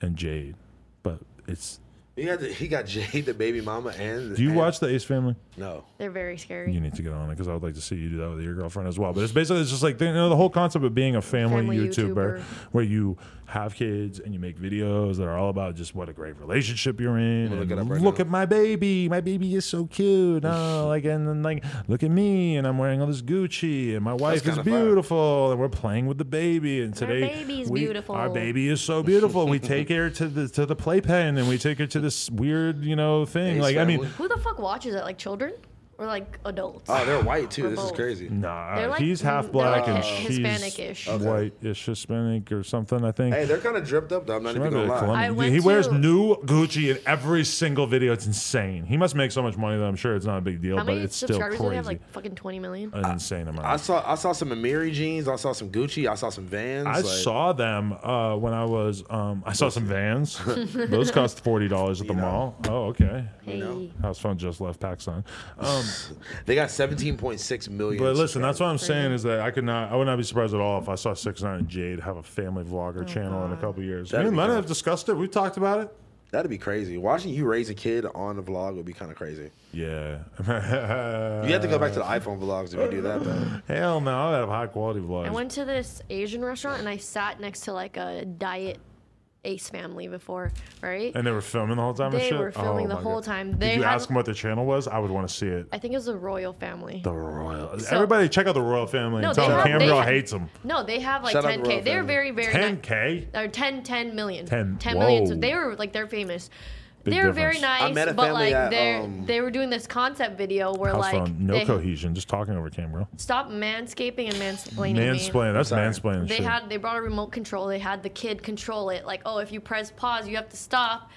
S1: and Jade, but it's.
S3: He got the, he got Jade, the baby mama, and
S1: Do you
S3: and-
S1: watch the Ace Family?
S3: No,
S2: They're very scary.
S1: You need to get on it because I would like to see you do that with your girlfriend as well. But it's basically it's just like you know the whole concept of being a family,
S2: Family
S1: YouTuber,
S2: YouTuber.
S1: where you have kids and you make videos that are all about just what a great relationship you're in.
S3: gonna
S1: and
S3: look it
S1: Look,
S3: up right now.
S1: at my baby, my baby is so cute. Oh, like and then like look at me, and I'm wearing all this Gucci, and my wife is
S3: kinda fire.
S1: beautiful, and we're playing with the baby, and
S2: Our
S1: today
S2: baby's
S1: we-
S2: beautiful.
S1: Our baby is so beautiful. we take her to the to the playpen, and we take her to this weird you know thing.
S3: Ace
S1: like I mean.
S3: Family.
S2: Who the fuck watches it? Like children or like adults?
S3: Oh, they're white too. This is
S2: both.
S3: crazy.
S1: Nah,
S2: They're like-
S1: he's
S2: they're
S1: half
S2: like
S1: black and
S2: Hi-
S1: she's
S2: Hispanic-ish. Okay.
S1: white-ish Hispanic or something. I think.
S3: Hey, they're kind of dripped up though. I'm not
S1: She
S3: even
S1: might be
S3: gonna
S1: a
S3: lie.
S1: Colombian.
S2: I
S1: Dude,
S2: went
S1: he wears
S2: to-
S1: new Gucci in every single video. It's insane. He must make so much money that I'm sure it's not a big deal,
S2: How
S1: but
S2: many
S1: it's still
S2: subscribers do they
S1: crazy.
S2: have? Like fucking twenty million.
S1: An insane
S3: I
S1: amount.
S3: saw I saw some Amiri jeans. I saw some Gucci. I saw some Vans.
S1: I,
S3: like,
S1: saw them uh, when I was. Um, I saw some Vans. Those cost forty dollars at the mall. Oh, okay.
S2: Hey,
S1: House phone just left Pakistan. Um,
S3: They got 17.6 million.
S1: But listen, that's what I'm
S2: Crazy.
S1: saying is that I could not, I would not be surprised at all if I saw Six Nine and Jade have a family vlogger
S2: Oh,
S1: channel in a couple years.
S3: That'd
S1: We
S3: be
S1: might
S3: kinda-
S1: have discussed it. We've talked about it.
S3: That'd be crazy. Watching you raise a kid on a vlog would be kind of crazy.
S1: Yeah.
S3: You have to go back to the iPhone vlogs if you do that. Though.
S1: Hell no, I would have high quality
S2: I
S1: vlogs.
S2: went to this Asian restaurant and I sat next to like a diet Ace family before, right?
S1: and they were filming the whole time. and
S2: They
S1: shit?
S2: were filming
S1: Oh
S2: the
S1: my
S2: whole
S1: God.
S2: time. They
S1: Did you
S2: had,
S1: ask them what their channel was? I would want to see it.
S2: I think it was the royal family.
S1: The royal.
S2: So-
S1: Everybody, check out the royal family.
S2: No,
S1: and
S2: they
S1: tell them
S2: have- they
S1: Cam Girl
S2: have-
S1: hates them.
S2: no, they have like
S3: Shout out to
S2: 10k.
S3: Royal
S2: They're
S3: Family.
S2: very very nice.
S1: 10k.
S2: or 10 10 million
S1: 10.
S2: 10 million so
S1: Whoa.
S2: they were like they're famous
S1: Big
S2: they're
S1: difference.
S2: very nice
S3: met a
S2: but
S3: family
S2: like
S3: at,
S2: they
S3: um,
S2: they were doing this concept video where
S1: House
S2: like
S1: phone. No
S2: they
S1: cohesion. Just talking over Cam Girl.
S2: stop manscaping and mansplaining me.
S1: Mansplain. That's
S3: sorry.
S1: mansplaining.
S2: they
S1: shit.
S2: had they brought a remote control they had the kid control it like oh if you press pause you have to stop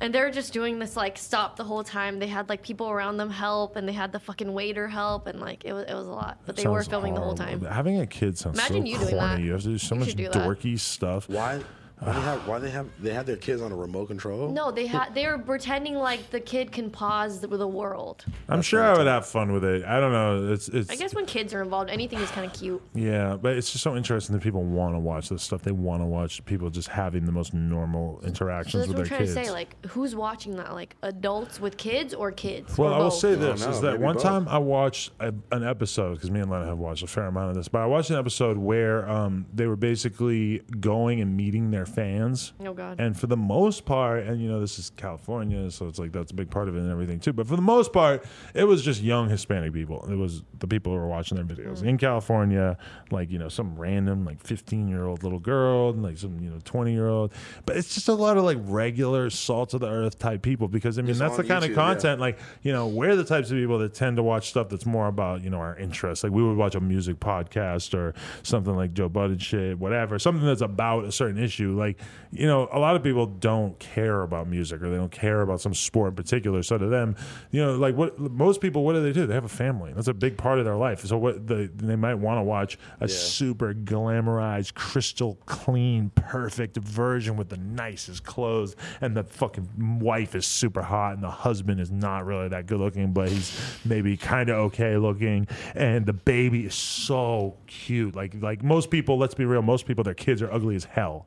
S2: and they were just doing this like stop the whole time they had like people around them help and they had the fucking waiter help and like it was it was a lot but they were
S1: Sounds
S2: filming the whole
S1: horrible.
S2: time
S1: Having a kid sounds
S2: Imagine
S1: so
S2: you
S1: corny.
S2: doing that.
S1: You have to do so
S2: You
S1: much
S2: should do that.
S1: dorky stuff.
S3: Why? Why they have? Why they have? They have their kids on a remote control?
S2: no they had they were pretending like the kid can pause the, the world
S1: I'm sure I would have fun with it. I don't know. It's it's
S2: I guess when kids are involved, anything is kind of cute.
S1: yeah, but it's just so interesting that people want to watch this stuff. They want to watch people just having the most normal
S2: So
S1: interactions
S2: that's what I'm
S1: with their
S2: trying
S1: kids.
S2: to say. Like, who's watching that? Like, adults with kids or kids?
S1: Well,
S2: or
S1: I will
S2: both?
S1: say this
S3: no,
S1: is that
S3: maybe
S1: one
S3: both.
S1: time I watched a, an episode because me and Lena have watched a fair amount of this, but I watched an episode where um, they were basically going and meeting their fans.
S2: Oh, God.
S1: And for the most part, and you know this is California, so it's like that's a big part of it and everything too. But for the most part, it was just young Hispanic people. It was the people who were watching their
S2: Mm.
S1: videos in California, like you know some random like 15 year old little girl and like some you know 20 year old. But it's just a lot of like regular salt of the earth type people because I mean
S3: Just
S1: that's
S3: on
S1: the kind
S3: YouTube,
S1: of
S3: yeah.
S1: content and like you know we're the types of people that tend to watch stuff that's more about you know our interests like we would watch a music podcast or something like joe budden shit whatever something that's about a certain issue like you know a lot of people don't care about music or they don't care about some sport in particular so to them you know like what most people what do they do they have a family that's a big part of their life so what the, they might want to watch a super glamorized crystal clean perfect version with the nicest clothes and the fucking wife is super hot and the husband is not really that good looking but he's maybe kind of okay looking and the baby is so cute like like most people let's be real most people their kids are ugly as hell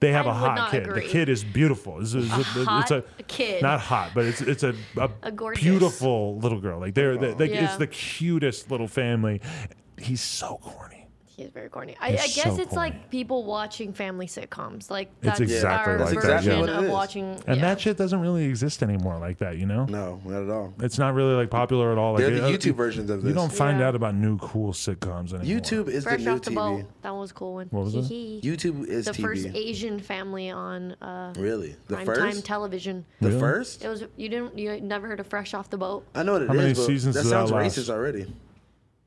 S1: they have
S2: I
S1: a
S2: would
S1: hot
S2: not
S1: kid
S2: agree.
S1: the kid is beautiful This is- it's a,
S2: hot kid.
S1: not hot but it's it's a, a,
S2: A gorgeous.
S1: beautiful little girl like they're, they they- it's
S2: Yeah.
S1: the cutest little family he's so corny
S2: He's very corny. I, I
S1: He's
S2: guess
S1: so
S2: it's
S1: corny.
S2: like people watching family sitcoms. Like that's
S1: exactly
S2: our
S1: like
S2: version
S1: that, yeah.
S3: What it
S2: of
S3: is.
S2: watching.
S1: and
S2: yeah.
S1: that shit doesn't really exist anymore like that you know
S3: No, not at all.
S1: It's not really like popular at all. Like,
S3: They're the
S1: uh,
S3: YouTube versions of
S1: You
S3: this.
S1: don't find
S2: Yeah.
S1: out about new cool sitcoms anymore.
S3: YouTube is
S2: Fresh
S3: the new
S2: off the
S3: TV.
S2: boat. That was a cool one.
S1: What was it?
S2: Hee hee.
S3: YouTube is
S2: The
S3: TV.
S2: first Asian family on uh,
S3: really, the
S2: primetime
S3: first,
S2: television.
S3: the
S1: Really?
S3: first.
S2: It was you didn't you never heard of Fresh Off the Boat?
S3: I know what it is.
S1: How many
S3: but
S1: seasons
S3: that
S1: does that
S3: sounds
S1: last?
S3: racist already.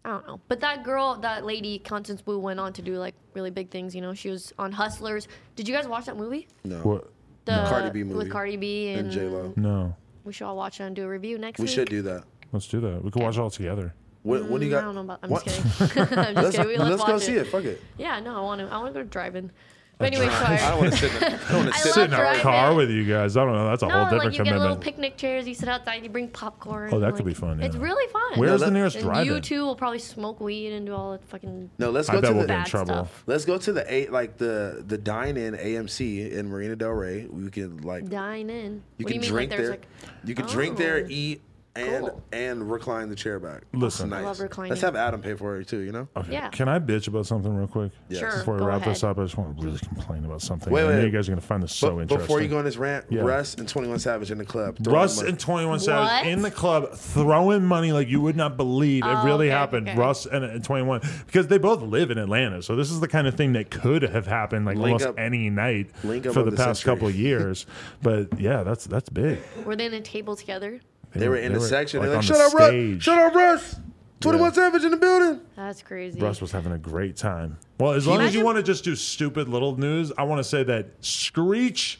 S2: I don't know. But that girl, that lady, Constance Wu, went on to do like really big things. You know, she was on Hustlers. Did you guys watch that movie?
S3: No,
S1: What?
S2: The
S3: Cardi B movie.
S2: with Cardi B and,
S3: and J Lo.
S1: No.
S2: We should all watch it and do a review next
S3: We
S2: week.
S3: should do that.
S1: Let's do that. We could watch it all together.
S3: What, what do you
S2: Mm, I
S3: got?
S2: don't know about. I'm
S3: What?
S2: just kidding. I'm just
S3: Let's,
S2: kidding. We
S3: let's
S2: watch
S3: go see
S2: it.
S3: it. Fuck it.
S2: Yeah, no, I want to. I want to go driving. But anyway, sorry.
S3: I don't want to sit. In, I don't want to
S2: I
S3: sit.
S1: Sit
S2: love
S1: in a
S2: driving.
S1: car with you guys. I don't know. That's a whole
S2: No,
S1: different
S2: like you get little
S1: commitment.
S2: picnic chairs. You sit outside. You bring popcorn.
S1: Oh, that could be
S2: like,
S1: fun,
S2: It's
S1: yeah.
S2: really fun.
S1: Where's
S3: No,
S1: the
S3: that-
S1: nearest
S2: and
S1: drive?
S2: you two will probably smoke weed and do all the fucking
S3: No, let's
S1: I
S3: go
S1: bet
S3: to
S1: we'll
S3: the.
S1: get in
S2: bad
S1: trouble.
S2: stuff.
S3: Let's go to the eight, like the the dine in AMC in Marina Del Rey. We can like
S2: dine in.
S3: you
S2: what do
S3: can
S2: you mean? like,
S3: drink there.
S2: there's like
S3: you can drink there,
S2: Oh.
S3: eat, and
S2: Cool.
S3: and recline the chair back.
S1: Listen.
S3: nice.
S2: I love reclining.
S3: Let's have Adam pay for it too. You know.
S1: Okay.
S2: Yeah.
S1: Can I bitch about something real quick?
S3: Yes.
S2: sure.
S1: Before we
S2: go
S1: wrap
S2: ahead.
S1: this up, I just want to really complain about something.
S3: Wait,
S1: I know
S3: wait.
S1: you guys are going to find this so
S3: But
S1: interesting.
S3: before you go on this rant,
S1: Yeah.
S3: Russ and Twenty One Savage in the club. throwing
S1: Russ
S3: money.
S1: and 21 Savage
S2: What?
S1: in the club throwing money like you would not believe. it
S2: Oh,
S1: really
S2: okay,
S1: happened.
S2: okay.
S1: Russ and, and 21 because they both live in Atlanta. So this is the kind of thing that could have happened like
S3: Link
S1: almost
S3: up-
S1: any night
S3: link up
S1: for
S3: of
S1: the,
S3: the
S1: past
S3: century.
S1: couple of years. but yeah, that's that's big.
S2: We're they in a table together?
S1: They,
S3: they were in the section. They're like,
S1: on
S3: "Shut
S1: the
S3: up, Russ!
S1: stage."
S3: Shut up, Russ! Twenty One Savage in the building."
S2: That's crazy.
S1: Russ was having a great time. Well, as long as you
S2: Imagine-
S1: want to just do stupid little news, I want to say that Screech,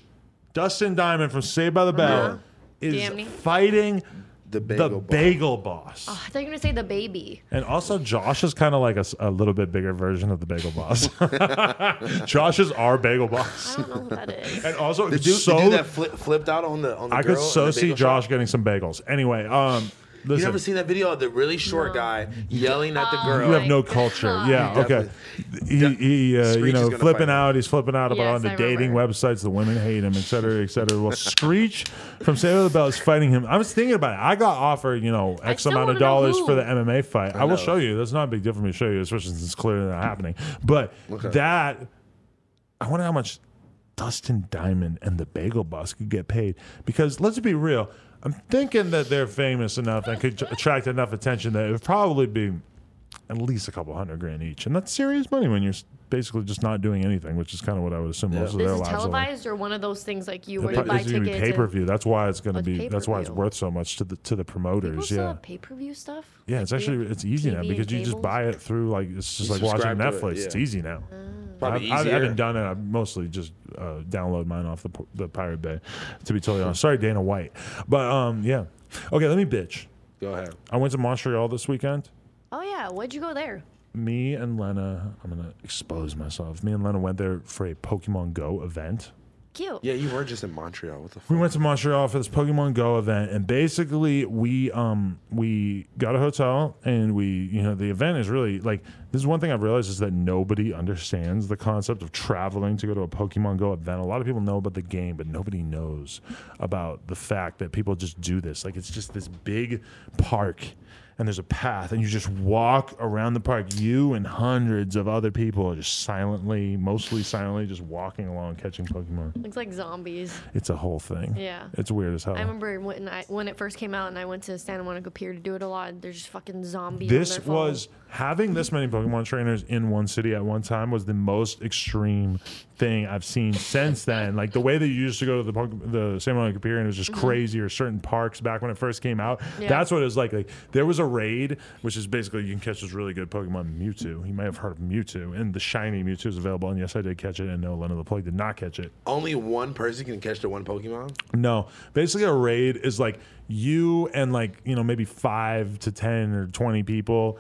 S1: Dustin Diamond from Saved by the Bell,
S2: Uh-huh.
S1: is
S2: Damn.
S1: fighting
S3: The
S1: the
S3: bagel. bar.
S1: bagel boss.
S2: I thought you were gonna say the baby.
S1: And also, Josh is kind of like a, s- a little bit bigger version of the Bagel Boss. Josh is our Bagel
S2: I
S1: Boss.
S2: don't know who that is.
S1: And also,
S3: The
S1: it's
S3: dude, the dude
S1: so
S3: that flip, flipped out on the on the
S1: I
S3: girl
S1: could
S3: in
S1: so
S3: the
S1: see
S3: bagel
S1: Josh
S3: shop?
S1: getting some bagels. Anyway, um,
S3: You
S1: listen,
S3: never seen that video of the really short guy yelling at the girl?
S1: you have no
S2: God.
S1: culture. Yeah, okay. He, he uh, you
S3: Screech is
S1: know,
S3: gonna
S1: flipping
S3: fight him.
S1: out. He's flipping out about
S2: Yes,
S1: on the
S2: I
S1: dating
S2: remember.
S1: websites. The women hate him, et cetera, et cetera. Well, Screech from Saved by the Bell is fighting him. I was thinking about it. I got offered, you know, X
S2: still
S1: amount of
S2: wanna know
S1: dollars
S2: who.
S1: for the MMA fight. I, will
S3: know.
S1: show you. That's not a big deal for me to show you, especially since it's clearly not happening. But that, I wonder how much Dustin Diamond and the Bagel Boss could get paid. Because let's be real, I'm thinking that they're famous enough and could attract enough attention that it would probably be at least a couple hundred grand each. And that's serious money when you're s- basically just not doing anything, which is kind of what I would assume most of
S2: This
S1: their
S2: is
S1: lives are. like.
S2: televised or one of those things like you
S1: It
S2: where you
S1: pro-
S2: buy
S1: This is going to be
S2: tickets.
S1: pay per view. That's why it's going to
S2: Oh, it's
S1: be. That's why it's
S2: pay-per-view.
S1: worth so much to the to the
S2: People
S1: promoters.
S2: still
S1: Yeah,
S2: have pay per view stuff.
S1: yeah. It's
S2: Like
S1: actually
S2: big
S1: it's easy now
S2: TV
S1: because you just
S2: cables?
S1: buy it through like it's just
S3: You
S1: like watching
S3: subscribe to it,
S1: Netflix. It's
S3: yeah.
S1: easy now.
S3: Probably
S1: I, I,
S3: easier.
S1: haven't done it. I mostly just uh, download mine off the, p- the Pirate Bay, to be totally honest. Sorry, Dana White. But um, yeah. Okay, let me bitch.
S3: Go ahead.
S1: I went to Montreal this weekend.
S2: Oh yeah, why'd you go there?
S1: Me and Lena, I'm going to expose myself. Me and Lena went there for a Pokemon Go event.
S2: Cute.
S3: Yeah, you were just in Montreal. What the
S1: We
S3: fuck?
S1: went to Montreal for this Pokemon Go event, and basically we um we got a hotel, and we you know the event is really like this is one thing I've realized is that nobody understands the concept of traveling to go to a Pokemon Go event. A lot of people know about the game, but nobody knows about the fact that people just do this. Like it's just this big park. and there's a path, and you just walk around the park. You and hundreds of other people are just silently, mostly silently, just walking along catching Pokemon.
S2: Looks like zombies.
S1: It's a whole thing.
S2: Yeah.
S1: It's weird as hell.
S2: I remember when I when it first came out, and I went to Santa Monica Pier to do it a lot. And there's just fucking zombies. on
S1: this
S2: their phone.
S1: was having this many Pokemon trainers in one city at one time was the most extreme thing I've seen since then. Like the way that you used to go to the Poke- the San Monica Pier and it was just crazy, or certain parks back when it first came out.
S2: Mm-hmm. Yeah.
S1: That's what it was like. Like there was a raid, which is basically you can catch this really good Pokemon Mewtwo. You may have heard of Mewtwo, and the shiny Mewtwo is available. And yes, I did catch it, and no, Lena the Plague did not catch it.
S3: Only one person can catch the one Pokemon.
S1: No, basically a raid is like you and like you know maybe five to ten or twenty people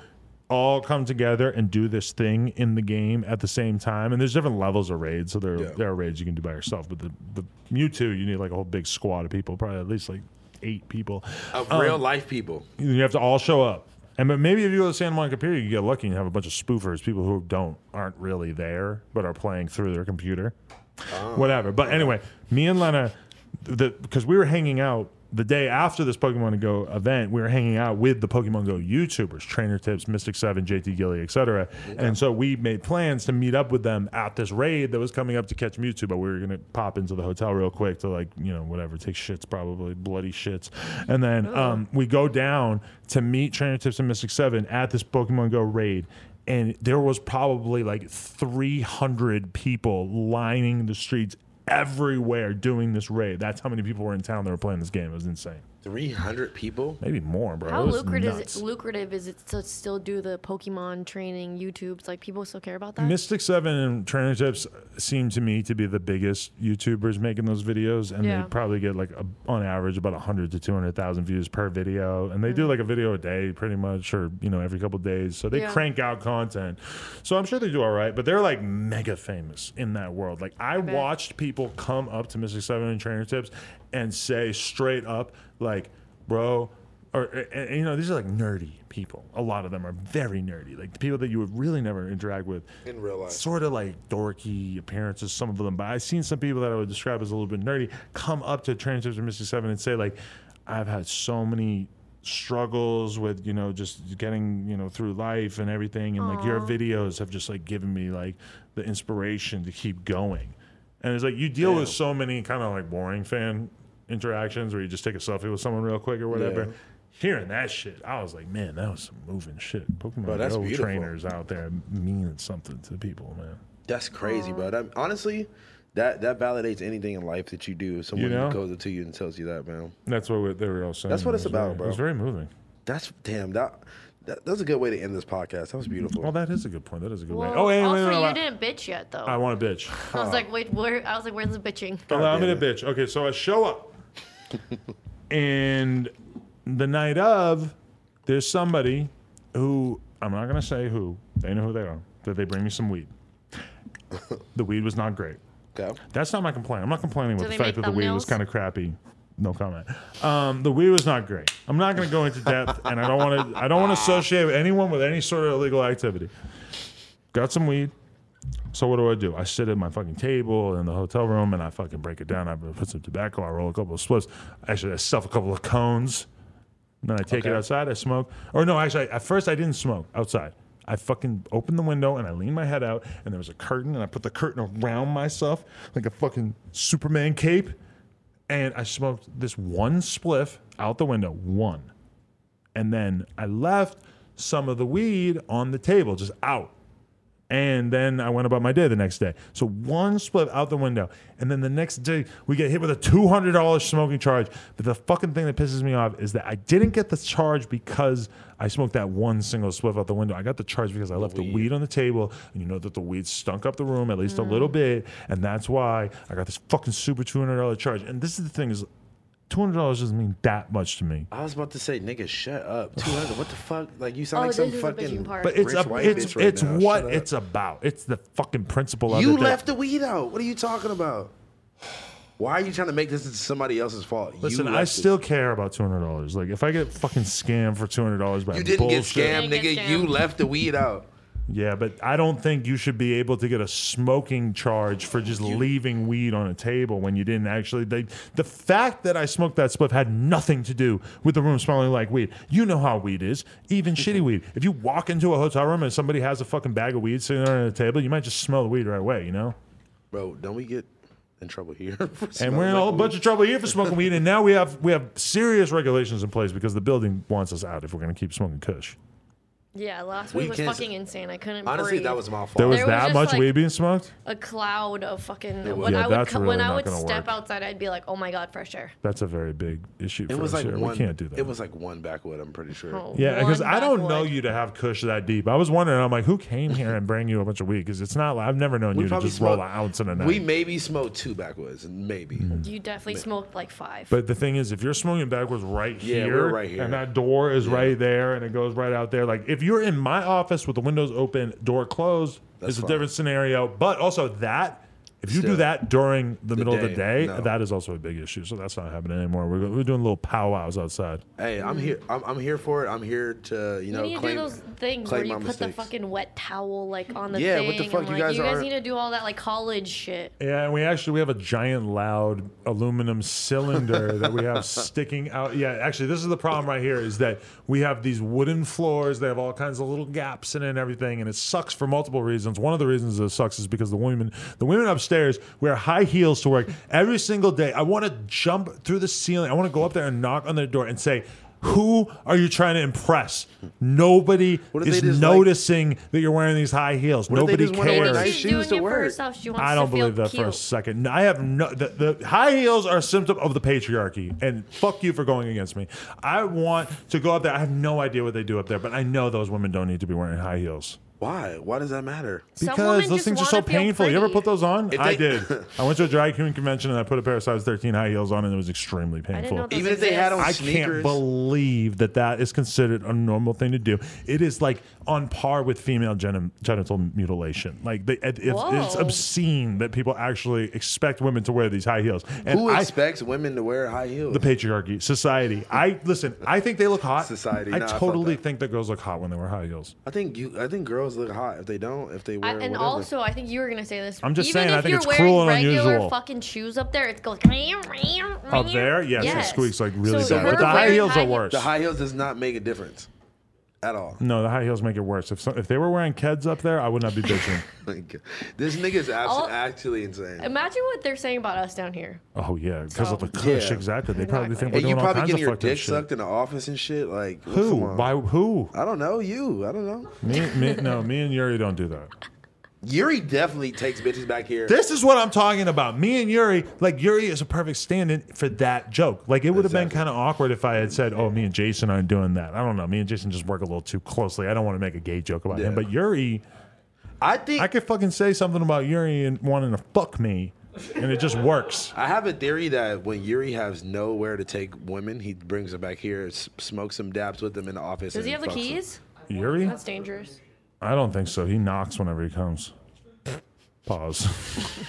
S1: all come together and do this thing in the game at the same time. And there's different levels of raids, so there
S3: Yeah.
S1: there are raids you can do by yourself, but the the Mewtwo you need like a whole big squad of people, probably at least like eight people.
S3: Of
S1: Um,
S3: real life people.
S1: You have to all show up. And but maybe if you go to Santa Monica Pier, you get lucky and have a bunch of spoofers, people who don't aren't really there but are playing through their computer, whatever. But anyway, me and Lena, the because we were hanging out the day after this Pokemon Go event, we were hanging out with the Pokemon Go YouTubers, Trainer Tips, Mystic Seven, JT Gilly, etc. And so we made plans to meet up with them at this raid that was coming up to catch Mewtwo, but we were gonna pop into the hotel real quick to like you know whatever take shits probably bloody shits, and then um, we go down to meet Trainer Tips and Mystic Seven at this Pokemon Go raid. And there was probably like 300 people lining the streets everywhere doing this raid. That's how many people were in town that were playing this game. It was insane.
S3: 300 people?
S1: Maybe more, bro.
S2: How
S1: It was
S2: lucrative
S1: nuts.
S2: is it, lucrative is it to still do the Pokemon training YouTubes? Like people still care about that?
S1: Mystic Seven and Trainer Tips seem to me to be the biggest YouTubers making those videos, and
S2: Yeah.
S1: they probably get like a, on average about hundred to two hundred thousand views per video, and they
S2: Mm.
S1: do like a video a day, pretty much, or you know every couple days. So they
S2: Yeah.
S1: crank out content. So I'm sure they do all right, but they're like mega famous in that world. Like I
S2: bet.
S1: watched people come up to Mystic Seven and Trainer Tips and say straight up like, "Bro." Or, and, and, you know, these are like nerdy people. A lot of them are very nerdy, like the people that you would really never interact with
S3: In real life.
S1: sort of like dorky appearances, some of them. But I've seen some people that I would describe as a little bit nerdy come up to Transcripts of Mystic Seven and say, like, I've had so many struggles with, you know, just getting, you know, through life and everything. And like your videos have just like given me like the inspiration to keep going. And it's like you deal with so many kind of like boring fan interactions where you just take a selfie with someone real quick or whatever.
S3: Yeah.
S1: Hearing that shit, I was like, man, that was some moving shit. Pokemon
S3: Bro, that's
S1: Go
S3: beautiful.
S1: oh, trainers out there meaning something to people, man.
S3: That's crazy, bro. That, honestly, that, that validates anything in life that you do. If Someone
S1: You know?
S3: goes up to you and tells you that, man.
S1: That's what we- they were all saying.
S3: That's what
S1: It
S3: it's
S1: was
S3: about,
S1: very-
S3: bro.
S1: It was very moving.
S3: That's damn. That, that that's a good way to end this podcast. That was beautiful.
S1: Well, that is a good point. That is a good
S2: Well,
S1: way. Oh, wait, wait,
S2: also,
S1: wait, wait,
S2: you
S1: wait.
S2: didn't bitch yet though.
S1: I
S2: I,
S1: want to bitch.
S2: was like, wait, where? I was like, where's the bitching?
S1: Allow me to
S3: damn
S1: bitch. Okay, so I show up, and the night of, there's somebody who I'm not gonna say who. They know who they are. That they bring me some weed. the weed was not great.
S3: okay.
S1: That's not my complaint. I'm not complaining with
S2: Do
S1: the
S2: they
S1: fact that
S2: make
S1: the weed was
S2: thumbnails?
S1: kind of crappy. No comment. Um, the weed was not great. I'm not going to go into depth, and I don't want to. I don't want to associate anyone with any sort of illegal activity. Got some weed. So what do I do? I sit at my fucking table in the hotel room, and I fucking break it down. I put some tobacco. I roll a couple of spliffs. Actually, I stuff a couple of cones. And then I take it
S3: Okay.
S1: outside. I smoke. Or no, actually, at first I didn't smoke outside. I fucking opened the window and I leaned my head out, and there was a curtain, and I put the curtain around myself like a fucking Superman cape, and I smoked this one spliff out the window, one, and then I left some of the weed on the table, just out. And then I went about my day the next day. So one split out the window. And then the next day, we get hit with a $200 smoking charge. But the fucking thing that pisses me off is that I didn't get the charge because I smoked that one single split out the window. I got the charge because I left the weed on the table. And you know that the weed stunk up the room at least a little bit. And that's why I got this fucking super $200 charge. And this is the thing is $200 doesn't mean that much to me.
S3: I was about to say, nigga, shut up. 200, what the fuck? Like, you
S2: Oh,
S3: sound
S2: this
S3: like some
S2: is the bitching
S3: fucking.
S2: part.
S1: But it's
S3: rich
S1: a,
S3: white
S1: it's
S3: bitch right
S1: it's
S3: now.
S1: what
S3: Shut up.
S1: it's about. It's the fucking principle of it.
S3: You
S1: that-
S3: left the weed out. What are you talking about? Why are you trying to make this into somebody else's fault? You
S1: Listen, I
S3: left it.
S1: still care about two hundred dollars. Like if I get fucking scammed for two hundred dollars by
S3: You didn't
S1: bullshit,
S3: get scammed,
S2: Didn't get
S3: nigga. You
S2: scammed.
S3: left the weed out.
S1: Yeah, but I don't think you should be able to get a smoking charge for just leaving weed on a table when you didn't actually. They, the fact that I smoked that spliff had nothing to do with the room smelling like weed. You know how weed is, even shitty weed. If you walk into a hotel room and somebody has a fucking bag of weed sitting on the table, you might just smell the weed right away, you know?
S3: Bro, don't we get in trouble here?
S1: And we're in a whole bunch of trouble here for smoking weed, and now we have we have serious regulations in place because the building wants us out if we're going to keep smoking Kush.
S2: Yeah, last
S3: We
S2: week was
S3: can't-
S2: fucking insane. I couldn't
S3: Honestly,
S2: breathe.
S3: that was my fault.
S1: There was
S2: There was
S1: that
S2: just,
S1: much
S2: like-
S1: weed being smoked.
S2: a cloud of fucking.
S3: was-
S2: When
S1: Yeah,
S2: I would
S1: that's
S2: co-
S1: really
S2: when I
S1: not
S2: would
S1: gonna
S2: step
S1: work.
S2: outside, I'd be like, "Oh my god, fresh air."
S1: That's a very big issue for
S3: it was
S1: us
S3: like
S1: here.
S3: one.
S1: we can't do that.
S3: It was like one backwood. I'm pretty sure.
S2: Oh,
S1: Yeah, because
S2: one
S1: I don't know
S2: backwood.
S1: you to have Kush that deep. I was wondering. I'm like, who came here and bring you a bunch of weed? Because it's not. I've never known you to just roll an ounce in a night.
S3: We maybe smoked two backwoods, maybe.
S1: Mm-hmm.
S2: You definitely smoked like five.
S1: but the thing is, if you're smoking backwards right
S3: Yeah,
S1: here,
S3: we're right here.
S1: and that door is right there, and it goes right out there. Like if you're in my office with the windows open, door closed,
S3: That's
S1: it's a
S3: fine.
S1: different scenario. But also that. If you do
S3: Still.
S1: that during the, middle of the day,
S3: day, no.
S1: that is also a big issue. So that's not happening anymore. We're, we're doing little powwows outside.
S3: Hey, I'm here. I'm, I'm here for it. I'm here to you
S2: Mm-hmm. you
S3: know
S2: need
S3: claim
S2: to do those things where
S3: claim
S2: you
S3: my
S2: put the
S3: mistakes.
S2: fucking wet towel like on the
S3: Yeah,
S2: thing.
S3: what the fuck,
S2: and,
S3: you
S2: like,
S3: guys
S2: you guys
S3: aren't-
S2: need to do all that like college shit.
S1: Yeah, and we actually we have a giant loud aluminum cylinder that we have sticking out. Yeah, actually this is the problem right here is that we have these wooden floors, they have all kinds of little gaps in it and everything, and it sucks for multiple reasons. One of the reasons it sucks is because the women the women upstairs wear high heels to work every single day. I want to jump through the ceiling. I want to go up there and knock on their door and say who are you trying to impress? Nobody
S3: What if
S1: is
S3: they just, like-
S1: noticing that you're wearing these high heels.
S3: if they
S1: Nobody
S3: just wanna wear
S1: cares.
S3: nice
S2: Maybe she's
S3: shoes
S2: doing
S3: to
S2: it for
S3: work.
S2: herself. She wants
S1: I don't
S2: to feel
S1: believe that
S2: cute.
S1: for a second. I have no. The, the high heels are a symptom of the patriarchy, and fuck you for going against me. I want to go up there. I have no idea what they do up there, but I know those women don't need to be wearing high heels
S3: Why? Why does that matter?
S2: Some
S1: because
S2: women
S1: those
S2: just
S1: things are so
S2: wanna feel
S1: painful. You ever
S2: pretty.
S1: put those on?
S3: If
S1: I
S3: they-
S1: did. I went to a drag queen convention and I put a pair of size thirteen high heels on, and it was extremely
S2: I didn't
S1: painful.
S2: know those
S3: Even if they had
S2: exist.
S3: on
S1: I can't
S3: sneakers.
S1: believe that that is considered a normal thing to do. It is like on par with female geni- genital mutilation. Like they, it, it's, it's
S2: Whoa.
S1: obscene that people actually expect women to wear these high heels. And
S3: Who
S1: I,
S3: expects women to wear high heels?
S1: the patriarchy, society. I listen. I think they look hot.
S3: Society,
S1: I
S3: nah, I felt
S1: totally
S3: that.
S1: think that girls look hot when they wear high heels.
S3: I think you. I think girls look hot if they don't. If they
S2: I,
S3: wear.
S2: and
S3: whatever.
S2: also, I think you were gonna say this.
S1: I'm just
S2: Even
S1: saying,
S2: If
S1: I think
S2: you're
S1: it's
S2: wearing
S1: cruel and
S2: regular
S1: unusual.
S2: fucking shoes up there, it goes.
S1: Up
S2: Up
S1: there, yes, it squeaks like really
S2: so
S1: bad.
S2: we're
S1: But the high
S2: wearing
S1: heels
S2: high
S1: are
S2: he-
S1: worse.
S3: the high heels does not make a difference at all.
S1: no, the high heels make it worse. If so, if they were wearing Keds up there, I would not be bitching.
S3: Like, this nigga is abs-
S2: All-
S3: actually insane.
S2: Imagine what they're saying about us down here.
S1: oh yeah, because of the
S2: So-
S1: cush.
S3: Yeah.
S1: Exactly. They probably think we're
S2: Exactly.
S3: And you
S1: doing all
S3: probably
S1: kinds
S3: getting
S1: of
S3: your
S1: fucked up
S3: dick
S1: shit.
S3: sucked in the office and shit. Like
S1: Who?
S3: come on.
S1: Why? Who?
S3: I don't know you. I don't know.
S1: Me, me, no, me and Yuri don't do that.
S3: Yuri definitely takes bitches back here.
S1: This is what I'm talking about. Me and Yuri, like Yuri is a perfect stand-in for that joke. Like it would have been
S3: Exactly.
S1: kind of awkward if I had said, "Oh, me and Jason aren't doing that." I don't know. Me and Jason just work a little too closely. I don't want to make a gay joke about him.
S3: Yeah.
S1: But Yuri,
S3: I think
S1: I could fucking say something about Yuri and wanting to fuck me, and it just works.
S3: I have a theory that when Yuri has nowhere to take women, he brings them back here, s- smokes some dabs with them in the office.
S2: Does
S3: and
S2: he have the
S3: fucks them.
S2: keys?
S1: Yuri,
S2: That's dangerous.
S1: I don't think so. He knocks whenever he comes. Pause.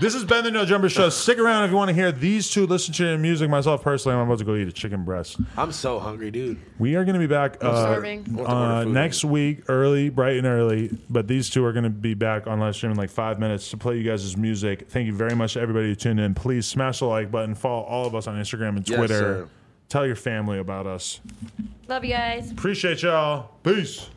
S1: this has been the No Jumper Show. Stick around if you want to hear these two listen to your music. Myself personally, I'm about to go eat a chicken breast.
S3: I'm so hungry, dude.
S1: We are going to be back uh,
S2: starving.
S3: I want to order
S1: uh,
S3: food.
S1: next week, early, bright and early. But these two are going to be back on live stream in like five minutes to play you guys' music. Thank you very much to everybody who tuned in. Please smash the like button. Follow all of us on Instagram and
S3: Yes,
S1: Twitter.
S3: sir.
S1: Tell your family about us.
S2: Love you guys.
S1: Appreciate y'all. Peace.